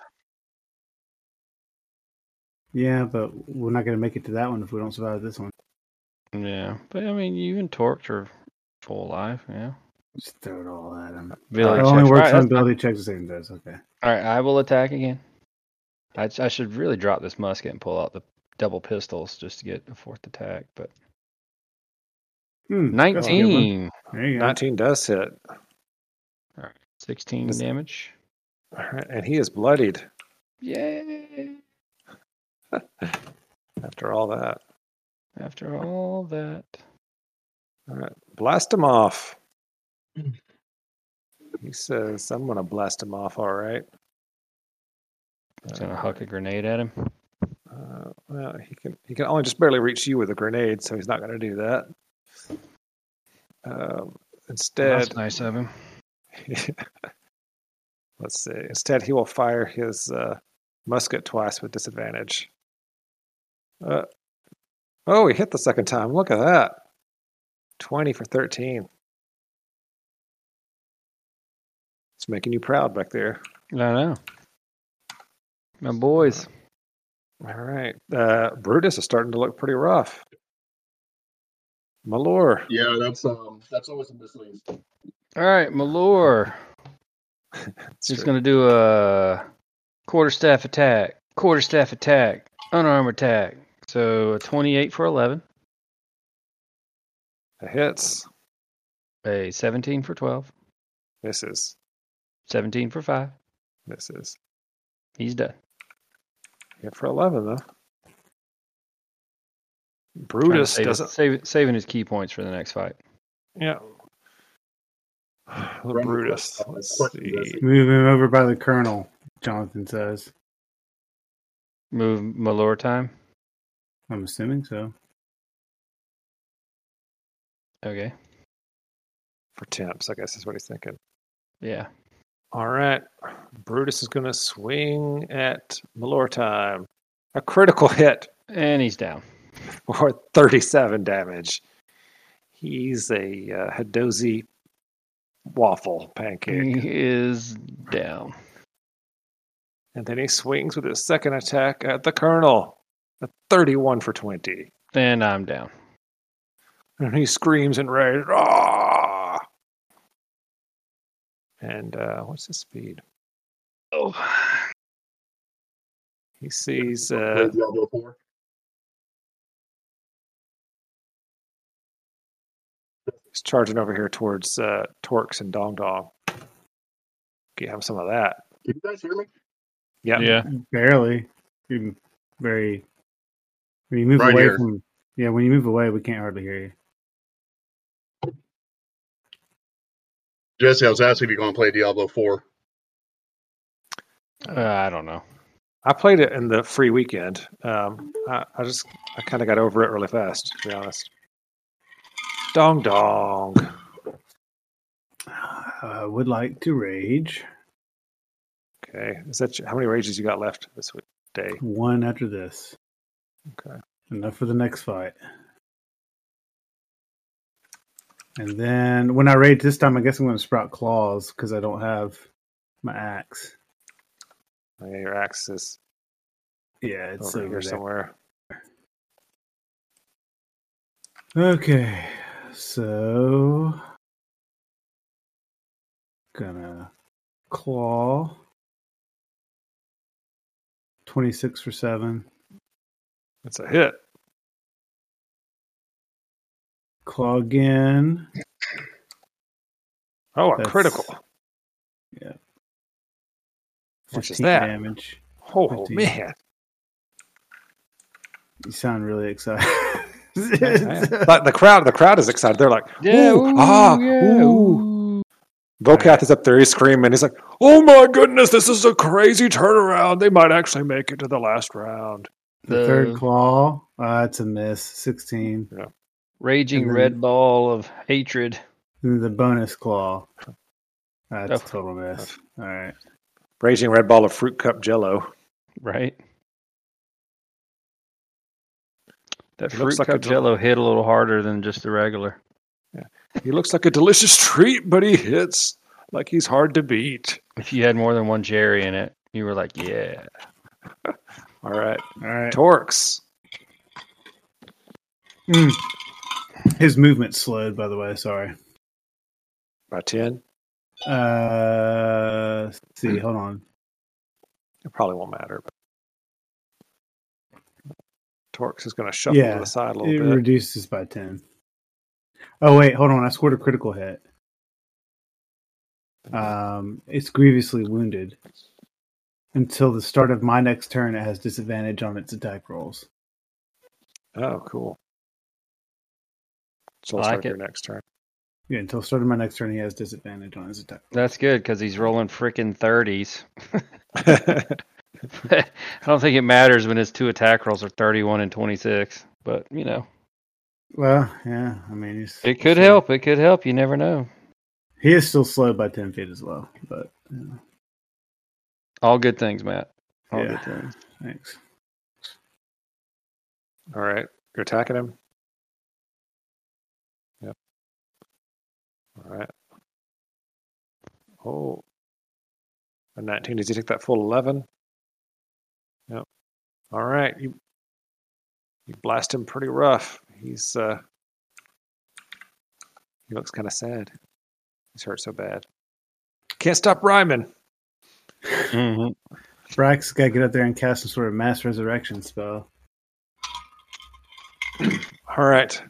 [SPEAKER 4] yeah, but we're not gonna make it to that one if we don't survive this one.
[SPEAKER 3] Yeah, but I mean, you and Torqued are full alive. Yeah.
[SPEAKER 4] Just throw it all at him.
[SPEAKER 3] Ability
[SPEAKER 4] it only
[SPEAKER 3] checks. All
[SPEAKER 4] works
[SPEAKER 3] right,
[SPEAKER 4] on
[SPEAKER 3] that's-
[SPEAKER 4] ability checks the same does. Okay.
[SPEAKER 3] All right, I will attack again. I, I should really drop this musket and pull out the double pistols just to get a fourth attack. But
[SPEAKER 4] Hmm, that's a good one.
[SPEAKER 3] 19,
[SPEAKER 4] There you go.
[SPEAKER 1] Nineteen does hit.
[SPEAKER 3] 16
[SPEAKER 1] Does-
[SPEAKER 3] damage.
[SPEAKER 1] All right, And he is bloodied
[SPEAKER 3] Yay!
[SPEAKER 1] after all that.
[SPEAKER 3] After all that,
[SPEAKER 1] All right. Blast him off. He says, I'm gonna blast him off, all right.
[SPEAKER 3] it's gonna huck a grenade at him.
[SPEAKER 1] Uh, well, he can he can only just barely reach you with a grenade, so he's not going to do that. Um instead,
[SPEAKER 3] That's nice of him.
[SPEAKER 1] [laughs] let's see. Instead, he will fire his uh, musket twice with disadvantage. Uh, oh, he hit the second time. Look at that. 20 for 13. It's making you proud back there.
[SPEAKER 3] I know. My boys.
[SPEAKER 1] All right. Uh, Brutus is starting to look pretty rough. Malor.
[SPEAKER 5] Yeah, that's um, that's always a misleading.
[SPEAKER 3] All right, Malor.
[SPEAKER 1] It's
[SPEAKER 3] Just
[SPEAKER 1] true.
[SPEAKER 3] gonna do a quarterstaff attack, quarterstaff attack, unarmed attack. So a 28 for 11.
[SPEAKER 1] It hits.
[SPEAKER 3] a 17 for 12,
[SPEAKER 1] Misses.
[SPEAKER 3] 17 for 5.
[SPEAKER 1] Misses.
[SPEAKER 3] He's done.
[SPEAKER 1] Hit for 11, though.
[SPEAKER 3] Trying to
[SPEAKER 1] Brutus
[SPEAKER 3] save-
[SPEAKER 1] doesn't.
[SPEAKER 3] save- saving his key points for the next fight.
[SPEAKER 1] Yeah. [sighs]
[SPEAKER 5] Run
[SPEAKER 1] Oh, Brutus.
[SPEAKER 5] quick, uh,
[SPEAKER 1] Let's
[SPEAKER 5] quick,
[SPEAKER 1] see.
[SPEAKER 4] Move him over by the colonel. Jonathan says.
[SPEAKER 3] Move Malor time.
[SPEAKER 4] I'm assuming so.
[SPEAKER 3] Okay.
[SPEAKER 1] For temps, I guess is what he's thinking.
[SPEAKER 3] Yeah.
[SPEAKER 1] All right. Brutus is going to swing at Malor time. A critical hit.
[SPEAKER 3] And he's down.
[SPEAKER 1] or 37 damage. He's a uh, Hadozi waffle pancake.
[SPEAKER 3] He is down.
[SPEAKER 1] and then he swings with his second attack at the colonel, a 31 for 20.
[SPEAKER 3] And I'm down.
[SPEAKER 1] And he screams in rage. "Ah!" And uh, what's his speed?
[SPEAKER 3] Oh.
[SPEAKER 1] He sees uh,
[SPEAKER 5] Diablo four.
[SPEAKER 1] he's charging over here towards uh, Torx and Dong Dong. Get him some of that.
[SPEAKER 5] Can you guys hear me?
[SPEAKER 1] Yeah.
[SPEAKER 3] Yeah.
[SPEAKER 4] Barely. You're very. When you move
[SPEAKER 5] Right
[SPEAKER 4] away
[SPEAKER 5] here.
[SPEAKER 4] from. Yeah, when you move away, we can't hardly hear you.
[SPEAKER 5] Jesse, I was asking if you're going to play Diablo four.
[SPEAKER 3] Uh, I don't know.
[SPEAKER 1] I played it in the free weekend. Um, I, I just I kind of got over it really fast, to be honest. Dong dong.
[SPEAKER 4] Uh, I would like to rage
[SPEAKER 1] Okay, is that your, how many rages you got left this week, day?
[SPEAKER 4] one after this.
[SPEAKER 1] Okay.
[SPEAKER 4] Enough for the next fight. And then when I rage this time, I guess I'm going to sprout claws because I don't have my axe.
[SPEAKER 1] Oh, yeah, your axe is
[SPEAKER 4] Yeah, it's
[SPEAKER 1] over
[SPEAKER 4] over,
[SPEAKER 1] here
[SPEAKER 4] there.
[SPEAKER 1] somewhere.
[SPEAKER 4] Okay, so gonna claw twenty six for seven.
[SPEAKER 1] It's a hit.
[SPEAKER 4] Claw again.
[SPEAKER 1] Oh, a
[SPEAKER 4] That's-
[SPEAKER 1] critical. Which is
[SPEAKER 4] 15
[SPEAKER 1] that?
[SPEAKER 4] damage?
[SPEAKER 1] Oh
[SPEAKER 4] 15.
[SPEAKER 1] [laughs] man,
[SPEAKER 4] You sound really excited. [laughs]
[SPEAKER 1] Like, the crowd, the crowd is excited. They're like,
[SPEAKER 3] Yeah.
[SPEAKER 1] ooh, ah,
[SPEAKER 3] yeah,
[SPEAKER 1] ooh.
[SPEAKER 3] ooh.
[SPEAKER 1] Vocath is up there. He's screaming. He's like, "Oh my goodness, this is a crazy turnaround. They might actually make it to the last round."
[SPEAKER 4] The
[SPEAKER 3] The-
[SPEAKER 4] third claw, uh, it's a miss. 16.
[SPEAKER 3] Raging
[SPEAKER 4] And then-
[SPEAKER 3] red ball of hatred.
[SPEAKER 4] And the bonus claw. That's a
[SPEAKER 3] Oh.
[SPEAKER 4] total miss. All right.
[SPEAKER 1] Raging red ball of fruit cup Jello.
[SPEAKER 3] Right. That
[SPEAKER 1] It
[SPEAKER 3] fruit
[SPEAKER 1] looks like a
[SPEAKER 3] cup
[SPEAKER 1] del-
[SPEAKER 3] jello hit a little harder than just the regular.
[SPEAKER 1] He looks like a delicious treat, but he hits like he's hard to beat.
[SPEAKER 3] If you had more than one Jerry in it, you were like, yeah.
[SPEAKER 1] All right,
[SPEAKER 4] All right.
[SPEAKER 1] Torx.
[SPEAKER 4] Mm. His movement slowed, by the way. Sorry.
[SPEAKER 1] by 10.
[SPEAKER 4] Uh, let's see. Hold on.
[SPEAKER 1] It probably won't matter. But... Torx is going to shuffle
[SPEAKER 4] Yeah,
[SPEAKER 1] to the side a
[SPEAKER 4] It
[SPEAKER 1] little bit.
[SPEAKER 4] reduces by 10. Oh, wait. Hold on. I scored a critical hit. Um, it's grievously wounded. Until the start of my next turn, it has disadvantage on its attack rolls.
[SPEAKER 1] Oh, cool. So
[SPEAKER 3] I
[SPEAKER 1] we'll
[SPEAKER 3] like
[SPEAKER 1] start
[SPEAKER 3] it.
[SPEAKER 1] your next turn.
[SPEAKER 4] Yeah, until the start of my next turn, he has disadvantage on his attack.
[SPEAKER 3] That's good because he's rolling freaking 30s. [laughs]
[SPEAKER 1] [laughs]
[SPEAKER 3] I don't think it matters when his two attack rolls are 31 and 26, but you know,
[SPEAKER 4] Well, yeah, I mean, he's,
[SPEAKER 3] it could help. It could help. You never know.
[SPEAKER 4] He is still slowed by ten feet as well, but you know,
[SPEAKER 3] All good things, Matt. All
[SPEAKER 4] Yeah.
[SPEAKER 3] good
[SPEAKER 5] [laughs]
[SPEAKER 3] things.
[SPEAKER 4] thanks.
[SPEAKER 1] All right. You're attacking him? Yep. All right. Oh. A 19. Does he take that full 11? Yep. All right. You, you blast him pretty rough. He's, uh, he looks kind of sad. He's hurt so bad. Can't stop rhyming.
[SPEAKER 3] Mhm.
[SPEAKER 4] Brax got to get up there and cast some sort of mass resurrection spell.
[SPEAKER 1] All right.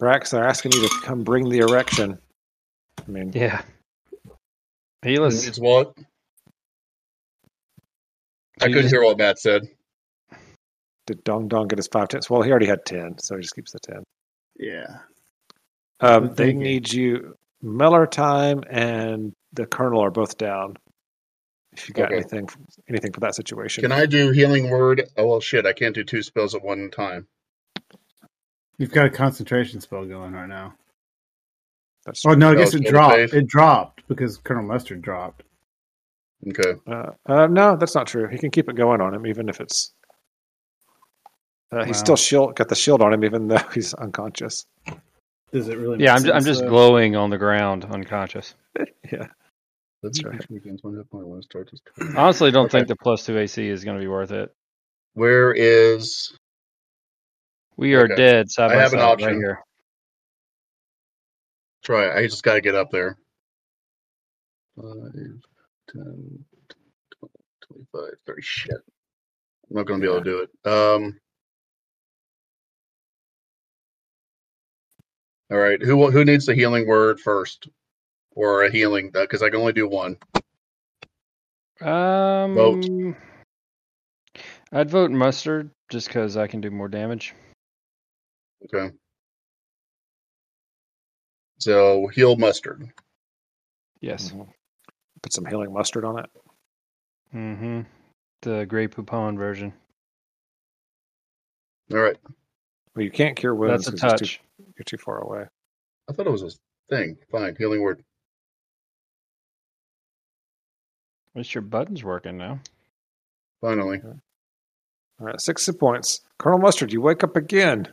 [SPEAKER 1] Brax, they're asking you to come bring the erection. I mean,
[SPEAKER 3] Yeah.
[SPEAKER 5] It's,
[SPEAKER 3] Helis,
[SPEAKER 5] what? I couldn't
[SPEAKER 3] you just-
[SPEAKER 5] hear what Matt said.
[SPEAKER 1] Did Dong Dong get his five tenths? Well, he already had ten, so he just keeps the ten.
[SPEAKER 4] Yeah,
[SPEAKER 1] Um,
[SPEAKER 4] Good
[SPEAKER 1] they
[SPEAKER 4] thinking.
[SPEAKER 1] need you. Miller time and the Colonel are both down. If you got
[SPEAKER 5] Okay.
[SPEAKER 1] anything, anything for that situation,
[SPEAKER 5] Can I do healing word? Oh well, shit! I can't do two spells at one time.
[SPEAKER 4] you've got a concentration spell going right now.
[SPEAKER 1] That's,
[SPEAKER 4] Oh no, I guess
[SPEAKER 5] Oh,
[SPEAKER 4] it
[SPEAKER 5] so
[SPEAKER 4] dropped.
[SPEAKER 5] safe.
[SPEAKER 4] It dropped because Colonel Mustard dropped.
[SPEAKER 5] Okay.
[SPEAKER 1] uh, uh, no, that's not true. He can keep it going on him, even if it's. Uh, he's
[SPEAKER 4] Wow.
[SPEAKER 1] still shield got the shield on him, even though [laughs] he's unconscious.
[SPEAKER 4] Does it really?
[SPEAKER 3] yeah,
[SPEAKER 4] make
[SPEAKER 3] I'm, ju- I'm
[SPEAKER 4] sense,
[SPEAKER 3] just
[SPEAKER 4] though?
[SPEAKER 3] glowing on the ground, unconscious.
[SPEAKER 1] That's right.
[SPEAKER 3] I honestly don't
[SPEAKER 5] Okay.
[SPEAKER 3] think the plus two AC is going to be worth it.
[SPEAKER 5] Where is?
[SPEAKER 3] We are
[SPEAKER 5] Okay.
[SPEAKER 3] dead side
[SPEAKER 5] I
[SPEAKER 3] by
[SPEAKER 5] have an
[SPEAKER 3] side right
[SPEAKER 5] option.
[SPEAKER 3] here.
[SPEAKER 5] Try. I just got to get up there. Five, 10, 20, 25, 30. Shit. I'm not gonna be able to do it. Um. All right. Who wa- who needs the healing word first, or a healing? Because I can only do one.
[SPEAKER 3] Um, I'd vote mustard just because I can do more damage.
[SPEAKER 5] Okay. So heal mustard.
[SPEAKER 3] Yes.
[SPEAKER 4] Mm-hmm.
[SPEAKER 1] Mhm. Put some healing mustard on it.
[SPEAKER 3] Mm-hmm. The Grey Poupon version.
[SPEAKER 5] All right.
[SPEAKER 1] Well, you can't cure wounds
[SPEAKER 3] That's a
[SPEAKER 1] 'cause it's too-
[SPEAKER 3] touch.
[SPEAKER 1] you're too far away.
[SPEAKER 5] I thought it was a thing. Fine. Healing word.
[SPEAKER 3] At least your button's working now.
[SPEAKER 5] Finally.
[SPEAKER 1] All right, six hit points. Colonel Mustard, you wake up again.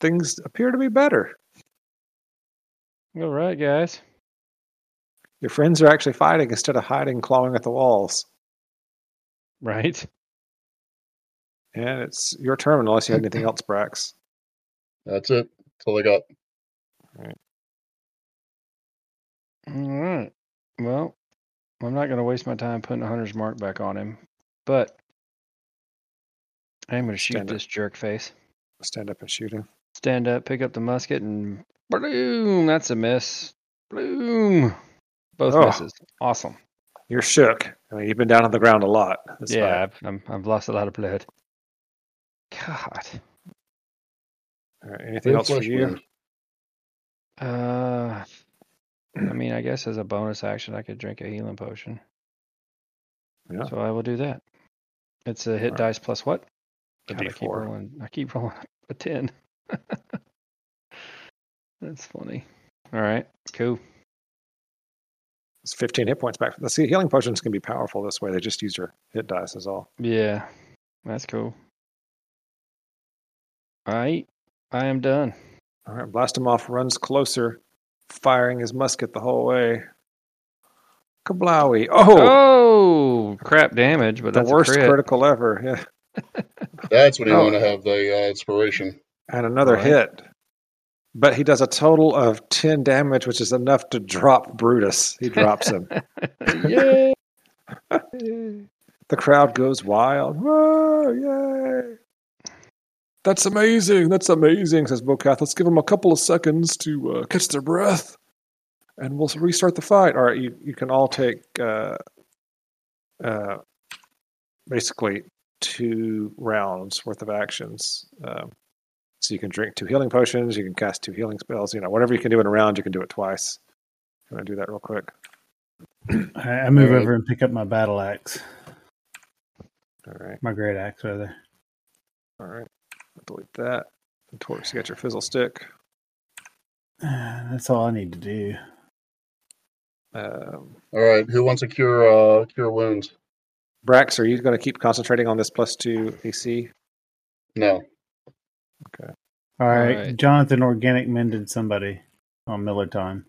[SPEAKER 1] Things appear to be better.
[SPEAKER 3] All right, guys. [laughs]
[SPEAKER 1] Your friends are actually fighting instead of hiding, clawing at the walls.
[SPEAKER 3] Right.
[SPEAKER 1] And it's your turn unless you had anything else, Brax.
[SPEAKER 5] That's it. That's all I got.
[SPEAKER 3] All right. Well, I'm not going to waste my time putting a hunter's mark back on him, but I'm going to shoot
[SPEAKER 1] Stand up.
[SPEAKER 3] this jerk face.
[SPEAKER 1] Stand up and shoot him.
[SPEAKER 3] Stand up, pick up the musket, and bloom. That's a miss. Bloom. Both
[SPEAKER 1] Oh.
[SPEAKER 3] misses. Awesome.
[SPEAKER 1] You're shook. I mean, you've been down on the ground a lot. this
[SPEAKER 3] yeah,
[SPEAKER 1] fight.
[SPEAKER 3] I've, I'm, I've lost a lot of blood. God.
[SPEAKER 1] All right, anything else for you?
[SPEAKER 5] Fleshwound.
[SPEAKER 3] Uh, I mean, I guess as a bonus action, I could drink a healing potion.
[SPEAKER 1] Yeah.
[SPEAKER 3] So I will do that. It's a hit
[SPEAKER 1] Alright.
[SPEAKER 3] dice plus what?
[SPEAKER 1] A
[SPEAKER 3] God, I keep
[SPEAKER 1] D4.
[SPEAKER 3] rolling. I keep [laughs] rolling a ten. That's funny. All right, cool.
[SPEAKER 1] It's 15 hit points back. Let's see, healing potions can be powerful this way. They just use your hit dice, is all.
[SPEAKER 3] Yeah, that's cool. All right, I am done.
[SPEAKER 1] All right, Blastomoff runs closer, firing his musket the whole way. Kablowie. Oh,
[SPEAKER 3] Oh, crap! Damage, but
[SPEAKER 1] the
[SPEAKER 3] that's a
[SPEAKER 1] worst
[SPEAKER 3] crit.
[SPEAKER 1] critical ever. Yeah.
[SPEAKER 5] That's what you
[SPEAKER 1] Oh.
[SPEAKER 5] want to have the uh, inspiration.
[SPEAKER 1] And another
[SPEAKER 3] Right.
[SPEAKER 1] hit. But he does a total of 10 damage, which is enough to drop Brutus. He drops him.
[SPEAKER 3] [laughs] Yay! [laughs]
[SPEAKER 1] the crowd goes wild. Whoa, yay! That's amazing. That's amazing, says Bocath. Let's give them a couple of seconds to uh, catch their breath and we'll restart the fight. All right, you, you can all take uh, uh, basically two rounds worth of actions. Um, so you can drink two healing potions, you can cast two healing spells, you know, whatever you can do in a round, you can do it twice. I'm going to do that real quick.
[SPEAKER 4] I, I move
[SPEAKER 5] All right.
[SPEAKER 4] over and pick up my battle axe,
[SPEAKER 1] All right.
[SPEAKER 4] my great axe rather. [sighs]
[SPEAKER 1] All right. Delete that. And Torx, you got your fizzle stick.
[SPEAKER 4] Uh, That's all I need to do.
[SPEAKER 1] Um,
[SPEAKER 5] All right, who wants to cure uh, cure wounds?
[SPEAKER 1] Brax, are you going to keep concentrating on this plus two AC?
[SPEAKER 5] No,
[SPEAKER 4] All
[SPEAKER 3] All
[SPEAKER 4] right,
[SPEAKER 3] right.
[SPEAKER 4] Jonathan Organic mended somebody on Militon.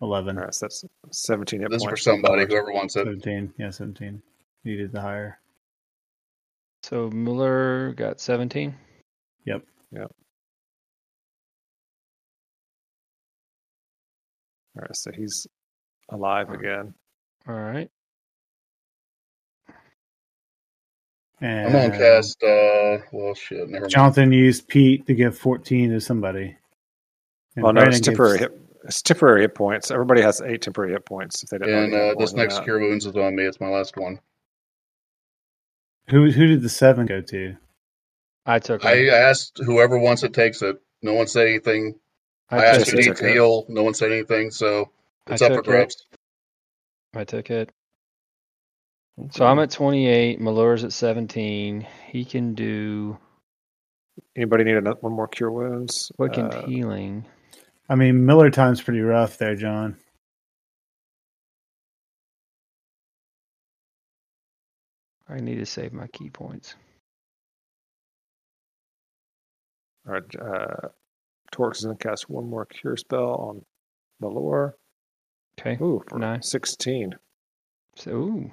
[SPEAKER 4] 11,
[SPEAKER 1] All right, so that's 17 hit
[SPEAKER 5] this is for
[SPEAKER 1] points.
[SPEAKER 5] somebody, whoever wants it.
[SPEAKER 4] 17. Yeah, 17. Needed the higher.
[SPEAKER 3] So Miller got seventeen.
[SPEAKER 1] All right, so he's alive again.
[SPEAKER 3] All right.
[SPEAKER 4] And
[SPEAKER 5] I'm gonna cast. Uh, well, shit, never mind.
[SPEAKER 4] Jonathan used Pete to give 14 to somebody. And
[SPEAKER 1] Well,
[SPEAKER 3] Oh,
[SPEAKER 1] Oh, no, it's
[SPEAKER 4] Brandon gives-
[SPEAKER 1] temporary hit. It's temporary hit points. Everybody has eight temporary hit points if they don't.
[SPEAKER 5] and uh, this next
[SPEAKER 1] year.
[SPEAKER 5] cure wounds is on me. It's my last one.
[SPEAKER 4] Who, who did the 7 go to?
[SPEAKER 3] I took.
[SPEAKER 5] I uh,
[SPEAKER 3] one.
[SPEAKER 5] asked whoever wants it takes it. No one said anything. I,
[SPEAKER 3] I,
[SPEAKER 5] asked
[SPEAKER 3] took
[SPEAKER 5] who
[SPEAKER 1] it.
[SPEAKER 3] it.
[SPEAKER 5] needs to heal. No one said anything. So
[SPEAKER 3] I
[SPEAKER 5] it's up for
[SPEAKER 3] took it.
[SPEAKER 5] grabs.
[SPEAKER 3] I took it. So I'm at 28. Malur's at 17. He can do
[SPEAKER 1] Anybody need another, one more cure wounds?
[SPEAKER 3] Quickened
[SPEAKER 1] Uh,
[SPEAKER 3] Healing.
[SPEAKER 4] I mean, Miller time's pretty rough there, John.
[SPEAKER 3] I need to save my key points.
[SPEAKER 1] all right, uh, Torx is going to cast one more cure spell on Malor.
[SPEAKER 3] Okay.
[SPEAKER 1] Ooh, for
[SPEAKER 3] Nine.
[SPEAKER 1] 16.
[SPEAKER 3] So ooh,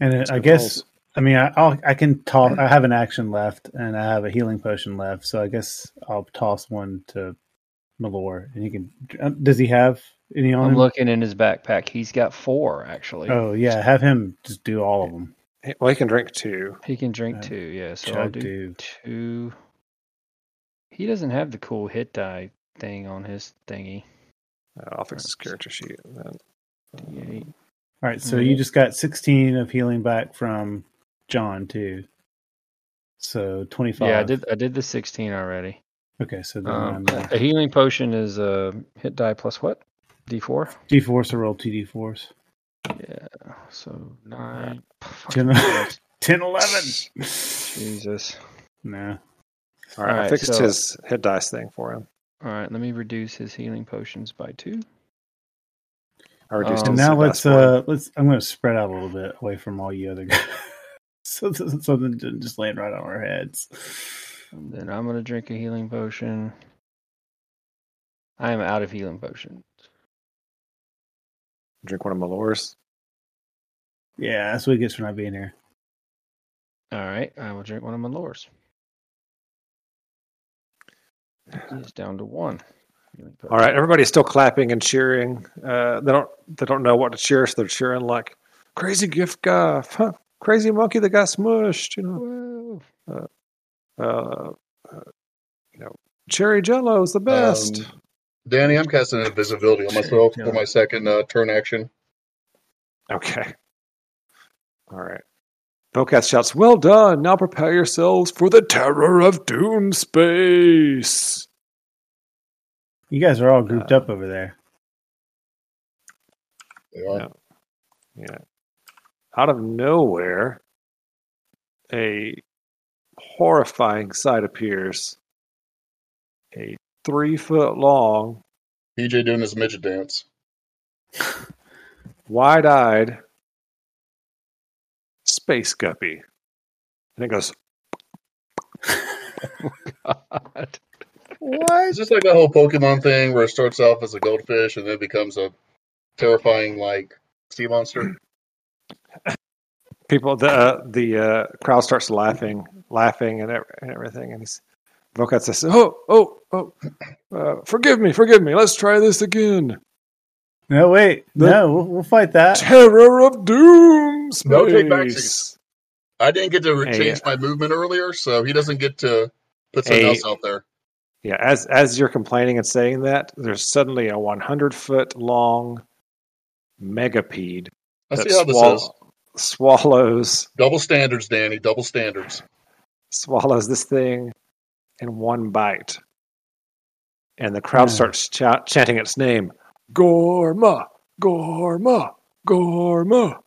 [SPEAKER 4] And
[SPEAKER 1] That's
[SPEAKER 4] it, I
[SPEAKER 1] good
[SPEAKER 4] guess,
[SPEAKER 1] rolls.
[SPEAKER 4] I mean, I, I'll, I can toss. I have an action left, and I have a healing potion left, so I guess I'll toss one to Malor, and he can. um, Does he have any on
[SPEAKER 3] I'm
[SPEAKER 4] him?
[SPEAKER 3] looking in his backpack. He's got four actually.
[SPEAKER 4] Oh yeah, have him just do all of them.
[SPEAKER 1] He- Well, he can drink two.
[SPEAKER 3] He can drink
[SPEAKER 4] Uh,
[SPEAKER 3] two. Yeah. So I'll
[SPEAKER 4] Chug
[SPEAKER 3] do
[SPEAKER 4] do.
[SPEAKER 3] two. He doesn't have the cool hit die thing on his thingy.
[SPEAKER 1] Uh, I'll fix his character sheet. And then,
[SPEAKER 3] D8.
[SPEAKER 4] All right, so
[SPEAKER 3] Mhm.
[SPEAKER 4] you just got 16 of healing back from John too. So 25.
[SPEAKER 3] Yeah, I did. I did the 16 already.
[SPEAKER 4] Okay, so then
[SPEAKER 3] Um,
[SPEAKER 4] I'm uh,
[SPEAKER 3] a healing potion is a hit die plus what? D4.
[SPEAKER 4] D4, so roll two D4s.
[SPEAKER 3] Yeah. So nine.
[SPEAKER 4] Ten-
[SPEAKER 3] Fuck,
[SPEAKER 4] 10, 11.
[SPEAKER 3] Jesus.
[SPEAKER 4] [laughs] no.
[SPEAKER 1] all right, I
[SPEAKER 3] Alright,
[SPEAKER 1] fixed
[SPEAKER 3] so-
[SPEAKER 1] his hit dice thing for him.
[SPEAKER 3] All right. Let me reduce his healing potions by two.
[SPEAKER 1] I reduced
[SPEAKER 3] Um,
[SPEAKER 1] his
[SPEAKER 4] And
[SPEAKER 1] hit dice
[SPEAKER 4] now let's
[SPEAKER 1] for him.
[SPEAKER 4] uh let's I'm going to spread out a little bit away from all you other guys. [laughs] so that something didn't just land right on our heads.
[SPEAKER 3] And then I'm gonna drink a healing potion. I am out of healing potion.
[SPEAKER 1] drink one of Malor's.
[SPEAKER 4] Yeah, that's what it gets for not being here.
[SPEAKER 3] All right. I will drink one of my lures. He's down to one. healing
[SPEAKER 1] All right, everybody's still clapping and cheering. Uh, they don't they don't know what to cheer, so they're cheering like crazy gift guff, huh? crazy monkey that got smushed, you know,
[SPEAKER 3] potion.
[SPEAKER 1] uh, uh, you know, cherry Jello is the best.
[SPEAKER 5] Um, Danny, I'm casting invisibility on myself
[SPEAKER 4] Yeah.
[SPEAKER 5] for my second uh, turn action.
[SPEAKER 1] Okay. All right. Bocath shouts, Well done! Now prepare yourselves for the terror of Doom Space!
[SPEAKER 4] You guys are all grouped
[SPEAKER 1] Uh.
[SPEAKER 4] up over there.
[SPEAKER 2] Yeah.
[SPEAKER 1] Yeah. Yeah. Out of nowhere, a horrifying sight appears. A three foot long,
[SPEAKER 2] PJ doing his midget dance.
[SPEAKER 1] wide eyed space guppy. And it goes,
[SPEAKER 3] [laughs] God.
[SPEAKER 2] Is this like that whole Pokemon thing where it starts off as a goldfish and then becomes a terrifying like sea monster?
[SPEAKER 1] people, the uh, the uh, crowd starts laughing, laughing and, ev- and everything. And he's, Vokat says, Oh, oh, oh, uh, forgive me, forgive me. Let's try this again.
[SPEAKER 4] No, wait.
[SPEAKER 1] The-
[SPEAKER 4] no, we'll, we'll fight that.
[SPEAKER 1] Terror of Doom Space.
[SPEAKER 2] No take back seats. I didn't get to re-
[SPEAKER 1] Hey,
[SPEAKER 2] change my movement earlier, so he doesn't get to put something
[SPEAKER 1] Hey.
[SPEAKER 2] else out there.
[SPEAKER 1] Yeah, as as you're complaining and saying that, there's suddenly a 100 foot long megapede
[SPEAKER 2] I
[SPEAKER 1] that
[SPEAKER 2] see how this
[SPEAKER 1] swal-
[SPEAKER 2] is.
[SPEAKER 1] swallows
[SPEAKER 2] Double standards, Danny. Double standards.
[SPEAKER 1] swallows this thing in one bite, and the crowd
[SPEAKER 4] Hmm.
[SPEAKER 1] starts cha- chanting its name, Gorma, Gorma, Gorma.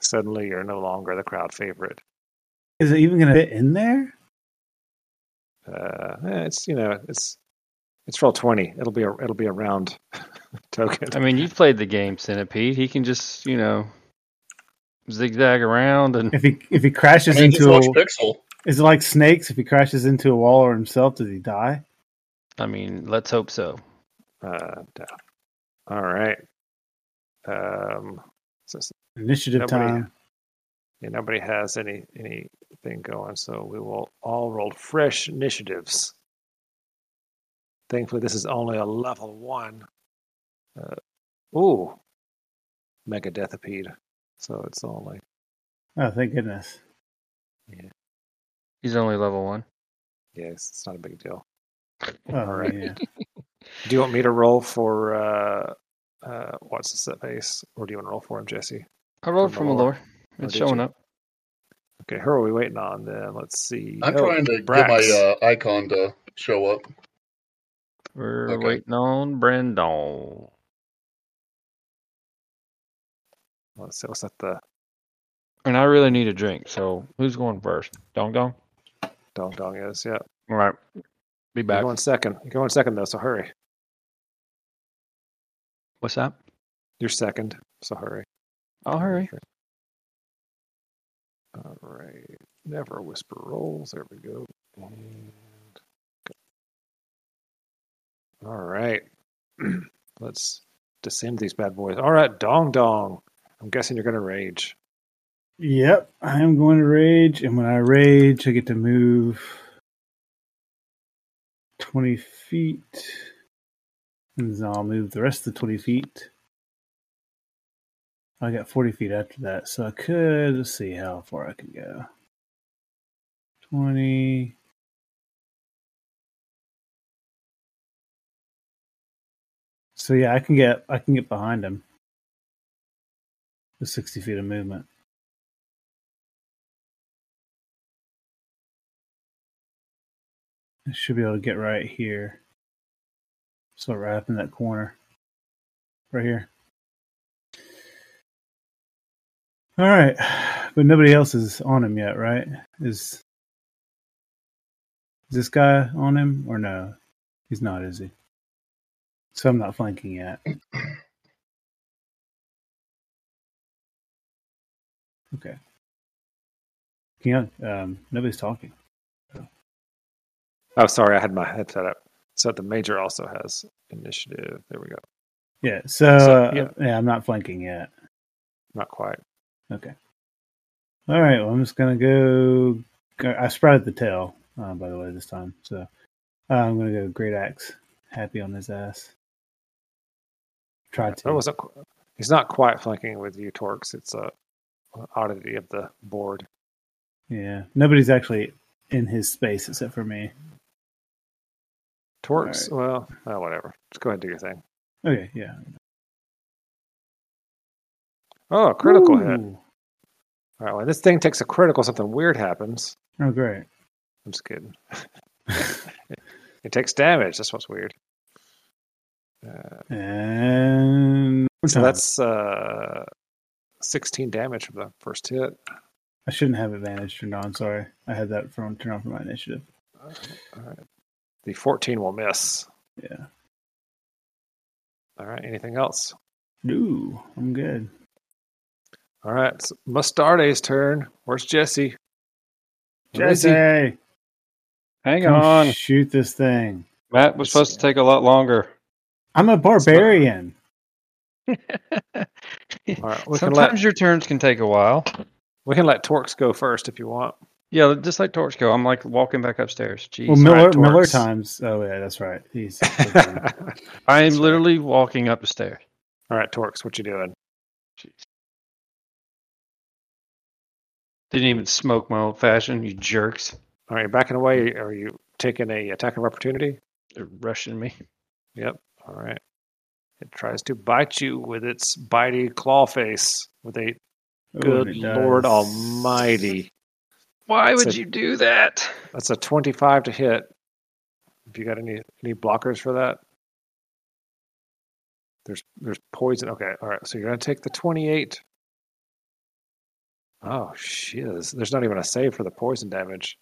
[SPEAKER 1] Suddenly, you're no longer the crowd favorite.
[SPEAKER 4] Is it even going to fit in there?
[SPEAKER 1] Uh, eh, it's you know it's it's roll 20. It'll be a it'll be a round [laughs] token.
[SPEAKER 3] I mean, you've played the game Centipede. He can just, you know, zigzag around and
[SPEAKER 4] [laughs] If he if he crashes
[SPEAKER 2] I mean, just
[SPEAKER 4] into a,
[SPEAKER 2] watch Pixel.
[SPEAKER 4] is it like snakes? If he crashes into a wall or himself, does he die?
[SPEAKER 3] I mean, let's hope so.
[SPEAKER 1] Uh, duh. all right. Um, so s-
[SPEAKER 4] Initiative
[SPEAKER 1] Nobody-
[SPEAKER 4] time.
[SPEAKER 1] yeah, nobody has any anything going, so we will all roll fresh initiatives. Thankfully, this is only a level one. Uh, ooh, mega deathipede. So it's only
[SPEAKER 4] Oh, thank goodness.
[SPEAKER 3] He's only level one.
[SPEAKER 1] yes, it's not a big deal.
[SPEAKER 4] Oh,
[SPEAKER 1] All right.
[SPEAKER 4] yeah.
[SPEAKER 1] Do you want me to roll for uh, uh, what's the set face, or do you want to roll for him, Jesse?
[SPEAKER 3] I rolled
[SPEAKER 1] From
[SPEAKER 3] from
[SPEAKER 1] Allure.
[SPEAKER 3] Allure.
[SPEAKER 1] Or
[SPEAKER 3] It's
[SPEAKER 1] did
[SPEAKER 3] showing
[SPEAKER 1] you?
[SPEAKER 3] up.
[SPEAKER 1] Okay, who are we waiting on then? Let's see.
[SPEAKER 2] I'm
[SPEAKER 1] Oh,
[SPEAKER 2] trying to
[SPEAKER 1] Brax.
[SPEAKER 2] get my uh, icon to show up.
[SPEAKER 3] We're
[SPEAKER 2] Okay.
[SPEAKER 3] waiting on Brandon.
[SPEAKER 1] Let's see. What's that? The
[SPEAKER 3] And I really need a drink, so who's going first? Dong Dong?
[SPEAKER 1] dong dong is. Yeah.
[SPEAKER 3] All right. Be
[SPEAKER 1] You're
[SPEAKER 3] back.
[SPEAKER 1] going second. You're going second though, so hurry.
[SPEAKER 3] What's up?
[SPEAKER 1] You're second, so hurry.
[SPEAKER 3] I'll hurry.
[SPEAKER 1] All right. Never whisper rolls. There we go. And go. all right. [clears throat] Let's descend these bad boys. All right, dong dong. I'm guessing you're gonna rage.
[SPEAKER 4] Yep, I am going to rage, and when I rage, I get to move twenty feet, and then I'll move the rest of the twenty feet. I got forty feet after that, so I could let's see how far I can go. Twenty. So yeah, I can get I can get behind him with sixty feet of movement. I should be able to get right here. So right up in that corner. Right here. Alright. But nobody else is on him yet, right? Is is this guy on him or no? He's not, is he? So I'm not flanking yet. Okay. Can you, um, nobody's talking.
[SPEAKER 1] Oh sorry, I had my headset up. So the major also has initiative. There we go.
[SPEAKER 4] Yeah, so,
[SPEAKER 1] So,
[SPEAKER 4] uh,
[SPEAKER 1] yeah.
[SPEAKER 4] yeah. I'm not flanking yet.
[SPEAKER 1] Not quite.
[SPEAKER 4] Okay. All right, well, I'm just gonna go. go- I sprouted the tail, uh, by the way, this time. So uh, I'm gonna go great axe, happy on his ass. Try to.
[SPEAKER 1] It wasn't. qu- He's not quite flanking with you, Torx. It's a an oddity of the board.
[SPEAKER 4] Yeah, nobody's actually in his space except for me.
[SPEAKER 1] Torx. Well, oh, whatever. Just go ahead and do your thing.
[SPEAKER 4] Okay, yeah.
[SPEAKER 1] Oh, a critical hit.
[SPEAKER 4] Ooh.
[SPEAKER 1] All right. When this thing takes a critical, something weird happens.
[SPEAKER 4] [laughs] Oh, great.
[SPEAKER 1] I'm just kidding. It takes damage. That's what's weird. Uh,
[SPEAKER 4] And
[SPEAKER 1] so that's uh, 16 damage from the first hit.
[SPEAKER 4] I shouldn't have advantage turned on. Sorry, I had that from turned on for my initiative.
[SPEAKER 1] All right. The 14 will miss.
[SPEAKER 4] Yeah.
[SPEAKER 1] All right. Anything else?
[SPEAKER 4] No, I'm good.
[SPEAKER 1] All right. It's Mustarde's turn. Where's Jesse? Where is he?
[SPEAKER 4] Jesse,
[SPEAKER 3] Hang
[SPEAKER 4] come
[SPEAKER 3] on.
[SPEAKER 4] shoot this thing.
[SPEAKER 3] Matt was supposed to take a lot longer.
[SPEAKER 4] I'm a barbarian.
[SPEAKER 1] All right. We can,
[SPEAKER 3] Sometimes
[SPEAKER 1] let,
[SPEAKER 3] your turns can take a while.
[SPEAKER 1] we can let Torx go first if you want.
[SPEAKER 3] Yeah, just like Torch go. I'm like walking back upstairs. Jeez.
[SPEAKER 4] Well, Miller,
[SPEAKER 1] Torx.
[SPEAKER 4] Miller times. Oh yeah, that's right. He's
[SPEAKER 1] [laughs]
[SPEAKER 3] I am
[SPEAKER 1] That's right.
[SPEAKER 3] literally walking up the stairs.
[SPEAKER 1] All right, Torx, what you doing?
[SPEAKER 3] Jeez. Didn't even smoke my old fashioned, you jerks.
[SPEAKER 1] Are you backing away? Are you taking a attack of opportunity?
[SPEAKER 3] They're rushing me.
[SPEAKER 1] Yep. All right. It tries to bite you with its bitey claw face with a
[SPEAKER 4] Ooh,
[SPEAKER 1] good
[SPEAKER 4] it does.
[SPEAKER 1] Lord Almighty.
[SPEAKER 3] Why
[SPEAKER 1] It's
[SPEAKER 3] would
[SPEAKER 1] a-
[SPEAKER 3] you do that?
[SPEAKER 1] That's a 25 to hit. Have you got any any blockers for that? There's there's poison. Okay, all right. So you're gonna take the 28. Oh shiz! There's not even a save for the poison damage.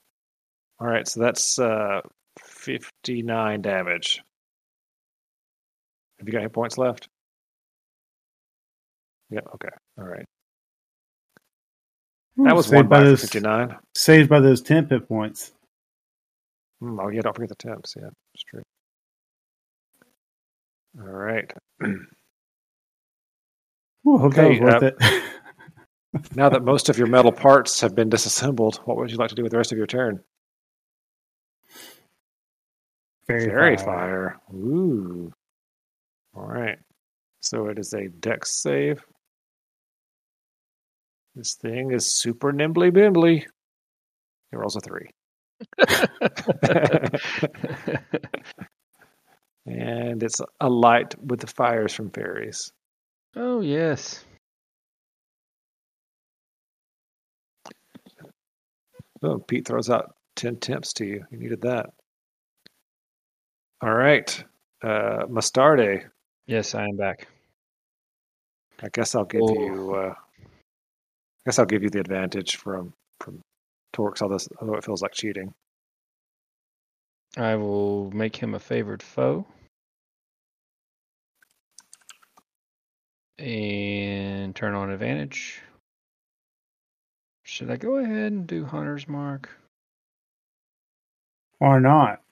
[SPEAKER 1] All right, so that's uh, 59 damage. Have you got hit points left? Yeah. Okay. All right. That
[SPEAKER 4] Ooh,
[SPEAKER 1] was
[SPEAKER 4] saved
[SPEAKER 1] one
[SPEAKER 4] by
[SPEAKER 1] by
[SPEAKER 4] those-
[SPEAKER 1] 59.
[SPEAKER 4] Saved by those temp hit points.
[SPEAKER 1] Mm, oh yeah, don't forget the temps. Yeah, that's true. All right.
[SPEAKER 4] Ooh, hope
[SPEAKER 1] Okay,
[SPEAKER 4] that was worth it. [laughs]
[SPEAKER 1] Now that most of your metal parts have been disassembled, what would you like to do with the rest of your turn?
[SPEAKER 4] Fairy,
[SPEAKER 1] fire. Ooh. All right. So it is a dex save. This thing is super nimbly bimbly. It rolls a three. and it's alight with the fires from fairies.
[SPEAKER 3] [laughs] oh, yes.
[SPEAKER 1] Oh, Pete throws out 10 temps to you. You needed that. All right. Uh, Mastarde,
[SPEAKER 3] Yes, I am back.
[SPEAKER 1] I guess I'll give
[SPEAKER 3] Oh.
[SPEAKER 1] you. Uh, I guess I'll give you the advantage from from Torx. Although, although it feels like cheating.
[SPEAKER 3] I will make him a favored foe. And turn on advantage. Should I go ahead and do Hunter's Mark?
[SPEAKER 4] Or not.
[SPEAKER 1] [laughs]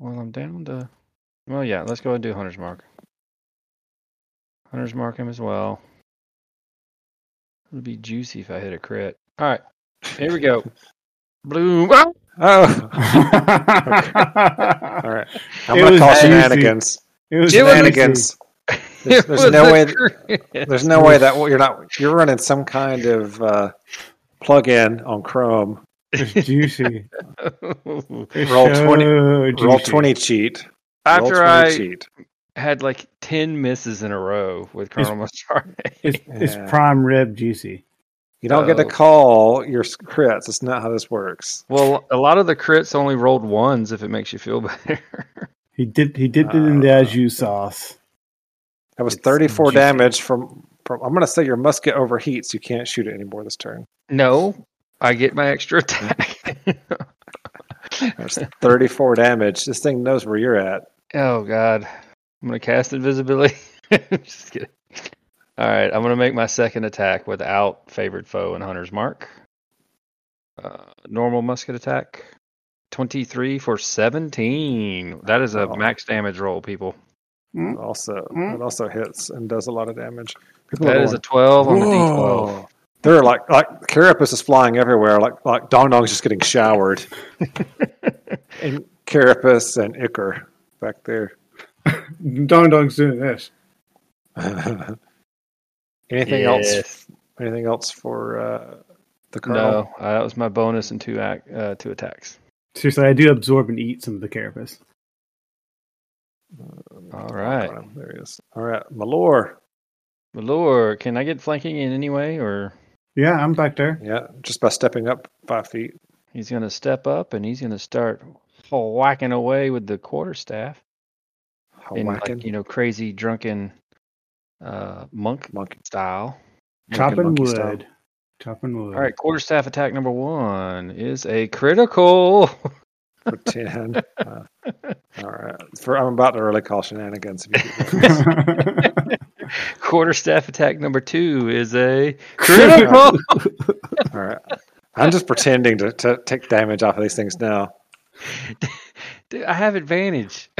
[SPEAKER 3] Well, I'm down to. Well, yeah, let's go ahead and do Hunter's Mark. Hunter's Mark him as well. It would be juicy if I hit a crit. All right, here we go. [laughs] Bloom. Ah!
[SPEAKER 1] Oh, [laughs] all
[SPEAKER 4] it
[SPEAKER 1] right. I'm
[SPEAKER 4] It
[SPEAKER 1] gonna
[SPEAKER 4] was
[SPEAKER 1] call
[SPEAKER 4] juicy.
[SPEAKER 1] shenanigans.
[SPEAKER 4] was
[SPEAKER 3] It was-
[SPEAKER 1] Shenanigans.
[SPEAKER 4] shenanigans.
[SPEAKER 1] There's-
[SPEAKER 3] [laughs] It
[SPEAKER 1] there's
[SPEAKER 3] was
[SPEAKER 1] no
[SPEAKER 3] a
[SPEAKER 1] way-
[SPEAKER 3] crit.
[SPEAKER 1] There's no way that you're not. You're running some kind of uh, plug-in on Chrome.
[SPEAKER 4] Juicy.
[SPEAKER 3] [laughs]
[SPEAKER 1] [laughs]
[SPEAKER 4] It's
[SPEAKER 1] Roll
[SPEAKER 4] so
[SPEAKER 1] 20 Roll
[SPEAKER 4] juicy.
[SPEAKER 1] twenty cheat. Roll
[SPEAKER 3] After
[SPEAKER 1] 20
[SPEAKER 3] I
[SPEAKER 1] cheat.
[SPEAKER 3] had like ten misses in a row with
[SPEAKER 4] It's-
[SPEAKER 1] [laughs]
[SPEAKER 3] Colonel Mustard.
[SPEAKER 4] It's, it's
[SPEAKER 1] Yeah.
[SPEAKER 4] prime rib juicy.
[SPEAKER 1] You don't get to
[SPEAKER 3] Oh.
[SPEAKER 1] call your s- crits. That's not how this works.
[SPEAKER 3] well, a lot of the crits only rolled ones. If it makes you feel [laughs] better.
[SPEAKER 4] He dipped he dipped it in the
[SPEAKER 1] Uh,
[SPEAKER 4] au jus sauce.
[SPEAKER 1] That was
[SPEAKER 3] It's
[SPEAKER 1] 34
[SPEAKER 3] juicy.
[SPEAKER 1] damage from, from. I'm going to say your musket overheats. You can't shoot it anymore this turn.
[SPEAKER 3] No, I get my extra attack.
[SPEAKER 1] [laughs]
[SPEAKER 3] [laughs]
[SPEAKER 1] There's 34 damage. This thing knows where you're at.
[SPEAKER 3] oh God, I'm gonna cast invisibility. [laughs] Just kidding. All right, I'm gonna make my second attack without favored foe and hunter's mark. Uh, normal musket attack, twenty-three for seventeen. That is a
[SPEAKER 1] Oh.
[SPEAKER 3] max damage roll, people.
[SPEAKER 1] It also, it also hits and does a lot of damage. People
[SPEAKER 3] That
[SPEAKER 1] are
[SPEAKER 3] is a
[SPEAKER 1] going,
[SPEAKER 3] twelve on the
[SPEAKER 1] "Whoa."
[SPEAKER 3] d12.
[SPEAKER 1] They're like like Carapace is flying everywhere. Like like Dong Dong's just getting
[SPEAKER 3] [laughs]
[SPEAKER 1] showered. and Carapace and Icker back there. [laughs]
[SPEAKER 4] Dong Dong's doing this.
[SPEAKER 1] anything else?
[SPEAKER 3] Yes.
[SPEAKER 1] Anything else for uh, the Colonel?
[SPEAKER 3] No, uh, that was my bonus and two act, uh, two attacks.
[SPEAKER 4] Seriously, I do absorb and eat some of the carapace.
[SPEAKER 3] All right.
[SPEAKER 1] Got him. There he is. All right, Malor.
[SPEAKER 3] Malor, can I get flanking in any way, or
[SPEAKER 4] Yeah, I'm back there.
[SPEAKER 1] Yeah, just by stepping up five feet.
[SPEAKER 3] he's going to step up and he's going to start whacking away with the quarterstaff
[SPEAKER 1] Hawaiian
[SPEAKER 3] in like you know crazy drunken uh, monk
[SPEAKER 1] monkey.
[SPEAKER 3] style.
[SPEAKER 1] Monkey,
[SPEAKER 4] Chopping
[SPEAKER 1] monkey
[SPEAKER 4] wood.
[SPEAKER 1] style.
[SPEAKER 4] Chopping wood.
[SPEAKER 3] All
[SPEAKER 4] [laughs]
[SPEAKER 3] right, [laughs] quarterstaff attack number one is a critical. [laughs]
[SPEAKER 1] for 10. Uh, all right. For, I'm about to really call shenanigans. If you keep going.
[SPEAKER 3] quarterstaff attack number two is a critical.
[SPEAKER 1] all right. I'm just pretending to, to take damage off of these things now.
[SPEAKER 3] [laughs] Dude, I have advantage.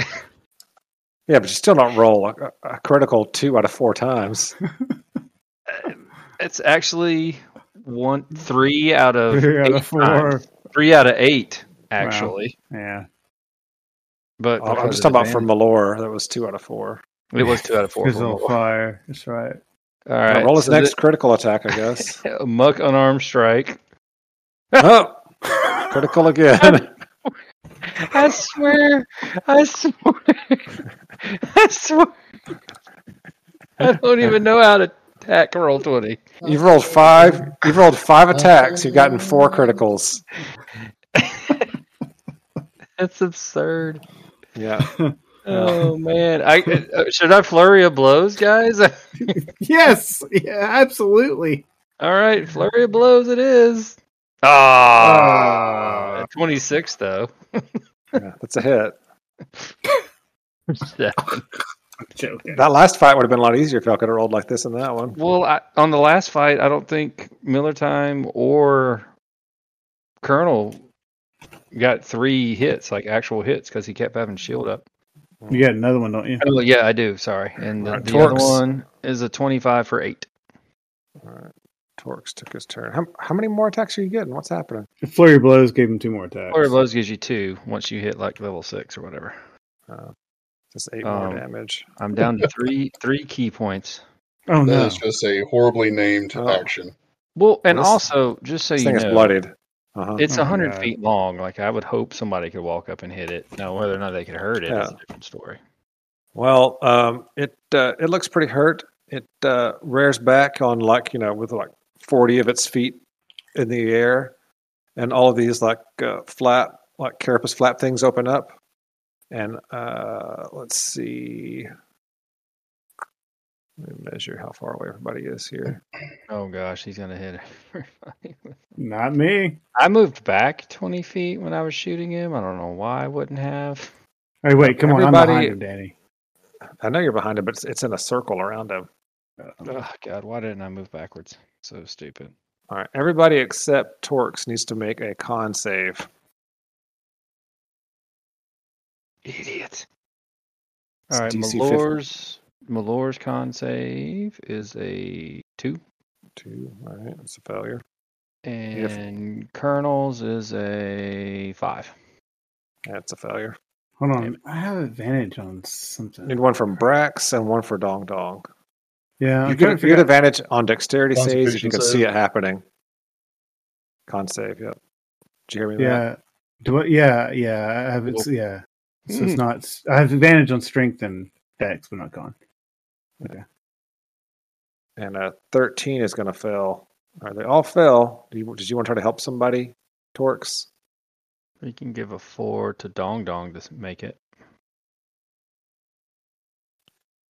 [SPEAKER 1] Yeah, but you still don't roll a, a critical two out of four
[SPEAKER 3] [laughs]
[SPEAKER 1] times.
[SPEAKER 3] It's actually one, three out of
[SPEAKER 4] Three out
[SPEAKER 3] eight times.
[SPEAKER 4] of four.
[SPEAKER 3] Three out of eight, actually.
[SPEAKER 4] Yeah.
[SPEAKER 3] But
[SPEAKER 1] Oh, I'm
[SPEAKER 3] because
[SPEAKER 1] just
[SPEAKER 3] of
[SPEAKER 1] talking about for
[SPEAKER 3] advantage-
[SPEAKER 1] Malor. That was two out of four.
[SPEAKER 3] It was two out
[SPEAKER 1] [laughs]
[SPEAKER 3] of four.
[SPEAKER 4] His
[SPEAKER 3] for
[SPEAKER 4] little
[SPEAKER 3] Malor.
[SPEAKER 4] fire. That's right.
[SPEAKER 1] Now
[SPEAKER 3] All right.
[SPEAKER 1] roll his
[SPEAKER 3] so
[SPEAKER 1] next critical attack, I guess.
[SPEAKER 3] [laughs] the- muck unarmed strike.
[SPEAKER 1] oh, critical
[SPEAKER 3] [laughs]
[SPEAKER 1] again.
[SPEAKER 3] I swear. I swear. I swear. I don't even know how to attack roll 20.
[SPEAKER 1] You've rolled five. You've rolled five
[SPEAKER 3] Uh,
[SPEAKER 1] attacks. You've gotten four criticals.
[SPEAKER 3] That's absurd.
[SPEAKER 1] Yeah.
[SPEAKER 3] Oh, man. I uh, Should I flurry of blows, guys? [laughs]
[SPEAKER 4] Yes. Yeah. Absolutely.
[SPEAKER 3] All right, flurry of blows it is. Ah,
[SPEAKER 4] Ah.
[SPEAKER 3] 26 though.
[SPEAKER 1] yeah that's a hit.
[SPEAKER 4] Joking.
[SPEAKER 1] That last fight would have been a lot easier if y'all could have rolled like this in that one.
[SPEAKER 3] well, I, on the last fight, I don't think Miller Time or Colonel got three hits, like actual hits, because he kept having shield up.
[SPEAKER 4] You got another one, don't you?
[SPEAKER 3] Oh, yeah, I do. Sorry. And the,
[SPEAKER 1] Alright,
[SPEAKER 3] the other
[SPEAKER 1] Torx.
[SPEAKER 3] one is a 25 for eight.
[SPEAKER 1] All right. Torx took his turn. How, how many more attacks are you getting? What's happening?
[SPEAKER 4] Flurry of blows gave him two more attacks.
[SPEAKER 3] Flurry of blows gives you two once you hit like level six or whatever.
[SPEAKER 1] Just eight
[SPEAKER 3] Um,
[SPEAKER 1] more damage.
[SPEAKER 3] I'm down
[SPEAKER 1] [laughs]
[SPEAKER 3] to three three key points.
[SPEAKER 4] Oh
[SPEAKER 2] That
[SPEAKER 4] no.
[SPEAKER 2] is just a horribly named
[SPEAKER 1] Oh.
[SPEAKER 2] action.
[SPEAKER 3] Well, and
[SPEAKER 1] This-
[SPEAKER 3] also, just so
[SPEAKER 1] This
[SPEAKER 3] you
[SPEAKER 1] thing is
[SPEAKER 3] know,
[SPEAKER 1] bloodied. Uh-huh.
[SPEAKER 3] It's
[SPEAKER 4] Oh
[SPEAKER 3] a
[SPEAKER 4] my
[SPEAKER 3] 100
[SPEAKER 4] God.
[SPEAKER 3] feet long. Like, I would hope somebody could walk up and hit it. Now, whether or not they could hurt it is a
[SPEAKER 1] Yeah.
[SPEAKER 3] different story.
[SPEAKER 1] Well, um, it uh, it looks pretty hurt. It uh, rears back on like you know with like forty of its feet in the air, and all of these like uh, flat like carapace flap things open up, and uh, let's see. Let me measure how far away everybody is here.
[SPEAKER 3] Oh, gosh, he's going to hit everybody.
[SPEAKER 4] Not me.
[SPEAKER 3] [laughs] I moved back 20 feet when I was shooting him. I don't know why I wouldn't have.
[SPEAKER 4] All right, wait. Come on. I'm
[SPEAKER 1] Everybody-
[SPEAKER 4] behind him, Danny.
[SPEAKER 1] I know you're behind him, but it's, it's in a circle around him.
[SPEAKER 3] Oh, God, why didn't I move backwards? So stupid.
[SPEAKER 1] All right, everybody except Torx needs to make a con save.
[SPEAKER 3] Idiot.
[SPEAKER 1] It's
[SPEAKER 3] All right,
[SPEAKER 1] DC 50.
[SPEAKER 3] Malor's, Malor's con save is a 2.
[SPEAKER 1] Two, all right, it's a failure.
[SPEAKER 3] And Colonel's is a 5.
[SPEAKER 1] That's a failure.
[SPEAKER 4] Hold on. I have advantage on something.
[SPEAKER 1] Need one from Brax and one for Dong Dong.
[SPEAKER 4] Yeah.
[SPEAKER 1] You get,
[SPEAKER 4] I'm trying
[SPEAKER 1] you
[SPEAKER 4] to
[SPEAKER 1] get
[SPEAKER 4] figure out-
[SPEAKER 1] advantage on dexterity saves if
[SPEAKER 2] Constitution
[SPEAKER 1] you can
[SPEAKER 2] save.
[SPEAKER 1] see it happening. Con save, yep. Did you hear me? there?
[SPEAKER 4] Yeah. Do I, yeah, yeah. I have it's yeah. So it's not. I have advantage on strength and dex, but not con.
[SPEAKER 1] And a 13 is going to fail. All right, they all fail. Do you, did you want to try to help somebody, Torx?
[SPEAKER 3] We can give a 4 to Dong Dong to s- make it.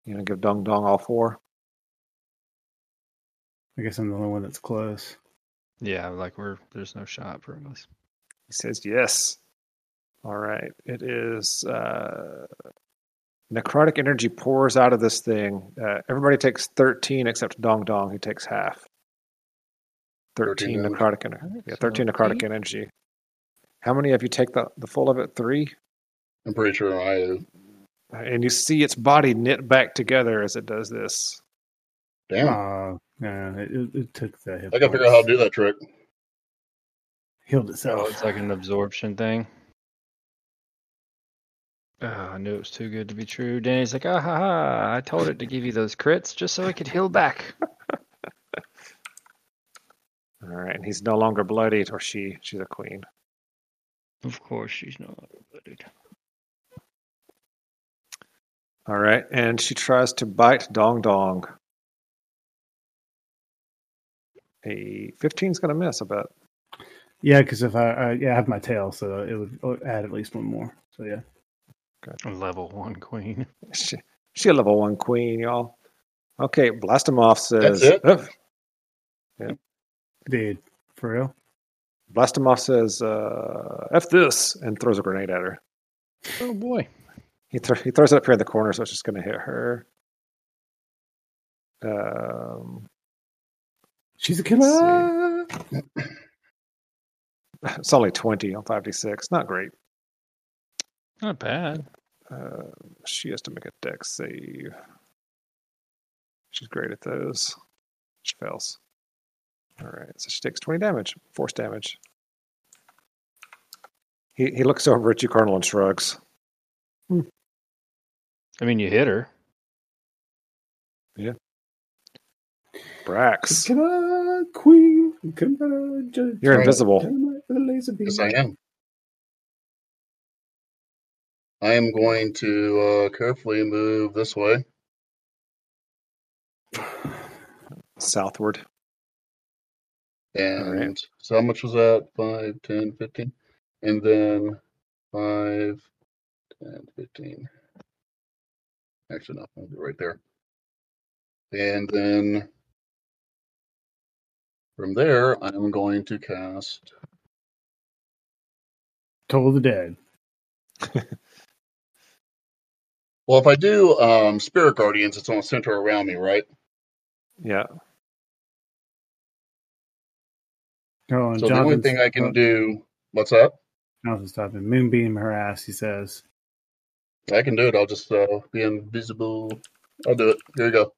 [SPEAKER 1] You going to give Dong Dong all four?
[SPEAKER 4] I guess I'm the only one that's close.
[SPEAKER 3] Yeah, like we're there's no shot for us.
[SPEAKER 1] He says yes. All right. It is. Uh, necrotic energy pours out of this thing. Uh, everybody takes 13 except Dong Dong, who takes half. 13,
[SPEAKER 2] 13 damage.
[SPEAKER 1] necrotic energy.
[SPEAKER 3] Alright,
[SPEAKER 1] Yeah,
[SPEAKER 3] so
[SPEAKER 1] 13 necrotic
[SPEAKER 3] eight.
[SPEAKER 1] energy. How many of you take the, the full of it? Three?
[SPEAKER 2] I'm pretty sure I do.
[SPEAKER 1] And you see its body knit back together as it does this.
[SPEAKER 2] Damn.
[SPEAKER 4] Uh, yeah, it, it- it took the hit.
[SPEAKER 2] I gotta
[SPEAKER 4] points.
[SPEAKER 2] figure out how to do that trick.
[SPEAKER 4] Healed
[SPEAKER 3] Oh,
[SPEAKER 4] itself.
[SPEAKER 3] it's like an absorption thing. Oh, I knew it was too good to be true. Danny's like, ah ha ha! I told it to give you those crits just so it could heal back.
[SPEAKER 1] All right. And he's no longer bloodied, or she. She's a queen.
[SPEAKER 3] [laughs] Of course, she's not. But
[SPEAKER 1] All right. And she tries to bite Dong Dong. A 15's going to miss, I bet.
[SPEAKER 4] Yeah, because if I, I yeah, I have my tail, so it would oh, add at least one more. So yeah.
[SPEAKER 3] Level one queen. [laughs]
[SPEAKER 1] She, she a level one queen, y'all. Okay, Blastomoff
[SPEAKER 5] That's
[SPEAKER 1] says.
[SPEAKER 5] it?
[SPEAKER 1] Oh,
[SPEAKER 4] Dude, for real?
[SPEAKER 1] Blastomoff says, uh, "F this," and throws a grenade at her.
[SPEAKER 3] Oh boy.
[SPEAKER 1] He, thro he throws it up here in the corner, so it's just going to hit her. Um,
[SPEAKER 4] She's a killer.
[SPEAKER 1] it's only twenty on five d six. Not great.
[SPEAKER 3] Not bad.
[SPEAKER 1] Uh, she has to make a deck save. She's great at those. She fails. All right, so she takes 20 damage, force damage. He he looks over at you, Colonel, and shrugs.
[SPEAKER 3] I mean, you hit her.
[SPEAKER 1] Brax,
[SPEAKER 4] Killer queen. Killer judge.
[SPEAKER 1] you're
[SPEAKER 5] Right.
[SPEAKER 1] invisible.
[SPEAKER 5] Yes, I am. I am going to uh, carefully move this way.
[SPEAKER 1] Southward.
[SPEAKER 5] And
[SPEAKER 1] Alright.
[SPEAKER 5] so how much was that? 5, 10, 15? And then 5, 10, 15. Actually, no, I'll do right there. And then from there, I'm going to cast.
[SPEAKER 4] Toll the dead.
[SPEAKER 5] Well, if I do um, Spirit Guardians, it's on center around me, right?
[SPEAKER 1] Yeah.
[SPEAKER 4] Oh, and
[SPEAKER 5] So the only
[SPEAKER 4] Jonathan's-
[SPEAKER 5] thing I can
[SPEAKER 4] oh,
[SPEAKER 5] do. What's up?
[SPEAKER 4] Jonathan's stopping. Moonbeam her ass, he says.
[SPEAKER 5] I can do it. I'll just uh, be invisible. I'll do it. Here you go.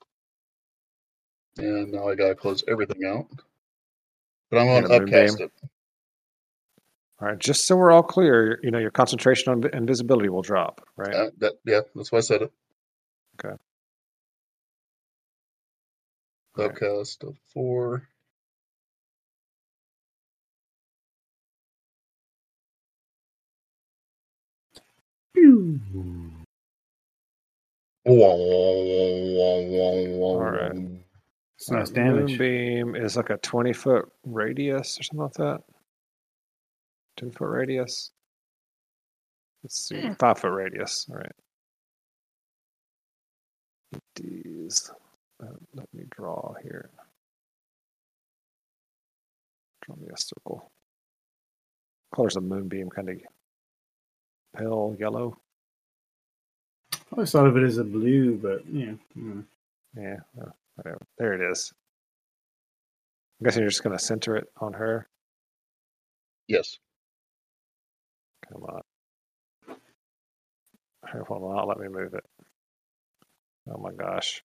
[SPEAKER 5] And now I gotta close everything out. But I'm
[SPEAKER 1] Yeah,
[SPEAKER 5] gonna
[SPEAKER 1] moonbeam.
[SPEAKER 5] upcast it.
[SPEAKER 1] All right. Just so we're all clear, you know, your concentration on invisibility will drop, right?
[SPEAKER 5] Uh, that, yeah, that's why I said it.
[SPEAKER 1] Okay. Alright.
[SPEAKER 5] Upcast of four.
[SPEAKER 1] right.
[SPEAKER 4] It's nice
[SPEAKER 1] Alright,
[SPEAKER 4] damage.
[SPEAKER 1] Moonbeam is like a 20 foot radius or something like that. 10 foot radius. Let's see, 5 foot radius. All right. These. Uh, let me draw here. Draw me a circle. Colors of moonbeam, kind of pale yellow.
[SPEAKER 4] I always thought of it as a blue, but yeah. mm.
[SPEAKER 1] Yeah, uh, whatever. There it is. I'm guessing you're just going to center it on her.
[SPEAKER 5] Yes.
[SPEAKER 1] Come on. It will not let me move it. Oh my gosh.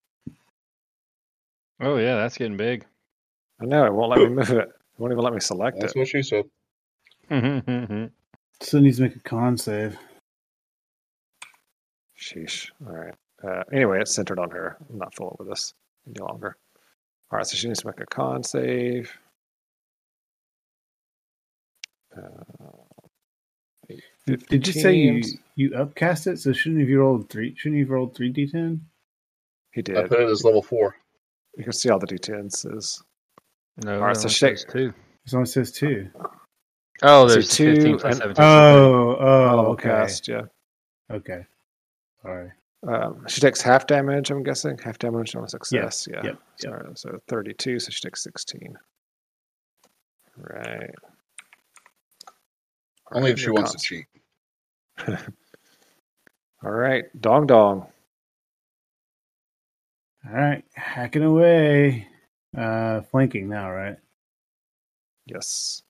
[SPEAKER 3] Oh yeah, that's getting big. [laughs]
[SPEAKER 1] I know it won't let me move it. It won't even let me select
[SPEAKER 5] That's
[SPEAKER 1] it.
[SPEAKER 5] what she said.
[SPEAKER 3] All
[SPEAKER 4] Still needs to make a con save.
[SPEAKER 1] Sheesh. All right. Uh, anyway, it's centered on her. I'm not fooling with this any longer. All right, so she needs to make a con save. Uh,
[SPEAKER 4] Did you say you
[SPEAKER 1] 15s.
[SPEAKER 4] you upcast it? So shouldn't you have you rolled three? Shouldn't you have rolled three d10?
[SPEAKER 1] He
[SPEAKER 5] I
[SPEAKER 1] did.
[SPEAKER 5] put it as level four.
[SPEAKER 1] You can see all the d10s. Is
[SPEAKER 3] right,
[SPEAKER 1] so shake.
[SPEAKER 3] two.
[SPEAKER 4] This only says two.
[SPEAKER 3] Oh,
[SPEAKER 1] So
[SPEAKER 3] there's
[SPEAKER 1] two
[SPEAKER 3] 15 plus
[SPEAKER 1] and-
[SPEAKER 3] 17. so
[SPEAKER 4] Oh, oh,
[SPEAKER 1] all
[SPEAKER 4] okay,
[SPEAKER 1] cast. Yeah.
[SPEAKER 4] okay. Sorry.
[SPEAKER 1] Um, she takes half damage, I'm guessing. Half damage on a success. Yeah.
[SPEAKER 4] Yep.
[SPEAKER 1] So, so 32, so she takes 16. Right.
[SPEAKER 5] Only if
[SPEAKER 1] Alright,
[SPEAKER 5] she
[SPEAKER 1] your
[SPEAKER 5] wants to
[SPEAKER 1] cons.
[SPEAKER 5] cheat.
[SPEAKER 1] All right. Dong Dong.
[SPEAKER 4] All right, hacking away. Uh, flanking now, right?
[SPEAKER 1] Yes.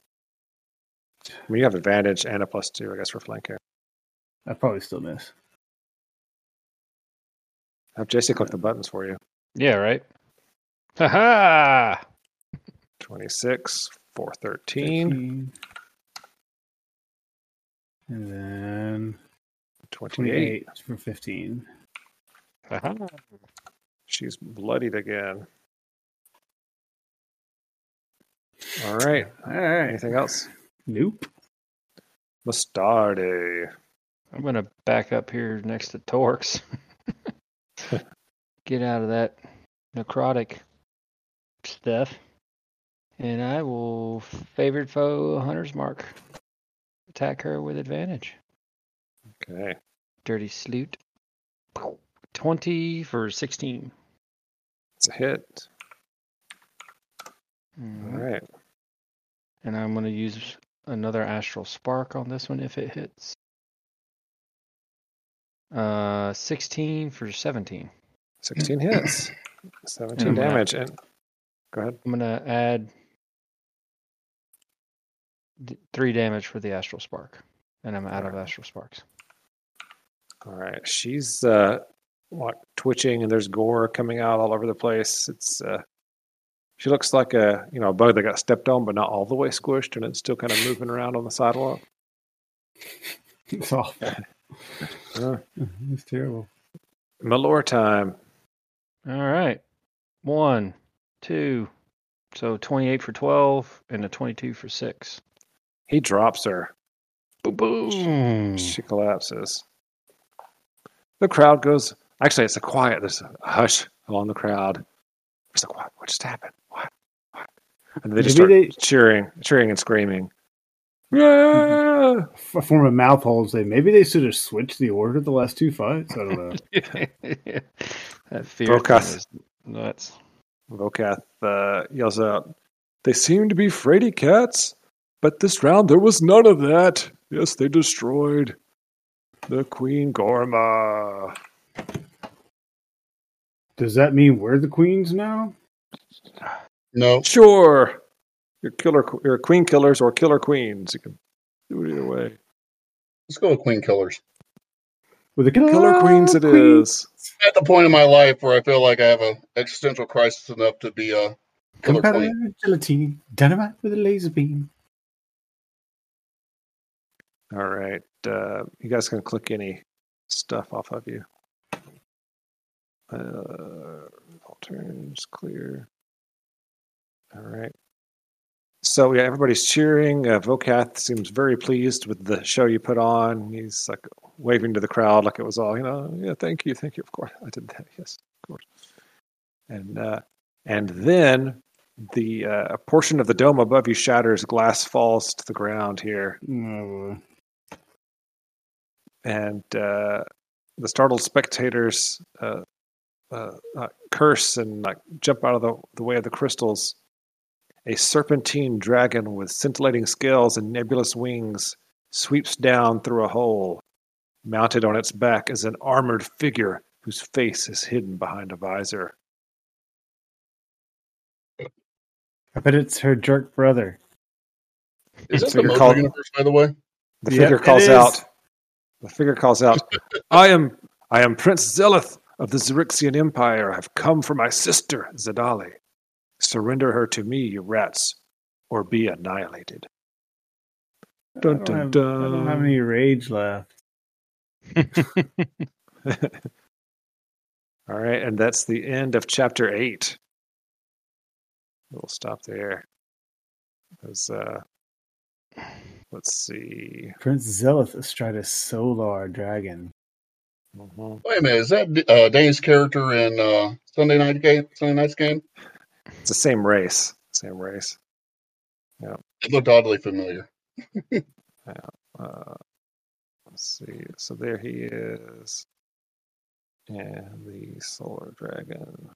[SPEAKER 1] I mean, you have advantage and a plus two, I guess, for flanking.
[SPEAKER 4] I probably still miss.
[SPEAKER 1] Have JC click the buttons for you.
[SPEAKER 3] Yeah, right. Ha ha!
[SPEAKER 1] 26, 413,
[SPEAKER 4] 13. And then
[SPEAKER 1] 28.
[SPEAKER 4] 28 for 15.
[SPEAKER 3] Ha ha!
[SPEAKER 1] She's bloodied again. All right.
[SPEAKER 4] All right.
[SPEAKER 1] Anything else?
[SPEAKER 4] Nope.
[SPEAKER 1] Mustarde.
[SPEAKER 3] I'm gonna back up here next to Torx. [laughs] Get out of that necrotic stuff, And I will favored foe hunter's mark. Attack her with advantage.
[SPEAKER 1] Okay.
[SPEAKER 3] Dirty sleut. Pow. 20 for 16.
[SPEAKER 1] It's a hit. All
[SPEAKER 3] Mm,
[SPEAKER 1] right.
[SPEAKER 3] And I'm going to use another astral spark on this one if it hits. Uh, 16 for 17.
[SPEAKER 1] 16 hits. 17
[SPEAKER 3] And I'm gonna-
[SPEAKER 1] damage. And go ahead.
[SPEAKER 3] I'm gonna add d- three damage for the astral spark, and I'm out of astral sparks.
[SPEAKER 1] All right. She's uh what twitching and there's gore coming out all over the place. It's uh she looks like a you know a bug that got stepped on but not all the way squished and it's still kind of moving around on the sidewalk.
[SPEAKER 4] It's awful.
[SPEAKER 1] Uh,
[SPEAKER 4] [laughs] It's terrible.
[SPEAKER 1] Malor time.
[SPEAKER 3] All right, one, two, so 28 for 12 and a 22 for six.
[SPEAKER 1] He drops her.
[SPEAKER 3] Boom, boom.
[SPEAKER 1] She collapses. The crowd goes actually it's a quiet there's a hush along the crowd. It's like what what just happened? What? What? And they just start
[SPEAKER 4] Maybe
[SPEAKER 1] cheering, cheering and screaming. Yeah!
[SPEAKER 4] they, a form of mouth holes. They maybe they should have switched the order the last two fights. I don't know.
[SPEAKER 3] [laughs] that fear thing
[SPEAKER 1] Brocath.
[SPEAKER 3] is nuts.
[SPEAKER 1] Vokath uh, yells out, They seem to be fraidy cats, but this round there was none of that. Yes, they destroyed the Queen Gorma.
[SPEAKER 4] Does that mean we're the queens now?
[SPEAKER 5] No.
[SPEAKER 1] Sure, you're, killer, you're queen killers or killer queens. You can do it either way.
[SPEAKER 5] Let's go with Queen Killers.
[SPEAKER 4] With the
[SPEAKER 1] Killer queens it is.
[SPEAKER 5] At the point in my life where I feel like I have an existential crisis enough to be a killer
[SPEAKER 4] Gunpowder,
[SPEAKER 5] queen.
[SPEAKER 4] gelatine, dynamite with a laser beam.
[SPEAKER 1] All right. Uh, you guys can click any stuff off of you. Uh, alternatives clear. All right. So yeah, everybody's cheering. Uh, Vokath seems very pleased with the show you put on. He's like waving to the crowd like it was all, you know, yeah, thank you, thank you. Of course, I did that. Yes, of course. And uh, and then the uh, a portion of the dome above you shatters. Glass falls to the ground here
[SPEAKER 4] Oh,
[SPEAKER 1] and uh, the startled spectators uh, uh, uh, curse and like jump out of the, the way of the crystals. A serpentine dragon with scintillating scales and nebulous wings sweeps down through a hole. Mounted on its back is an armored figure whose face is hidden behind a visor.
[SPEAKER 4] I bet it's her jerk brother.
[SPEAKER 5] Is this
[SPEAKER 1] So
[SPEAKER 5] the
[SPEAKER 1] you're
[SPEAKER 5] Mojo
[SPEAKER 1] called-
[SPEAKER 5] universe, by the way?
[SPEAKER 1] The
[SPEAKER 4] Yep,
[SPEAKER 1] figure
[SPEAKER 4] it
[SPEAKER 1] calls
[SPEAKER 4] is.
[SPEAKER 1] out. The figure calls out. [laughs] I am. I am Prince Zelith of the Xerixian Empire. I've come for my sister Zadali. Surrender her to me, you rats, or be annihilated. Dun,
[SPEAKER 4] I, don't
[SPEAKER 1] dun,
[SPEAKER 4] have, I
[SPEAKER 1] dun.
[SPEAKER 4] don't have any rage left.
[SPEAKER 1] All right, and that's the end of chapter eight. We'll stop there. 'Cause, uh, let's see.
[SPEAKER 4] Prince Zelith astride a solar dragon.
[SPEAKER 1] Mhm.
[SPEAKER 5] Wait a minute. Is that uh, Dane's character in uh, Sunday night game? Sunday night's game?
[SPEAKER 1] It's the same race. Same race.
[SPEAKER 5] It looked oddly familiar.
[SPEAKER 1] Uh, let's see. So there he is. And the solar dragon.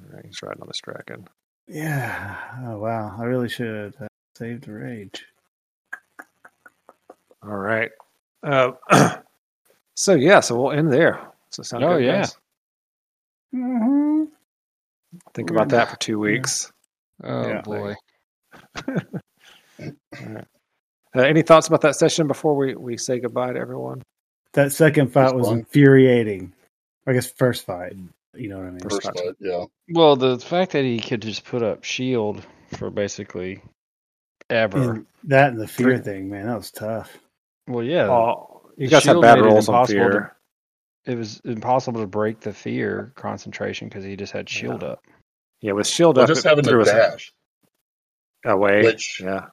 [SPEAKER 1] All right, he's riding on this dragon.
[SPEAKER 4] Yeah. Oh, wow. I really should have saved the rage.
[SPEAKER 1] All right. Uh, [clears throat] so, yeah, so we'll end there. Does that sound
[SPEAKER 3] Oh,
[SPEAKER 1] good,
[SPEAKER 3] yeah.
[SPEAKER 1] guys?
[SPEAKER 4] Mm-hmm.
[SPEAKER 1] Think
[SPEAKER 4] We're
[SPEAKER 1] about
[SPEAKER 4] gonna-
[SPEAKER 1] that for two weeks.
[SPEAKER 3] oh
[SPEAKER 4] Yeah.
[SPEAKER 3] boy.
[SPEAKER 1] Uh, any thoughts about that session before we, we say goodbye to everyone?
[SPEAKER 4] That second fight
[SPEAKER 5] First
[SPEAKER 4] was
[SPEAKER 5] fight.
[SPEAKER 4] infuriating. I guess first fight. You know what I mean?
[SPEAKER 1] First
[SPEAKER 5] First
[SPEAKER 1] fight.
[SPEAKER 5] fight, yeah.
[SPEAKER 3] Well, the fact that he could just put up shield for basically ever.
[SPEAKER 4] And that and the fear
[SPEAKER 1] Three.
[SPEAKER 4] thing, man, that was tough.
[SPEAKER 3] well, yeah.
[SPEAKER 1] Oh, you
[SPEAKER 3] The
[SPEAKER 1] guys have
[SPEAKER 3] shield
[SPEAKER 1] bad
[SPEAKER 3] made it
[SPEAKER 1] rolls on
[SPEAKER 3] impossible to-
[SPEAKER 1] fear.
[SPEAKER 3] it was impossible to break the fear concentration because he just had shield up.
[SPEAKER 1] Yeah, with shield
[SPEAKER 5] Well,
[SPEAKER 1] up,
[SPEAKER 5] just
[SPEAKER 1] it
[SPEAKER 5] having
[SPEAKER 1] threw us
[SPEAKER 5] to dash
[SPEAKER 1] away.
[SPEAKER 5] which-
[SPEAKER 1] yeah,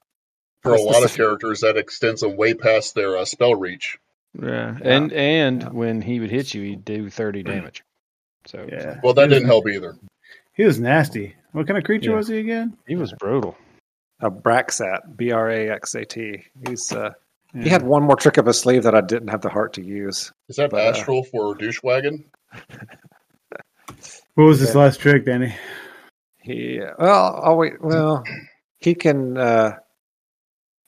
[SPEAKER 5] for a
[SPEAKER 1] That's-
[SPEAKER 5] lot
[SPEAKER 1] that's
[SPEAKER 5] of characters that extends them way past their uh, spell reach.
[SPEAKER 3] Yeah,
[SPEAKER 1] Yeah.
[SPEAKER 3] and and
[SPEAKER 1] Yeah.
[SPEAKER 3] when he would hit you, he'd do thirty damage. So
[SPEAKER 4] Yeah.
[SPEAKER 5] Well, that didn't help either.
[SPEAKER 4] He was nasty. What kind of creature
[SPEAKER 1] Yeah.
[SPEAKER 4] was he again?
[SPEAKER 3] he was brutal.
[SPEAKER 1] A Uh, Braxat, B R A X A T. He's uh,
[SPEAKER 4] Yeah.
[SPEAKER 1] he had one more trick up his sleeve that I didn't have the heart to use.
[SPEAKER 5] Is that
[SPEAKER 1] But, uh,
[SPEAKER 5] astral for douche wagon?
[SPEAKER 4] What was his last trick, Danny?
[SPEAKER 1] He well, I'll wait. Well, he can. Uh,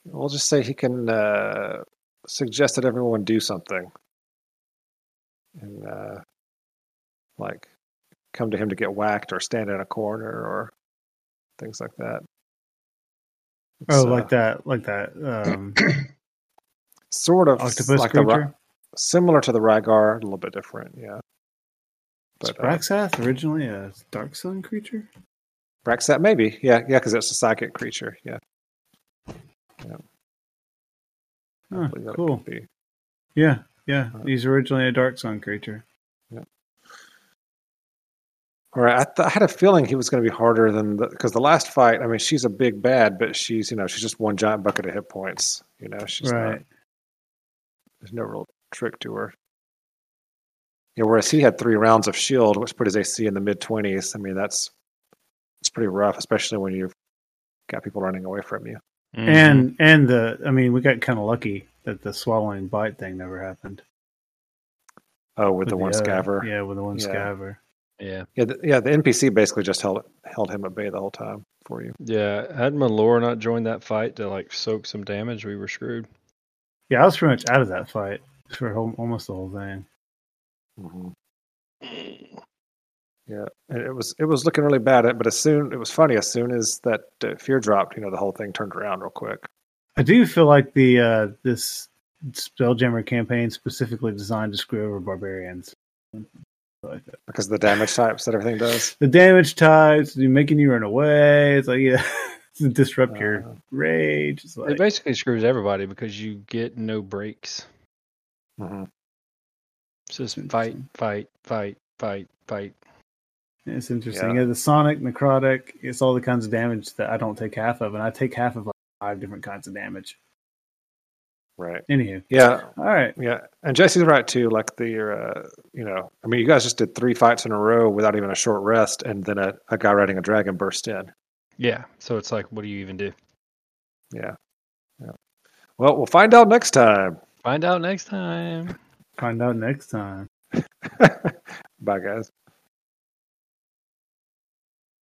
[SPEAKER 1] we'll just say he can uh, suggest that everyone do something, and uh, like come to him to get whacked or stand in a corner or things like that. It's,
[SPEAKER 4] Oh,
[SPEAKER 1] uh,
[SPEAKER 4] like that, like that
[SPEAKER 1] [clears throat]
[SPEAKER 4] um,
[SPEAKER 1] sort of
[SPEAKER 4] octopus
[SPEAKER 1] like the Ra-
[SPEAKER 4] creature.
[SPEAKER 1] similar to the Rygar, a little bit different. Yeah,
[SPEAKER 4] Is
[SPEAKER 1] but uh,
[SPEAKER 4] Braxath originally a dark sun creature?
[SPEAKER 1] Braxat, maybe. Yeah, yeah, because it's a psychic creature. Yeah, I
[SPEAKER 4] Huh,
[SPEAKER 1] believe that it
[SPEAKER 4] cool.
[SPEAKER 1] could be.
[SPEAKER 4] Yeah, yeah.
[SPEAKER 1] Uh,
[SPEAKER 4] He's originally a dark sun creature.
[SPEAKER 1] All right, I, th- I had a feeling he was going to be harder than the because the last fight. I mean, she's a big bad, but she's you know she's just one giant bucket of hit points. You know, she's
[SPEAKER 4] Right.
[SPEAKER 1] not, there's no real trick to her. Yeah, whereas he had three rounds of shield, which put his AC in the mid twenties. I mean, that's it's pretty rough, especially when you've got people running away from you.
[SPEAKER 4] Mm-hmm. And and the I mean, we got kind of lucky that the swallowing bite thing never happened
[SPEAKER 1] Oh, with, the, one
[SPEAKER 4] other-
[SPEAKER 1] scaver.
[SPEAKER 4] Yeah, with the one
[SPEAKER 1] Yeah.
[SPEAKER 4] scaver.
[SPEAKER 3] yeah,
[SPEAKER 1] Yeah, the, yeah. The NPC basically just held held him at bay the whole time for you.
[SPEAKER 3] yeah. Had Malora not joined that fight to like soak some damage, we were screwed.
[SPEAKER 4] Yeah, I was pretty much out of that fight for whole, almost the whole thing.
[SPEAKER 1] Mm-hmm. And it was it was looking really bad. uh, But as soon it was funny as soon as that uh, fear dropped, you know, the whole thing turned around real quick.
[SPEAKER 4] I do feel like the uh this Spelljammer campaign specifically designed to screw over barbarians. Like that.
[SPEAKER 1] because of the damage types that everything does.
[SPEAKER 4] The damage types, you making you run away. It's like yeah, [laughs] to disrupt your
[SPEAKER 1] Uh,
[SPEAKER 4] rage. It's
[SPEAKER 3] It
[SPEAKER 4] like,
[SPEAKER 3] basically screws everybody because you get no breaks.
[SPEAKER 1] mhm.
[SPEAKER 3] It's just fight,
[SPEAKER 4] Interesting.
[SPEAKER 3] fight, fight, fight, fight.
[SPEAKER 4] it's interesting.
[SPEAKER 1] Yeah.
[SPEAKER 4] Yeah. the sonic, necrotic, it's all the kinds of damage that I don't take half of, and I take half of like five different kinds of damage.
[SPEAKER 1] Right.
[SPEAKER 4] Anywho,
[SPEAKER 1] Yeah.
[SPEAKER 4] all right,
[SPEAKER 1] Yeah. And Jesse's right too. Like the, uh, you know, I mean, you guys just did three fights in a row without even a short rest, and then a, a guy riding a dragon burst in.
[SPEAKER 3] Yeah. So it's like, what do you even do?
[SPEAKER 1] Yeah. yeah. Well, we'll find out next time. [laughs]
[SPEAKER 3] Find out next time.
[SPEAKER 4] find out next time.
[SPEAKER 1] Bye, guys.